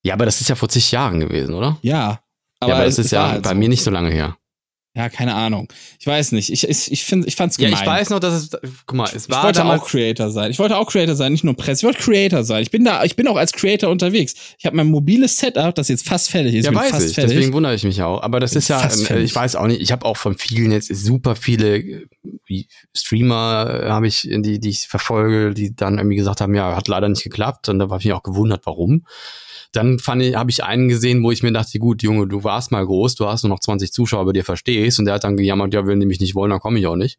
Ja, aber das ist ja vor zig Jahren gewesen, oder?
Ja.
Aber ja, aber das
es-
ist
es
ja
war halt
bei
so.
mir nicht so lange her.
Ja, keine Ahnung. Ich weiß nicht. Ich, ich, ich, find, ich fand's
Ja,
gemein.
ich weiß noch, dass es. Guck mal, es
Ich
war
wollte
damals.
auch Creator sein. Ich wollte auch Creator sein, nicht nur Presse. Ich wollte Creator sein. Ich bin da, ich bin auch als Creator unterwegs. Ich habe mein mobiles Setup, das jetzt fast fertig ist.
ja,
bin
weiß
fast
ich.
fertig.
Deswegen wundere ich mich auch. Aber das
Bin
ist ja,
fast
ähm,
fertig.
ich weiß auch nicht, ich habe auch von vielen jetzt super viele äh, Streamer äh, habe ich, in die, die ich verfolge, die dann irgendwie gesagt haben, ja, hat leider nicht geklappt. Und da war ich mich auch gewundert, warum. Dann fand ich, habe ich einen gesehen, wo ich mir dachte, gut, Junge, du warst mal groß, du hast nur noch 20 Zuschauer, aber dir verstehst. Und der hat dann gejammert, ja, wenn die mich nicht wollen, dann komme ich auch nicht.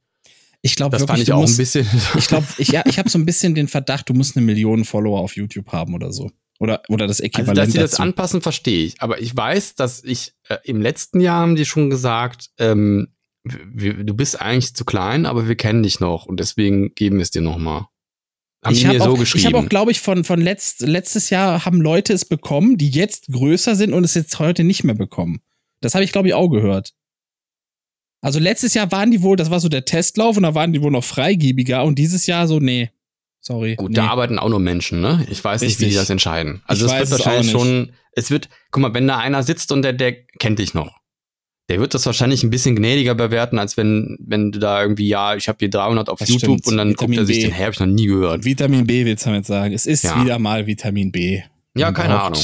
ich glaube
Das
wirklich,
fand ich
du
auch ein
musst,
bisschen.
Ich glaube, ich, ja, ich habe so ein bisschen den Verdacht, du musst eine Million Follower auf YouTube haben oder so. Oder, oder das
Also,
Äquivalent
dass sie das
dazu.
anpassen, verstehe ich. Aber ich weiß, dass ich äh, im letzten Jahr haben die schon gesagt, ähm, w- w- du bist eigentlich zu klein, aber wir kennen dich noch und deswegen geben wir es dir nochmal. Haben die
hab
mir
auch,
so
Ich habe auch,
geschrieben.
glaube ich, von, von letzt, letztes Jahr haben Leute es bekommen, die jetzt größer sind und es jetzt heute nicht mehr bekommen. Das habe ich, glaube ich, auch gehört. Also letztes Jahr waren die wohl, das war so der Testlauf und da waren die wohl noch freigebiger und dieses Jahr so, nee. Sorry.
Gut,
nee.
da arbeiten auch nur Menschen, ne? Ich weiß nicht, wie die
Richtig.
das entscheiden. Also
Ich
es wird
weiß es auch
wahrscheinlich
nicht.
schon, es wird, guck mal, wenn da einer sitzt und der, der kennt dich noch, der wird das wahrscheinlich ein bisschen gnädiger bewerten, als wenn, wenn du da irgendwie, ja, ich habe hier 300 auf
Das
YouTube
stimmt.
und dann
Vitamin
guckt er sich
B.
den, hä, hab ich noch nie gehört.
Vitamin B willst du damit sagen. Es ist
Ja.
wieder mal Vitamin B.
Ja,
Man
keine
braucht-
Ahnung.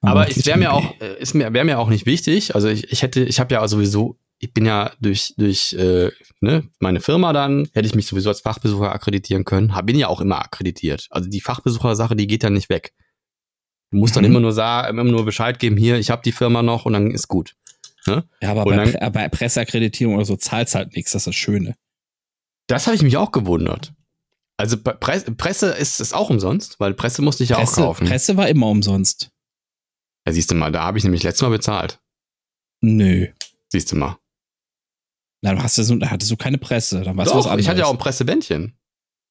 man
Aber
braucht
es wäre mir
Vitamin
auch, äh, ist mir, wäre mir auch nicht wichtig. Also ich, ich hätte, ich habe ja sowieso, ich bin ja durch, durch äh, ne, meine Firma dann, hätte ich mich sowieso als Fachbesucher akkreditieren können. Hab, bin ja auch immer akkreditiert. Also die Fachbesuchersache, die geht ja nicht weg. Du musst dann
Mhm.
immer nur sagen, immer nur Bescheid geben, hier, ich habe die Firma noch und dann ist gut.
B. Ja, aber
Und
bei,
dann-
Pre- bei Presseakkreditierung oder so zahlst halt nichts, das ist das Schöne.
Das habe ich mich auch gewundert. Also bei Presse, Presse ist es auch umsonst, weil Presse musste ich ja
Presse,
auch kaufen.
Presse war immer umsonst.
Ja, siehst du mal, da habe ich nämlich letztes Mal bezahlt.
Nö.
Siehst du mal.
Na, du hast ja so, da hattest du keine Presse. Dann warst du was
Doch,
anderes.
ich hatte ja auch ein Pressebändchen.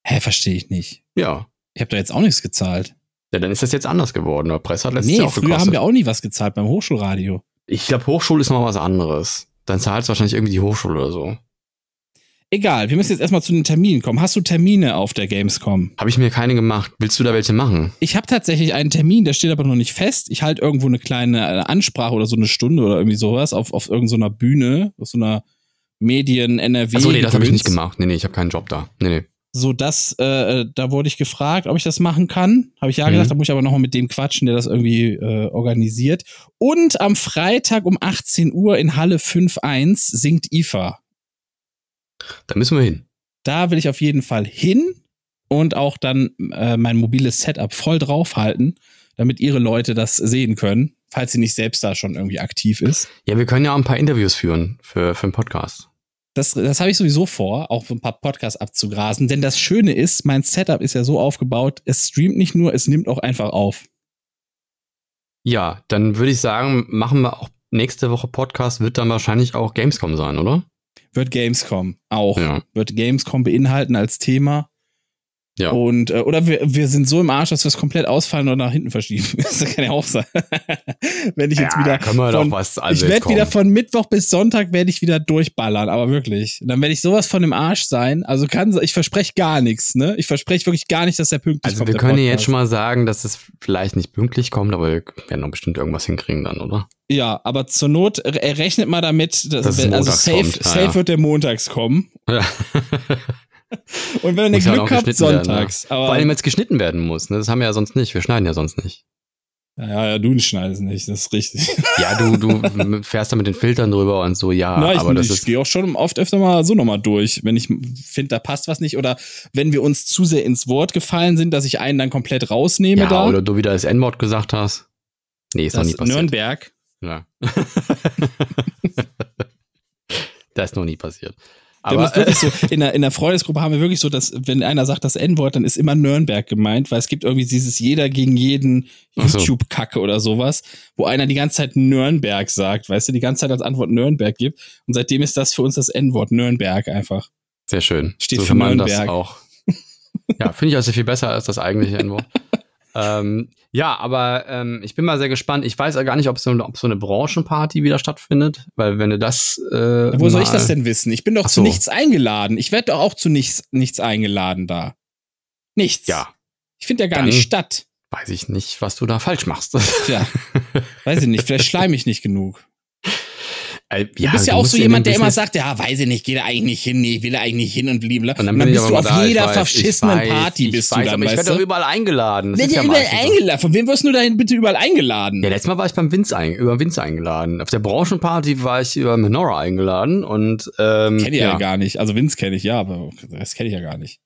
Hä, verstehe ich nicht.
Ja.
Ich habe da jetzt auch nichts gezahlt.
Ja, dann ist das jetzt anders geworden. Aber Presse hat letztes
nee,
Jahr auch
früher
gekostet.
haben wir auch nie was gezahlt beim Hochschulradio.
ich glaube, Hochschule ist noch was anderes. Dann zahlt es wahrscheinlich irgendwie die Hochschule oder so.
Egal, wir müssen jetzt erstmal zu den Terminen kommen. Hast du Termine auf der Gamescom?
Habe ich mir keine gemacht. Willst du da welche machen?
Ich habe tatsächlich einen Termin, der steht aber noch nicht fest. Ich halte irgendwo eine kleine äh, Ansprache oder so eine Stunde oder irgendwie sowas auf, auf irgendeiner Bühne, auf so einer Medien-NRW.
Achso, nee, das habe ich nicht
Gedöns.
gemacht. Nee, nee, ich habe keinen Job da. Nee, nee.
So, das, äh, äh, da wurde ich gefragt, ob ich das machen kann. Habe ich ja
Mhm.
gesagt, da muss ich aber nochmal mit dem quatschen, der das irgendwie äh, organisiert. Und am Freitag um 18 Uhr in Halle 5.1 singt IFA.
Da müssen wir hin.
Da will ich auf jeden Fall hin und auch dann äh, mein mobiles Setup voll draufhalten, damit ihre Leute das sehen können, falls sie nicht selbst da schon irgendwie aktiv ist.
Ja, wir können ja auch ein paar Interviews führen für, für einen Podcast.
Das, das habe ich sowieso vor, auch so ein paar Podcasts abzugrasen, denn das Schöne ist, mein Setup ist ja so aufgebaut, es streamt nicht nur, es nimmt auch einfach auf.
Ja, dann würde ich sagen, machen wir auch nächste Woche Podcast, wird dann wahrscheinlich auch Gamescom sein, oder?
Wird Gamescom auch.
Ja.
Wird Gamescom beinhalten als Thema.
Ja.
Und, äh, oder wir, wir sind so im Arsch, dass wir es komplett ausfallen und nach hinten verschieben. Das kann ja auch sein. Wenn ich jetzt wieder.
Können wir
von-
doch was
ich werde wieder von Mittwoch bis Sonntag werde ich wieder durchballern, aber wirklich. Und dann werde ich sowas von dem Arsch sein. Also kann ich verspreche gar nichts, ne? Ich verspreche wirklich gar nicht, dass der pünktlich
Also
kommt.
wir
der
können ja
Podcast.
jetzt schon mal sagen, dass es vielleicht nicht pünktlich kommt, aber wir werden doch bestimmt irgendwas hinkriegen dann, oder?
Ja, aber zur Not äh, rechnet mal damit,
Dass
dass,
es
also
montags
safe,
kommt. Ah,
safe
ja.
wird der montags kommen.
Ja.
Und wenn ihr
Muss ja auch
Glück habt,
geschnitten werden,
sonntags.
Vor allem,
Aber
wenn es geschnitten werden muss. Ne? Das haben wir ja sonst nicht. Wir schneiden ja sonst nicht.
ja, ja, du schneidest nicht, das ist richtig.
Ja, du, du fährst da mit den Filtern drüber und so, ja,
Na, ich,
Ah, aber das
ich
ist.
gehe auch schon oft öfter mal so nochmal durch, wenn ich finde, da passt was nicht. Oder wenn wir uns zu sehr ins Wort gefallen sind, dass ich einen dann komplett rausnehme
Ja,
da.
oder du wieder das N-Wort gesagt hast. Nee, ist noch nie
das
passiert.
Nürnberg.
Ja. das ist noch nie passiert.
Aber
Aber äh,
wirklich so, in, der, in der Freundesgruppe haben wir wirklich so, dass wenn einer sagt das N-Wort, dann ist immer Nürnberg gemeint, weil es gibt irgendwie dieses jeder gegen jeden
Ach so.
YouTube-Kacke oder sowas, wo einer die ganze Zeit Nürnberg sagt, weißt du, die ganze Zeit als Antwort Nürnberg gibt. Und seitdem ist das für uns das N-Wort, Nürnberg einfach.
sehr schön.
Steht
so
für
kann man das
Nürnberg.
auch. Ja, finde ich also viel besser als das eigentliche N-Wort. ähm, ja, aber ähm, ich bin mal sehr gespannt. Ich weiß ja gar nicht, ob so, eine- ob so eine Branchenparty wieder stattfindet, weil wenn du das. Äh,
Wo soll ich
mal-
das denn wissen? Ich bin doch
Ach
zu
so.
nichts eingeladen. Ich werde doch auch zu nichts, nichts eingeladen da. Nichts.
Ja,
Ich finde ja gar
Dann-
nicht statt.
weiß ich nicht, was du da falsch machst.
Tja, weiß ich nicht. Vielleicht schleim ich nicht genug.
Äh,
Du bist ja auch
musst
so
in dem
jemand, der immer
Business-
sagt, ja, weiß ich nicht, gehe da eigentlich nicht hin, nee, ich will da eigentlich nicht hin und blablabla.
Und dann, bin ich
bist
aber
du
mal
auf
da, ich
jeder
weiß, ich
verschissenen
weiß,
Party
ich
bist
weiß,
du dann,
aber ich
weißt
werde doch
du?
überall eingeladen. Das
Wird
ist
ja
ja
überall
meistens so.
eingeladen? Von wem wirst du dahin bitte überall eingeladen?
Ja, letztes Mal war ich beim Vince ein, über Vince eingeladen. Auf der Branchenparty war ich über Menora eingeladen und ähm,
kenne ich ja.
ja.
gar nicht. Also Vince kenne ich ja, aber das kenne ich ja gar nicht.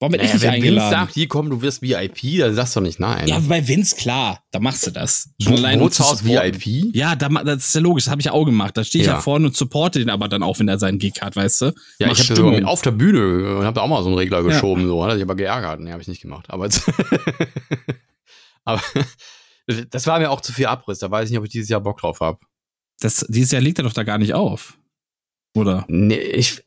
Warum bin
Naja,
ich nicht
wenn Vince
eingeladen?
sagt, hier komm, du wirst VIP, dann sagst du nicht nein.
ja, bei Vince, klar, da machst du das.
Bo-
um zu
Bootshaus
supporten.
VIP.
Ja, da, ma- das ist ja logisch, das habe ich ja auch gemacht. Da stehe ich ja.
Ja.
vorne und supporte den aber dann auch, wenn er seinen Gig hat, weißt du?
Ja,
Mach
ich habe
Stimmung.
sogar auf der Bühne äh, und habe da auch mal so einen Regler
Ja.
geschoben, so hat er sich aber geärgert. Nee, habe ich nicht gemacht. Aber, aber das war mir auch zu viel Abriss. Da weiß ich nicht, ob ich dieses Jahr Bock drauf habe.
Das, dieses Jahr legt er doch da gar nicht auf. Oder?
Nee, ich,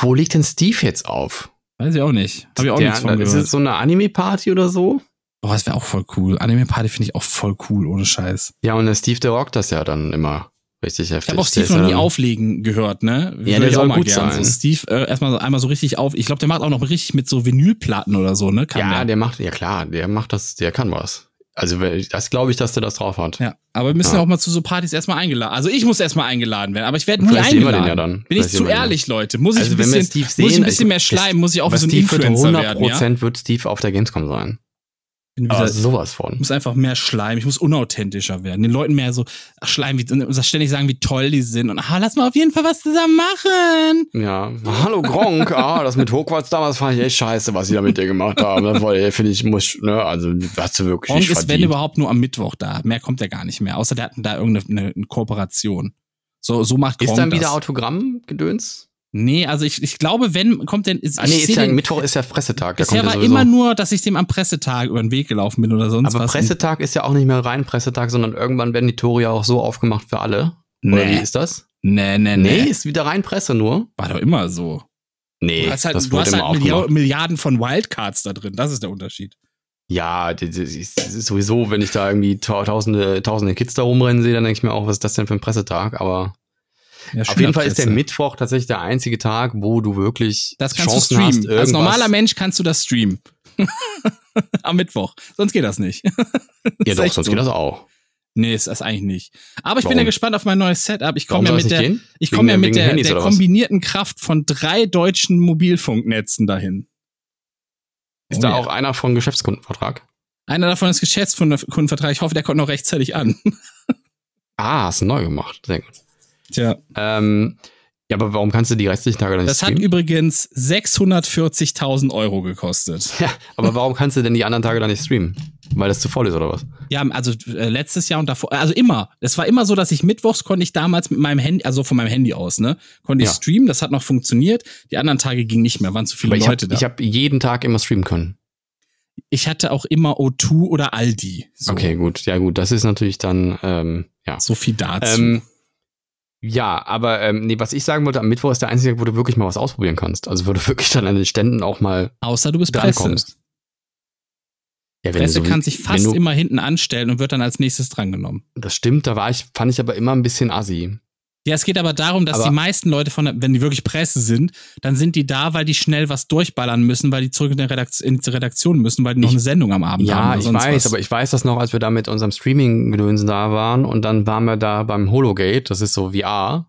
wo liegt denn Steve jetzt auf?
Weiß ich auch nicht. Habe ich auch
Der-
nichts von
Ist
gehört.
es so eine Anime-Party oder so?
Boah, das wäre auch voll cool. Anime Party finde ich auch voll cool, ohne Scheiß.
Ja, und der Steve, der rockt das ja dann immer richtig heftig.
Ich habe auch
Der
Steve
ist ja
noch nie
dann-
auflegen gehört, ne?
Ja, der
ich auch
soll
mal
gut
gern.
sein.
So Steve äh, erstmal so- einmal so richtig auf. Ich glaube, der macht auch noch richtig mit so Vinylplatten oder so, ne? Kann
Ja,
der.
der macht, ja klar, der macht das, der kann was. Also weil- das glaube ich, dass der das drauf hat.
Ja, aber wir müssen ja
Ja.
auch mal zu so Partys erstmal eingeladen. Also ich muss erstmal eingeladen werden, aber ich werde nie
Vielleicht sehen wir
eingeladen.
den ja dann.
Bin ich
Vielleicht sehen
zu
wir den.
ehrlich, Leute? Muss ich
Also,
ein
wenn wir
bisschen,
Steve
muss ich ein
sehen,
bisschen
ich-
mehr schleimen, muss ich auch wie so ein
Steve wird
Influencer werden, ja?
wird Steve auf der Gamescom sein.
Bin
Aber
wieder,
sowas
Ich
von.
muss einfach mehr schleimen, ich muss unauthentischer werden. Den Leuten mehr so ach, schleimen, wie, und ständig sagen, wie toll die sind. Und ah, lass mal auf jeden Fall was zusammen machen.
Ja. Hallo Gronk, ah, das mit Hogwarts damals fand ich echt scheiße, was sie da mit dir gemacht haben. Das war, finde ich, muss, ne, also hast du wirklich
Gronk
nicht
ist, wenn
verdient.
überhaupt, nur am Mittwoch da. Mehr kommt er gar nicht mehr. Außer der hatten da irgendeine eine, eine Kooperation. So, so macht Gronk
Ist dann wieder
das.
Autogramm-Gedöns?
Nee, also ich, ich glaube, wenn kommt denn. Ist,
Ah, nee,
ich
ist
seh
ja,
den,
Mittwoch ist ja Pressetag. Da
bisher
kommt ja
war
sowieso-
immer nur, dass ich dem am Pressetag über den Weg gelaufen bin oder sonst
Aber
was.
Pressetag ist ja auch nicht mehr rein Pressetag, sondern irgendwann werden die Tore ja auch so aufgemacht für alle. Oder
Nee.
wie ist das?
nee, nee,
Nee,
nee,
ist wieder rein Presse nur.
War doch immer so.
Nee,
du hast halt,
das
du
wurde
hast
immer
halt
aufgemacht.
Milliard, Milliarden von Wildcards da drin. Das ist der Unterschied.
Ja, das ist das ist sowieso, wenn ich da irgendwie tau- tausende, tausende Kids da rumrennen sehe, dann denke ich mir auch, was ist das denn für ein Pressetag? Aber
Ja,
Auf jeden Fall ist der
Schulabsätze.
Mittwoch tatsächlich der einzige Tag, wo du wirklich
Das kannst
Chancen
du
hast,
streamen. Als
irgendwas-
normaler Mensch kannst du das streamen. Am Mittwoch. Sonst geht das nicht.
Ja,
ist
doch,
echt
sonst
so.
geht das auch.
Nee, ist das eigentlich nicht. Aber ich bin
Warum?
ja gespannt auf mein neues Setup. Ich
Warum
komme ja
soll das
mit
nicht
der,
gehen?
ich
Wegen
komme ja
der-
mit
wegen
der,
Handys
der
oder was?
kombinierten Kraft von drei deutschen Mobilfunknetzen dahin.
Ist
Oh
da
ja.
auch einer von Geschäftskundenvertrag?
Einer davon ist Geschäftskundenvertrag. Ich hoffe, der kommt noch rechtzeitig an.
Ah, hast du neu gemacht. Sehr gut.
Tja.
Ähm, ja, aber warum kannst du die restlichen Tage dann nicht
Das hat
streamen?
übrigens 640.000 Euro gekostet.
Ja, aber warum kannst du denn die anderen Tage dann nicht streamen? Weil das zu voll ist oder was?
Ja, also äh, letztes Jahr und davor, also immer. Es war immer so, dass ich mittwochs konnte ich damals mit meinem Handy, also von meinem Handy aus, ne, konnte ich
Ja.
streamen. Das hat noch funktioniert. Die anderen Tage ging nicht mehr, waren zu viele
Aber ich
Leute
habe
da.
hab jeden Tag immer streamen können.
ich hatte auch immer O2 oder Aldi. So,
Okay, gut. Ja, gut. Das ist natürlich dann, ähm, ja.
So viel dazu.
Ähm, ja, aber ähm, nee, was ich sagen wollte, am Mittwoch ist der einzige Tag, wo du wirklich mal was ausprobieren kannst. Also wo du wirklich dann an den Ständen auch mal
Außer du bist
dran
Presse.
kommst. Ja, wenn du
Presse
so-
kann sich fast
wenn du,
immer hinten anstellen und wird dann als nächstes drangenommen.
Das stimmt, da war ich, fand ich aber immer ein bisschen assi.
Ja, es geht aber darum, dass
Aber-
die meisten Leute von, der, wenn die wirklich Presse sind, dann sind die da, weil die schnell was durchballern müssen, weil die zurück in, der Redakt in die Redaktion müssen, weil die noch
Ich-
eine Sendung am Abend haben.
Ja,
oder
ich
sonst
weiß,
was.
aber ich weiß das noch, als wir da mit unserem Streaming-Gedönsen da waren und dann waren wir da beim Hologate, das ist so VR,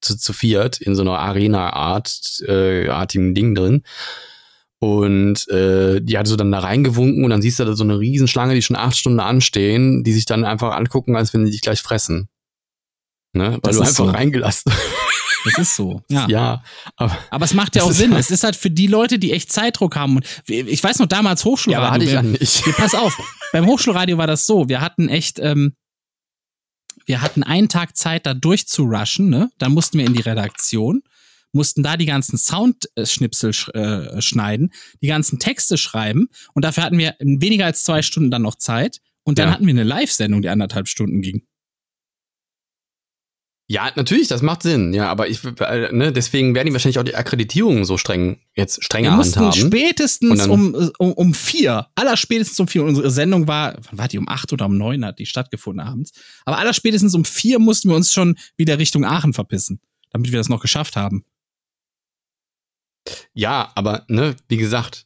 zu, zu viert, in so einer Arena-Art, äh, artigen Ding drin. Und äh, die hat so dann da reingewunken und dann siehst du da so eine Riesenschlange, die schon acht Stunden anstehen, die sich dann einfach angucken, als wenn sie dich gleich fressen. Ne? Weil
Das
du
ist
einfach
so.
reingelassen hast.
das ist so. Ja.
ja. Aber,
Aber es macht ja
Das
auch
ist
Sinn.
halt-
Es ist halt für die Leute, die echt Zeitdruck haben. Und ich weiß noch damals
ja,
Hochschulradio.
aber hatte ich ja
wir-
nicht.
wir, pass auf, beim Hochschulradio war das so. Wir hatten echt, ähm, wir hatten einen Tag Zeit, da durchzurushen. Ne? Dann mussten wir in die Redaktion, mussten da die ganzen Soundschnipsel sch äh, schneiden, die ganzen Texte schreiben. Und dafür hatten wir in weniger als zwei Stunden dann noch Zeit. Und dann
Ja.
hatten wir eine Live-Sendung, die anderthalb Stunden ging.
Ja, natürlich, das macht Sinn. Ja, aber ich, äh, ne, deswegen werden die wahrscheinlich auch die Akkreditierung so streng jetzt
Wir
strenger
mussten
handhaben. Und
spätestens
dann-
um, äh, um, um vier, allerspätestens um vier, unsere Sendung war, wann war die, um acht oder um neun hat die stattgefunden abends. Aber allerspätestens um vier mussten wir uns schon wieder Richtung Aachen verpissen, damit wir das noch geschafft haben.
Ja, aber ne, wie gesagt,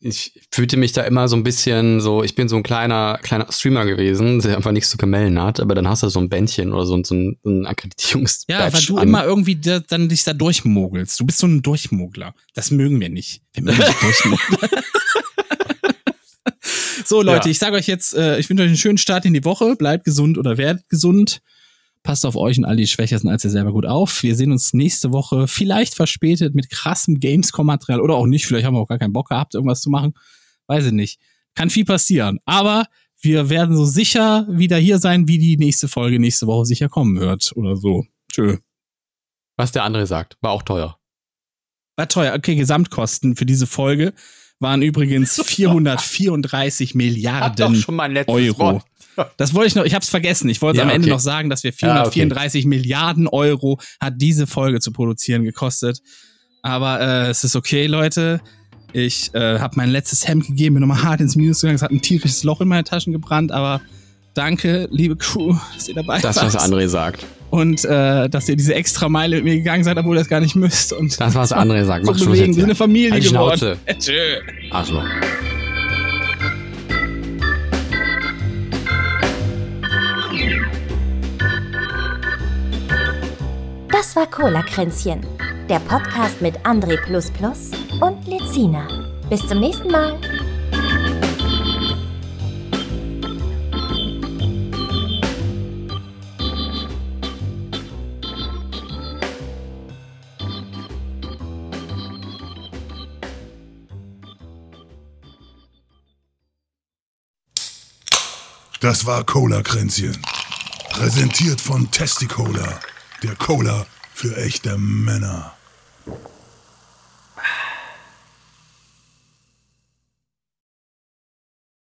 ich fühlte mich da immer so ein bisschen so, ich bin so ein kleiner, kleiner Streamer gewesen, der einfach nichts zu kamellen hat, aber dann hast du so ein Bändchen oder so, ein- so ein, ein Akkreditierungs
Ja, weil
Badge
du
an.
immer irgendwie da, dann dich da durchmogelst. Du bist so ein Durchmogler. Das mögen wir nicht. Wir mögen nicht Durchmogler. so, Leute,
Ja.
ich sage euch jetzt, äh, ich wünsche euch einen schönen Start in die Woche. Bleibt gesund oder werdet gesund. Passt auf euch und all die Schwächersten als ihr selber gut auf. Wir sehen uns nächste Woche, vielleicht verspätet mit krassem Gamescom-Material oder auch nicht. Vielleicht haben wir auch gar keinen Bock gehabt, irgendwas zu machen. Weiß ich nicht. Kann viel passieren. Aber wir werden so sicher wieder hier sein, wie die nächste Folge nächste Woche sicher kommen wird oder so. Tschö.
Was der andere sagt, war auch teuer.
War teuer. Okay, Gesamtkosten für diese Folge waren übrigens 434
Hab doch
Milliarden
schon mein letztes
Euro.
Wort.
Das wollte ich noch, ich hab's vergessen. Ich wollte
Ja,
am Ende
okay.
noch sagen, dass wir
Ah, okay.
434 Milliarden Euro hat diese Folge zu produzieren gekostet. Aber äh, es ist okay, Leute. Ich äh, habe mein letztes Hemd gegeben, bin nochmal hart ins Minus gegangen. Es hat ein tierisches Loch in meine Taschen gebrannt, aber danke, liebe Crew, dass ihr dabei
Das, was
wart.
der andere sagt.
Und äh, dass ihr diese extra Meile mit mir gegangen seid, obwohl ihr das gar nicht müsst. Und
Das, was der andere sagt.
so
Mach Schluss
bewegen.
jetzt.
Wir sind eine
ja.
Familie
Halt die
geworden.
Schnauze.
Tschö.
Arschloch.
Das war Cola-Kränzchen, der Podcast mit André und Lezina. Bis zum nächsten Mal.
Das war Cola-Kränzchen. Präsentiert von Testicola, der Cola für echte Männer.